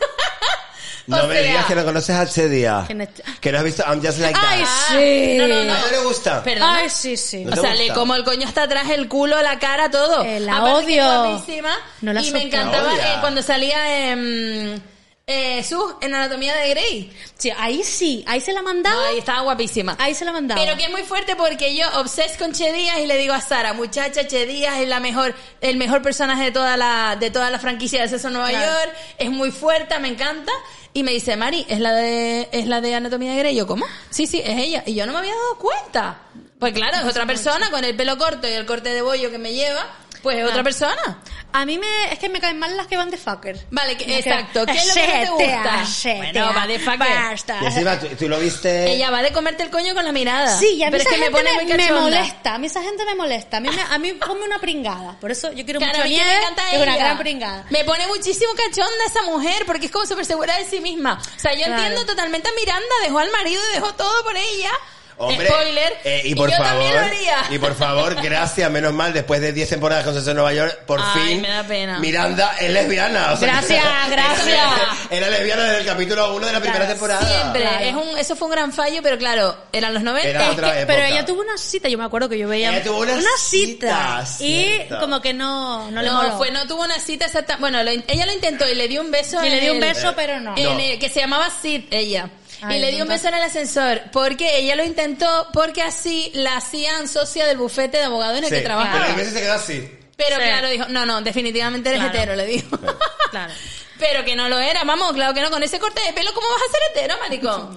Speaker 3: O
Speaker 2: No me
Speaker 3: sea,
Speaker 2: digas que no conoces a Che Díaz.
Speaker 1: ¿Quién es Che?
Speaker 2: Que no has visto I'm Just Like
Speaker 1: Ay,
Speaker 2: That.
Speaker 1: sí.
Speaker 3: No, no, no.
Speaker 2: ¿A ti le gusta?
Speaker 3: Perdona.
Speaker 1: Ay, sí, sí.
Speaker 2: No
Speaker 3: O
Speaker 2: te
Speaker 3: sea,
Speaker 2: gusta.
Speaker 3: le como el coño está atrás, el culo, la cara, todo.
Speaker 1: Eh, la
Speaker 3: Aparte que es
Speaker 1: odio.
Speaker 3: guapísima,
Speaker 1: No la
Speaker 3: y me
Speaker 1: soporto.
Speaker 3: encantaba
Speaker 2: La odia.
Speaker 3: eh, cuando salía em, eh, Sus en Anatomía de Grey.
Speaker 1: Sí, ahí sí, ahí se la mandaba.
Speaker 3: Ahí estaba guapísima.
Speaker 1: Ahí se la mandaba.
Speaker 3: Pero que es muy fuerte porque yo obses con Che Díaz y le digo a Sara, muchacha, Che Díaz es la mejor, el mejor personaje de toda la, de toda la franquicia de Sexo en Nueva
Speaker 1: Claro.
Speaker 3: York, es muy fuerte, me encanta. Y me dice, Mari, es la de, es la de Anatomía de Grey. Y yo, ¿cómo? Sí, sí, es ella. Y yo no me había dado cuenta. Pues claro, es otra persona con el pelo corto y el corte de bollo que me lleva, pues es
Speaker 1: Ah.
Speaker 3: otra persona.
Speaker 1: A mí me, es que me caen mal las que van de fucker.
Speaker 3: Vale, que-
Speaker 1: Las
Speaker 3: exacto. ¿Qué es lo que no te
Speaker 1: Setea,
Speaker 3: gusta?
Speaker 1: setea,
Speaker 3: Bueno, va de fucker.
Speaker 1: basta.
Speaker 2: Y
Speaker 3: [LAUGHS]
Speaker 2: encima, tú, tú lo viste...
Speaker 3: Ella va de comerte el coño con la mirada.
Speaker 1: Eh. Sí, y a mí
Speaker 3: Pero
Speaker 1: esa
Speaker 3: es que me
Speaker 1: gente
Speaker 3: pone
Speaker 1: me,
Speaker 3: muy
Speaker 1: me
Speaker 3: cachonda.
Speaker 1: molesta. A mí esa gente me molesta. A mí, me, a mí ponme una pringada. Por eso yo quiero
Speaker 3: Claro,
Speaker 1: mucho
Speaker 3: a
Speaker 1: a
Speaker 3: mí que me
Speaker 1: Nieves,
Speaker 3: encanta
Speaker 1: yo quiero una
Speaker 3: ella.
Speaker 1: gran pringada.
Speaker 3: Me pone muchísimo cachonda esa mujer porque es como súper segura de sí misma. O sea, yo
Speaker 1: Claro.
Speaker 3: entiendo totalmente a Miranda, dejó al marido, dejó todo por ella.
Speaker 2: Hombre,
Speaker 3: Spoiler.
Speaker 2: eh, y por
Speaker 3: yo
Speaker 2: favor,
Speaker 3: también lo haría.
Speaker 2: y por favor,
Speaker 3: [LAUGHS]
Speaker 2: gracias, menos mal, después de 10 temporadas con Sexo en Nueva York, por
Speaker 3: Ay,
Speaker 2: fin,
Speaker 3: me da pena.
Speaker 2: Miranda es lesbiana. o sea,
Speaker 1: Gracias, gracias.
Speaker 2: [LAUGHS] Era lesbiana desde el capítulo 1 de la primera temporada.
Speaker 3: Siempre.
Speaker 1: Claro.
Speaker 3: Es un, eso fue un gran fallo, pero claro, eran los 90.
Speaker 2: Era
Speaker 3: Es
Speaker 2: otra
Speaker 3: que-
Speaker 2: época.
Speaker 1: Pero ella tuvo una cita, yo me acuerdo que yo veía
Speaker 2: Ella tuvo una cita, cierto.
Speaker 1: y como que no, no le
Speaker 3: No,
Speaker 1: moló.
Speaker 3: fue, no tuvo una cita exacta. Bueno, lo in- ella lo intentó y le dio un beso.
Speaker 1: Y le
Speaker 3: en
Speaker 1: dio un
Speaker 3: el-
Speaker 1: beso, pero no.
Speaker 3: en
Speaker 2: No.
Speaker 3: el- que se llamaba Sid, ella. y
Speaker 1: Ay,
Speaker 3: le dio un
Speaker 1: nunca.
Speaker 3: beso en el ascensor porque ella lo intentó porque así la hacían socia del bufete de abogados en el
Speaker 2: Sí,
Speaker 3: que
Speaker 2: Pero
Speaker 3: trabajaba.
Speaker 2: a veces se quedó así.
Speaker 3: Pero
Speaker 1: Sí.
Speaker 3: claro, dijo, no, no, definitivamente eres
Speaker 1: Claro.
Speaker 3: hetero, le dijo.
Speaker 1: Claro.
Speaker 3: [LAUGHS] Pero que no lo era, vamos, claro que no, con ese corte de pelo, ¿cómo vas a ser hetero, maricón?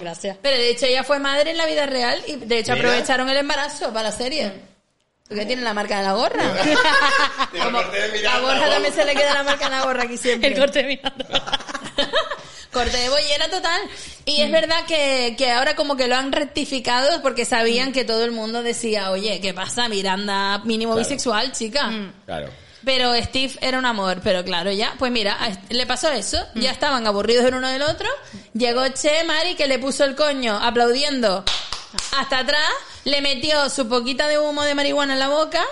Speaker 1: [LAUGHS] Gracias.
Speaker 3: Pero de hecho ella fue madre en la vida real y de hecho
Speaker 2: Mira.
Speaker 3: aprovecharon el embarazo para la serie.
Speaker 1: Mm.
Speaker 3: ¿Tú qué tienes la marca de la gorra?
Speaker 2: Digo,
Speaker 3: Como-
Speaker 2: corté de
Speaker 3: la
Speaker 2: Miranda,
Speaker 3: gorra
Speaker 2: ¿no?
Speaker 3: también se le queda la marca de la gorra aquí siempre.
Speaker 1: El corte de Miranda.
Speaker 3: [LAUGHS] Corte de bollera total. Y es verdad que, que ahora como que lo han rectificado porque sabían que todo el mundo decía, oye, ¿qué pasa? Miranda mínimo
Speaker 2: Claro.
Speaker 3: bisexual, chica.
Speaker 2: Claro.
Speaker 3: Pero Steve era un amor, pero claro, ya, pues mira, a St- le pasó eso, ya estaban aburridos el uno del otro, llegó Che Mari que le puso el coño aplaudiendo hasta atrás, le metió su poquita de humo de marihuana en la boca.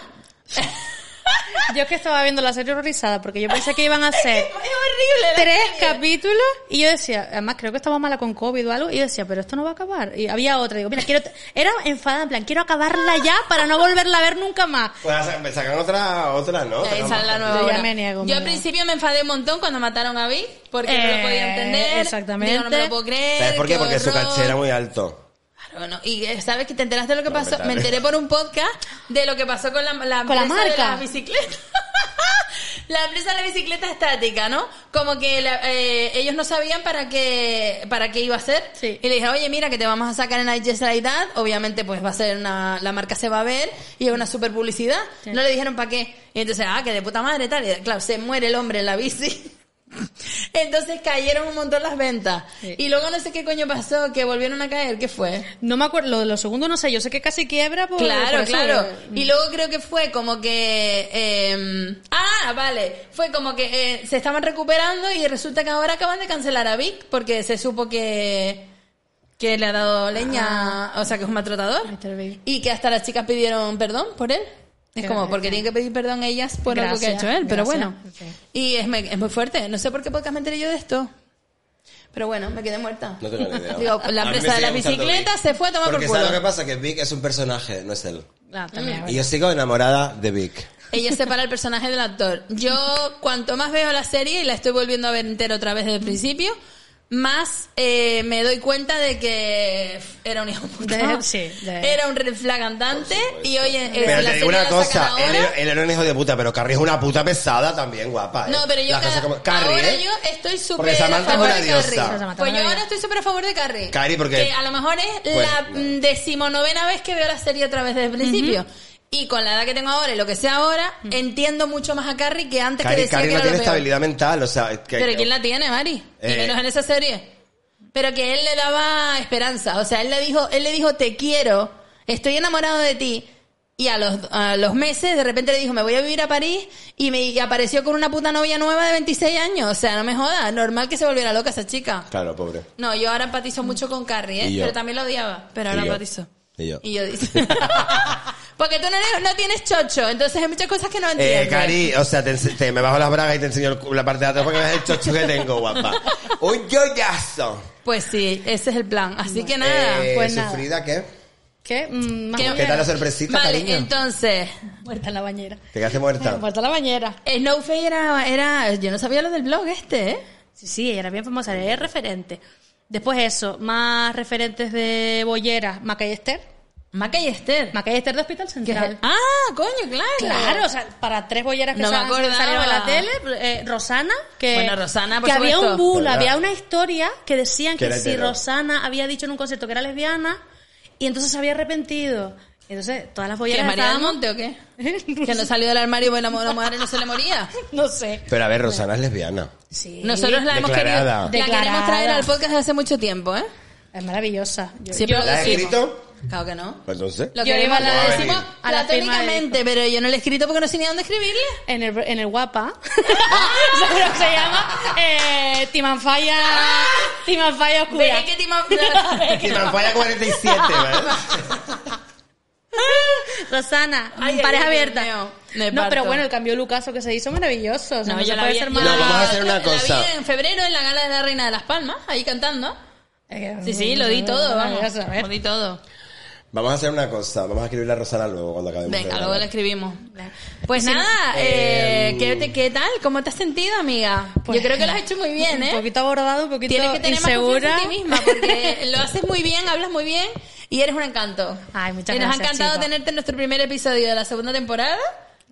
Speaker 1: Yo es que estaba viendo la serie horrorizada porque yo pensé que iban a
Speaker 3: [LAUGHS] Es
Speaker 1: hacer
Speaker 3: horrible. la
Speaker 1: tres
Speaker 3: serie.
Speaker 1: capítulos y yo decía, además creo que estaba mala con COVID o algo, y yo decía, pero esto no va a acabar. Y había otra, digo, mira, quiero, era enfadada, en plan, quiero acabarla ya para no volverla a ver nunca más.
Speaker 2: Pues sa- sacan otra, otra, ¿no?
Speaker 3: Ahí
Speaker 2: Sacan
Speaker 3: sale
Speaker 2: más.
Speaker 3: la nueva
Speaker 1: Yo ya
Speaker 3: hora.
Speaker 1: me niego,
Speaker 3: Yo
Speaker 1: me
Speaker 3: al
Speaker 1: niego.
Speaker 3: principio me enfadé un montón cuando mataron a Bill porque no lo
Speaker 1: Eh,
Speaker 3: podía entender.
Speaker 1: exactamente.
Speaker 3: Yo no me lo puedo creer.
Speaker 2: ¿Sabes por qué? Porque su
Speaker 3: horror.
Speaker 2: caché era muy alto.
Speaker 3: Claro, no. Y eh, sabes que te enteraste de lo que
Speaker 2: No,
Speaker 3: pasó.
Speaker 2: me
Speaker 3: Me enteré por un podcast de lo que pasó con la, la
Speaker 1: Con la
Speaker 3: empresa de
Speaker 1: marca.
Speaker 3: las bicicletas. [LAUGHS] la empresa de la bicicleta estática, ¿no? Como que la- eh, ellos no sabían para qué para qué iba a ser.
Speaker 1: Sí.
Speaker 3: Y le dije, oye, mira, que te vamos a sacar en I Just Like That. Obviamente, pues va a ser una. La marca se va a ver y es una super publicidad. No le dijeron para qué. Y entonces, ah, que de puta madre, tal. Y claro, se muere el hombre en la bici. [LAUGHS] Entonces cayeron un montón las ventas.
Speaker 1: Sí.
Speaker 3: Y luego no sé qué coño pasó, que volvieron a caer. ¿Qué fue?
Speaker 1: No me acuerdo, lo de los segundos no sé, yo sé que casi quiebra por por
Speaker 3: Claro,
Speaker 1: eso.
Speaker 3: claro. Y luego creo que fue como que... eh, ah, vale. Fue como que eh, se estaban recuperando y resulta que ahora acaban de cancelar a Vic porque se supo que... Que le ha dado leña,
Speaker 1: Ah.
Speaker 3: o sea, que es un maltratador.
Speaker 1: Mr. Vic.
Speaker 3: Y que hasta las chicas pidieron perdón por él.
Speaker 1: Qué
Speaker 3: Es como,
Speaker 1: gracia.
Speaker 3: porque tienen que pedir perdón ellas por algo que ha
Speaker 1: Gracias,
Speaker 3: hecho él, pero
Speaker 1: gracias.
Speaker 3: bueno.
Speaker 1: Ok.
Speaker 3: Y es, me- es muy fuerte. No sé por qué podcast me enteré yo de esto. Pero bueno, me quedé muerta.
Speaker 2: No tengo ni idea.
Speaker 3: Digo, la
Speaker 2: A mí me
Speaker 3: empresa de
Speaker 2: sigue
Speaker 3: las
Speaker 2: gustando
Speaker 3: bicicletas
Speaker 2: Vic.
Speaker 3: se fue a tomar
Speaker 2: Porque
Speaker 3: por
Speaker 2: ¿sabes lo que
Speaker 3: culo.
Speaker 2: pasa? Que Vic es un personaje, no es él.
Speaker 1: Ah, también
Speaker 3: Mm.
Speaker 1: es verdad.
Speaker 2: Y yo sigo enamorada de Vic.
Speaker 3: Ella separa el personaje del actor. Yo, cuanto más veo la serie y la estoy volviendo a ver entera otra vez desde el principio, más eh, me doy cuenta de que era un hijo puta.
Speaker 1: De- sí, de-
Speaker 3: Era un red flag andante y hoy en, eh,
Speaker 2: Pero
Speaker 3: la
Speaker 2: te digo
Speaker 3: serie
Speaker 2: una
Speaker 3: la
Speaker 2: cosa,
Speaker 3: sacan
Speaker 2: él,
Speaker 3: ahora.
Speaker 2: era- él era un hijo de puta, pero Carrie es una puta pesada también, guapa. ¿eh?
Speaker 3: No, pero yo
Speaker 2: Las cosas
Speaker 3: cada-
Speaker 2: como- Carrie,
Speaker 3: ahora
Speaker 2: ¿eh?
Speaker 3: yo estoy súper
Speaker 2: Porque
Speaker 3: a
Speaker 2: Samantha es
Speaker 3: favor
Speaker 2: una
Speaker 3: de Carrie.
Speaker 2: diosa.
Speaker 1: Samantha
Speaker 3: Pues
Speaker 1: es
Speaker 3: yo
Speaker 1: una
Speaker 3: ahora
Speaker 1: diosa.
Speaker 3: estoy súper a favor de Carrie.
Speaker 2: Carrie, porque-
Speaker 3: Que a lo mejor es
Speaker 2: Bueno,
Speaker 3: la
Speaker 2: no.
Speaker 3: mm, decimonovena vez que veo la serie otra vez desde el principio. Y con la edad que tengo ahora y lo que sé ahora,
Speaker 1: Mm.
Speaker 3: entiendo mucho más a Carrie que antes que
Speaker 2: Carrie,
Speaker 3: decía
Speaker 2: Carrie
Speaker 3: que
Speaker 2: no
Speaker 3: era lo
Speaker 2: tiene
Speaker 3: peor.
Speaker 2: estabilidad mental, o sea... que-
Speaker 3: Pero ¿quién la tiene, Mari? Y
Speaker 2: Eh.
Speaker 3: menos en esa serie. Pero que él le daba esperanza. O sea, él le dijo, él le dijo, te quiero, estoy enamorado de ti. Y a los, a los meses, de repente le dijo, me voy a vivir a París. Y me y apareció con una puta novia nueva de 26 años. O sea, no me jodas. Normal que se volviera loca esa chica.
Speaker 2: Claro, pobre.
Speaker 3: No, yo ahora empatizo mucho con Carrie, ¿eh?
Speaker 2: Y yo.
Speaker 3: Pero también la odiaba. Pero ahora
Speaker 2: Y yo.
Speaker 3: empatizo.
Speaker 2: Y yo.
Speaker 3: Y yo dice. [LAUGHS] Porque tú no, eres- no tienes chocho. Entonces hay muchas cosas que no entiendes.
Speaker 2: Eh, Cari, o sea, te, ense- te- me bajo las bragas y te enseño el cu- la parte de atrás porque ves el chocho que tengo, guapa. ¡Un yoyazo!
Speaker 3: Pues sí, ese es el plan. Así que nada.
Speaker 2: Eh,
Speaker 1: pues nada.
Speaker 2: ¿Sufrida qué?
Speaker 1: ¿Qué? Mm, más
Speaker 3: ¿Qué-
Speaker 1: o
Speaker 2: ¿Qué
Speaker 1: menos.
Speaker 2: tal la sorpresita,
Speaker 3: Vale,
Speaker 2: cariño?
Speaker 3: entonces,
Speaker 1: Muerta en la bañera.
Speaker 2: Te quedaste muerta.
Speaker 1: [LAUGHS]
Speaker 3: pues,
Speaker 1: Muerta en la bañera.
Speaker 3: Snowface era, era, yo no sabía lo del blog este, ¿eh?
Speaker 1: Sí, sí, ella era bien famosa, era referente. Después eso, más referentes de Bollera, Macallester.
Speaker 3: Maca y Esther.
Speaker 1: Macallester de Hospital
Speaker 3: Que es
Speaker 1: Central.
Speaker 3: el- Ah, coño, claro.
Speaker 1: Claro, o sea, para tres bolleras que
Speaker 3: No me
Speaker 1: sa-
Speaker 3: acordaba.
Speaker 1: salieron a la tele, eh, Rosana, que,
Speaker 3: Bueno, Rosana, por
Speaker 1: que había
Speaker 3: supuesto.
Speaker 1: un bulo,
Speaker 2: ¿Verdad?
Speaker 1: había una historia que decían
Speaker 2: Que
Speaker 1: que
Speaker 2: era
Speaker 1: si
Speaker 2: hetero.
Speaker 1: Rosana había dicho en un concierto que era lesbiana y entonces se había arrepentido. Entonces, todas las
Speaker 3: ¿Que
Speaker 1: bolleras
Speaker 3: María del
Speaker 1: estábamos- [LAUGHS]
Speaker 3: Monte o qué? que no salió del armario y bueno, la mu- la madre no se le moría.
Speaker 1: No sé.
Speaker 2: Pero a ver, Rosana es lesbiana.
Speaker 1: Sí.
Speaker 3: Nosotros la hemos querido.
Speaker 2: Declarada.
Speaker 3: La queremos
Speaker 1: Declarada.
Speaker 3: traer al podcast desde hace mucho tiempo, ¿eh?
Speaker 1: Es maravillosa. Yo,
Speaker 3: Siempre
Speaker 1: yo-
Speaker 3: lo
Speaker 2: ¿La has
Speaker 3: decimos.
Speaker 2: escrito?
Speaker 3: Claro que no.
Speaker 2: Pues Entonces.
Speaker 3: Lo
Speaker 1: Yo iba
Speaker 3: queremos,
Speaker 1: a
Speaker 3: la
Speaker 2: la-
Speaker 3: decimos
Speaker 1: a la firma del
Speaker 3: platónicamente, pero yo no le he escrito porque no sé ni a dónde escribirle.
Speaker 1: en el, en el guapa [LAUGHS] Seguro se llama eh, Timanfaya Timanfaya oscura
Speaker 3: Veré que [LAUGHS] Timo-
Speaker 2: Que Manfalla 47, ¿verdad?
Speaker 1: Rosana,
Speaker 3: Ay, ay,
Speaker 1: pareja
Speaker 3: ay, Dios
Speaker 1: abierta.
Speaker 3: mío. Me
Speaker 1: no, pero
Speaker 3: parto.
Speaker 1: bueno, el cambio Lucaso que se hizo maravilloso. O sea, no,
Speaker 3: No, yo
Speaker 1: se
Speaker 3: la
Speaker 1: puede
Speaker 3: vi,
Speaker 1: ser
Speaker 3: yo
Speaker 1: más.
Speaker 2: No, vamos a hacer una
Speaker 3: la vi
Speaker 2: cosa.
Speaker 3: en febrero en la gala de la Reina de las Palmas, ahí cantando.
Speaker 1: Eh,
Speaker 3: Sí, sí, lo di todo, vamos.
Speaker 1: maravilloso, a ver.
Speaker 3: Lo di todo.
Speaker 2: Vamos a hacer una cosa. Vamos a escribirle a Rosana luego cuando acabemos. de
Speaker 3: Venga,
Speaker 2: grabar.
Speaker 3: luego le escribimos. Pues
Speaker 1: Sí,
Speaker 3: nada, eh,
Speaker 2: em,
Speaker 3: ¿qué, te- ¿qué tal? ¿Cómo te has sentido, amiga?
Speaker 1: Pues,
Speaker 3: Yo creo que lo has hecho muy bien,
Speaker 1: Un
Speaker 3: ¿eh?
Speaker 1: poquito abordado, un poquito
Speaker 3: Tienes que tener
Speaker 1: insegura.
Speaker 3: más confianza en ti misma
Speaker 1: [LAUGHS]
Speaker 3: porque lo haces muy bien, hablas muy bien y eres un encanto.
Speaker 1: Ay, muchas
Speaker 3: y nos
Speaker 1: gracias,
Speaker 3: ha encantado
Speaker 1: chica.
Speaker 3: tenerte en nuestro primer episodio de la segunda temporada.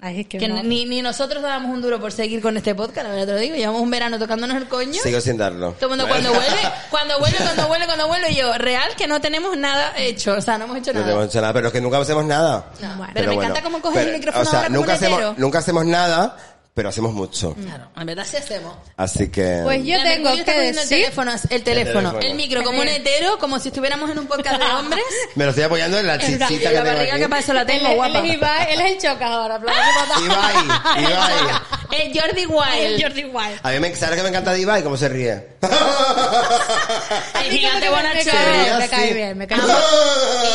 Speaker 1: Ay, qué
Speaker 3: Que
Speaker 1: honor.
Speaker 3: ni, ni nosotros dábamos un duro por seguir con este podcast, la verdad te lo digo. Llevamos un verano tocándonos el coño.
Speaker 2: Sigo sin darlo.
Speaker 3: Todo el mundo
Speaker 2: [LAUGHS]
Speaker 3: cuando vuelve, cuando vuelve, cuando vuelve, cuando vuelve, y yo, real que no tenemos nada hecho, o sea, no hemos hecho
Speaker 2: No
Speaker 3: nada.
Speaker 2: tenemos hecho nada, pero es que nunca hacemos nada.
Speaker 3: No, bueno. pero me encanta cómo coges el micrófono
Speaker 2: O sea,
Speaker 3: ahora Mm. como
Speaker 2: nunca
Speaker 3: un hetero.
Speaker 2: hacemos, nunca hacemos nada, pero hacemos mucho.
Speaker 3: Claro, en verdad sí hacemos.
Speaker 2: Así que.
Speaker 1: Pues yo
Speaker 3: La
Speaker 1: tengo
Speaker 3: Mercurio está
Speaker 1: que
Speaker 3: cogiendo
Speaker 1: decir.
Speaker 3: el teléfono, el teléfono,
Speaker 2: teléfono.
Speaker 3: el micro como un hetero, como si estuviéramos en un
Speaker 1: [LAUGHS]
Speaker 3: podcast de hombres.
Speaker 2: Me lo estoy apoyando en la
Speaker 3: En
Speaker 2: chichita
Speaker 3: la,
Speaker 2: que
Speaker 3: en la
Speaker 2: tengo
Speaker 3: barriga
Speaker 2: aquí.
Speaker 3: que para eso la
Speaker 1: Él,
Speaker 3: tengo,
Speaker 1: es-
Speaker 3: guapa.
Speaker 1: él es Ibai- él es el chocas [LAUGHS] ahora. aplauso para todos.
Speaker 2: Ibai,
Speaker 3: [LAUGHS]
Speaker 2: Ibai.
Speaker 3: El Jordi
Speaker 1: El
Speaker 3: Wild.
Speaker 1: Jordi Wild.
Speaker 2: A mí me, ¿sabes que me encanta Diva y cómo se
Speaker 3: [LAUGHS]
Speaker 2: ríe?
Speaker 3: El gigante bonachón.
Speaker 2: Sería
Speaker 1: Me cae
Speaker 2: así.
Speaker 1: bien, me cae bien.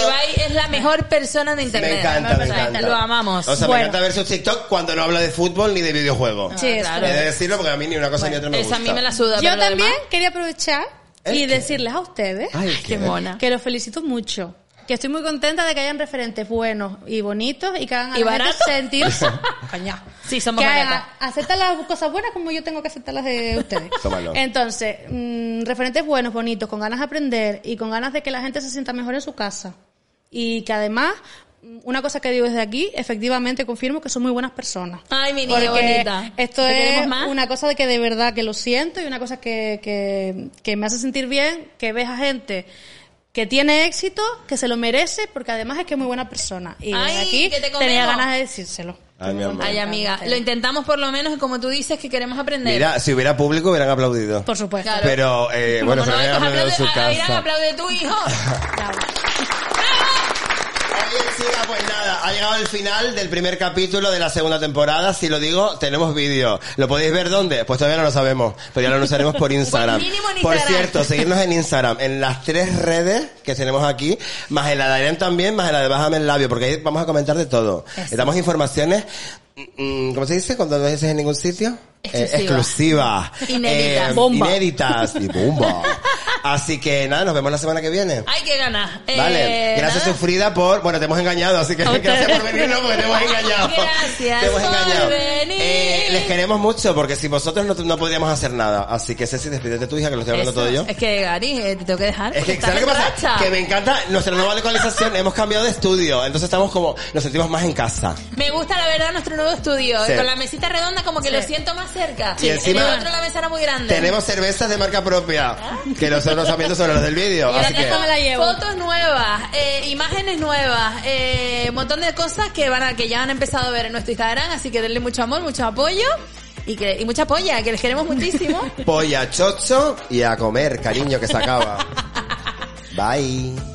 Speaker 3: Ibai es la mejor persona de internet.
Speaker 2: me encanta, me
Speaker 3: O sea,
Speaker 2: encanta.
Speaker 3: Lo amamos.
Speaker 2: O sea, me
Speaker 1: Bueno.
Speaker 2: encanta ver sus TikTok cuando no habla de fútbol ni de videojuegos.
Speaker 1: Sí, es
Speaker 3: Ah, claro.
Speaker 2: He de decirlo porque a mí ni una cosa ni otra me gusta.
Speaker 3: Esa a mí me la suda. pero
Speaker 1: Ah, Yo
Speaker 3: lo
Speaker 1: también
Speaker 3: demás-
Speaker 1: quería aprovechar
Speaker 2: ¿El
Speaker 1: y
Speaker 2: qué?
Speaker 1: decirles a ustedes
Speaker 2: Ay,
Speaker 3: Ay, qué mona. [LAUGHS]
Speaker 1: que los felicito mucho. Que estoy muy contenta de que hayan referentes buenos y bonitos y que hagan a
Speaker 3: ¿Y
Speaker 1: la gente
Speaker 3: baratos? [LAUGHS]
Speaker 1: sentirse. Coña.
Speaker 3: Sí, somos
Speaker 1: que hagan-
Speaker 3: baratas.
Speaker 1: aceptan las cosas buenas como yo tengo que aceptar las de
Speaker 3: [LAUGHS]
Speaker 1: ustedes.
Speaker 2: Tómalo.
Speaker 1: Entonces, mm, referentes buenos, bonitos, con ganas de aprender y con ganas de que la gente se sienta mejor en su casa. Y que además, mm, una cosa que digo desde aquí, efectivamente confirmo que son muy buenas personas.
Speaker 3: Ay, mi niña
Speaker 1: Porque
Speaker 3: bonita.
Speaker 1: esto
Speaker 3: ¿Te queremos
Speaker 1: es
Speaker 3: más?
Speaker 1: una cosa de que de verdad que lo siento y una cosa que, que, que me hace sentir bien, que ves a gente que tiene éxito, que se lo merece, porque además es que es muy buena persona. Y desde
Speaker 3: Ay,
Speaker 1: aquí
Speaker 3: que te comemos.
Speaker 1: tenía ganas de decírselo.
Speaker 2: Ay, mi amor.
Speaker 3: Ay, amiga, lo intentamos por lo menos, como tú dices, que queremos aprender.
Speaker 2: Mira, si hubiera público hubieran aplaudido.
Speaker 1: Por supuesto.
Speaker 3: Claro.
Speaker 2: Pero, eh,
Speaker 3: Como
Speaker 2: bueno,
Speaker 3: no,
Speaker 2: se hubieran
Speaker 3: estos
Speaker 2: aplaudido en su
Speaker 3: aplaude- a- a- irán,
Speaker 2: casa.
Speaker 3: aplaude tu hijo.
Speaker 2: [LAUGHS]
Speaker 1: Bravo.
Speaker 2: Ahí encima, pues nada, ha llegado el final del primer capítulo de la segunda temporada. Si lo digo, tenemos vídeo. ¿Lo podéis ver dónde? Pues todavía no lo sabemos, pero ya lo anunciaremos
Speaker 3: [LAUGHS]
Speaker 2: por Instagram.
Speaker 3: Pues mínimo en
Speaker 2: por
Speaker 3: Instagram.
Speaker 2: cierto, seguirnos en Instagram, en las tres redes que tenemos aquí, más en la de Adrián también, más en la de Bájame el Labio, porque ahí vamos a comentar de todo. Le damos informaciones, mm, ¿cómo se dice? Cuando no dices en ningún sitio. Eh,
Speaker 3: Exclusiva.
Speaker 2: exclusivas.
Speaker 3: Inéditas.
Speaker 2: Eh,
Speaker 1: Bomba.
Speaker 2: Inéditas y
Speaker 3: [LAUGHS]
Speaker 2: bomba. Así que nada, nos vemos la semana que viene.
Speaker 3: Ay, qué ganas. Eh,
Speaker 2: Vale, gracias
Speaker 3: nada.
Speaker 2: sufrida por, bueno, te hemos engañado, así que [LAUGHS] gracias por venirnos porque te hemos engañado.
Speaker 3: [LAUGHS] Gracias
Speaker 2: te hemos
Speaker 3: por
Speaker 2: engañado.
Speaker 3: venir.
Speaker 2: Eh, les queremos mucho porque sin vosotros no, no podríamos hacer nada, así que Ceci, despídete de tu hija que lo estoy hablando
Speaker 3: Eso.
Speaker 2: todo yo.
Speaker 3: Es que, Gary, eh, te tengo que dejar.
Speaker 2: Es que, ¿sabes qué pasa? Que me encanta nuestra nueva localización, hemos cambiado de estudio, entonces estamos como, nos sentimos más en casa.
Speaker 3: Me gusta, la verdad, nuestro nuevo estudio.
Speaker 2: Sí.
Speaker 3: Con la mesita redonda, como que lo siento más cerca.
Speaker 2: Y encima-
Speaker 3: en el otro, la mesa era muy grande.
Speaker 2: Tenemos cervezas de marca propia, que nosotros están viendo sobre los del vídeo,
Speaker 3: Ah. Y ahora
Speaker 2: así que...
Speaker 3: tengo
Speaker 1: la llevo.
Speaker 3: Fotos nuevas, eh, imágenes nuevas, eh, un montón de cosas que van a, que ya han empezado a ver en nuestro Instagram, así que denle mucho amor, mucho apoyo y que y mucha polla, que les queremos muchísimo.
Speaker 2: [LAUGHS]
Speaker 3: [LAUGHS]
Speaker 2: Polla, chocho y a comer, cariño, que se acaba. Bye.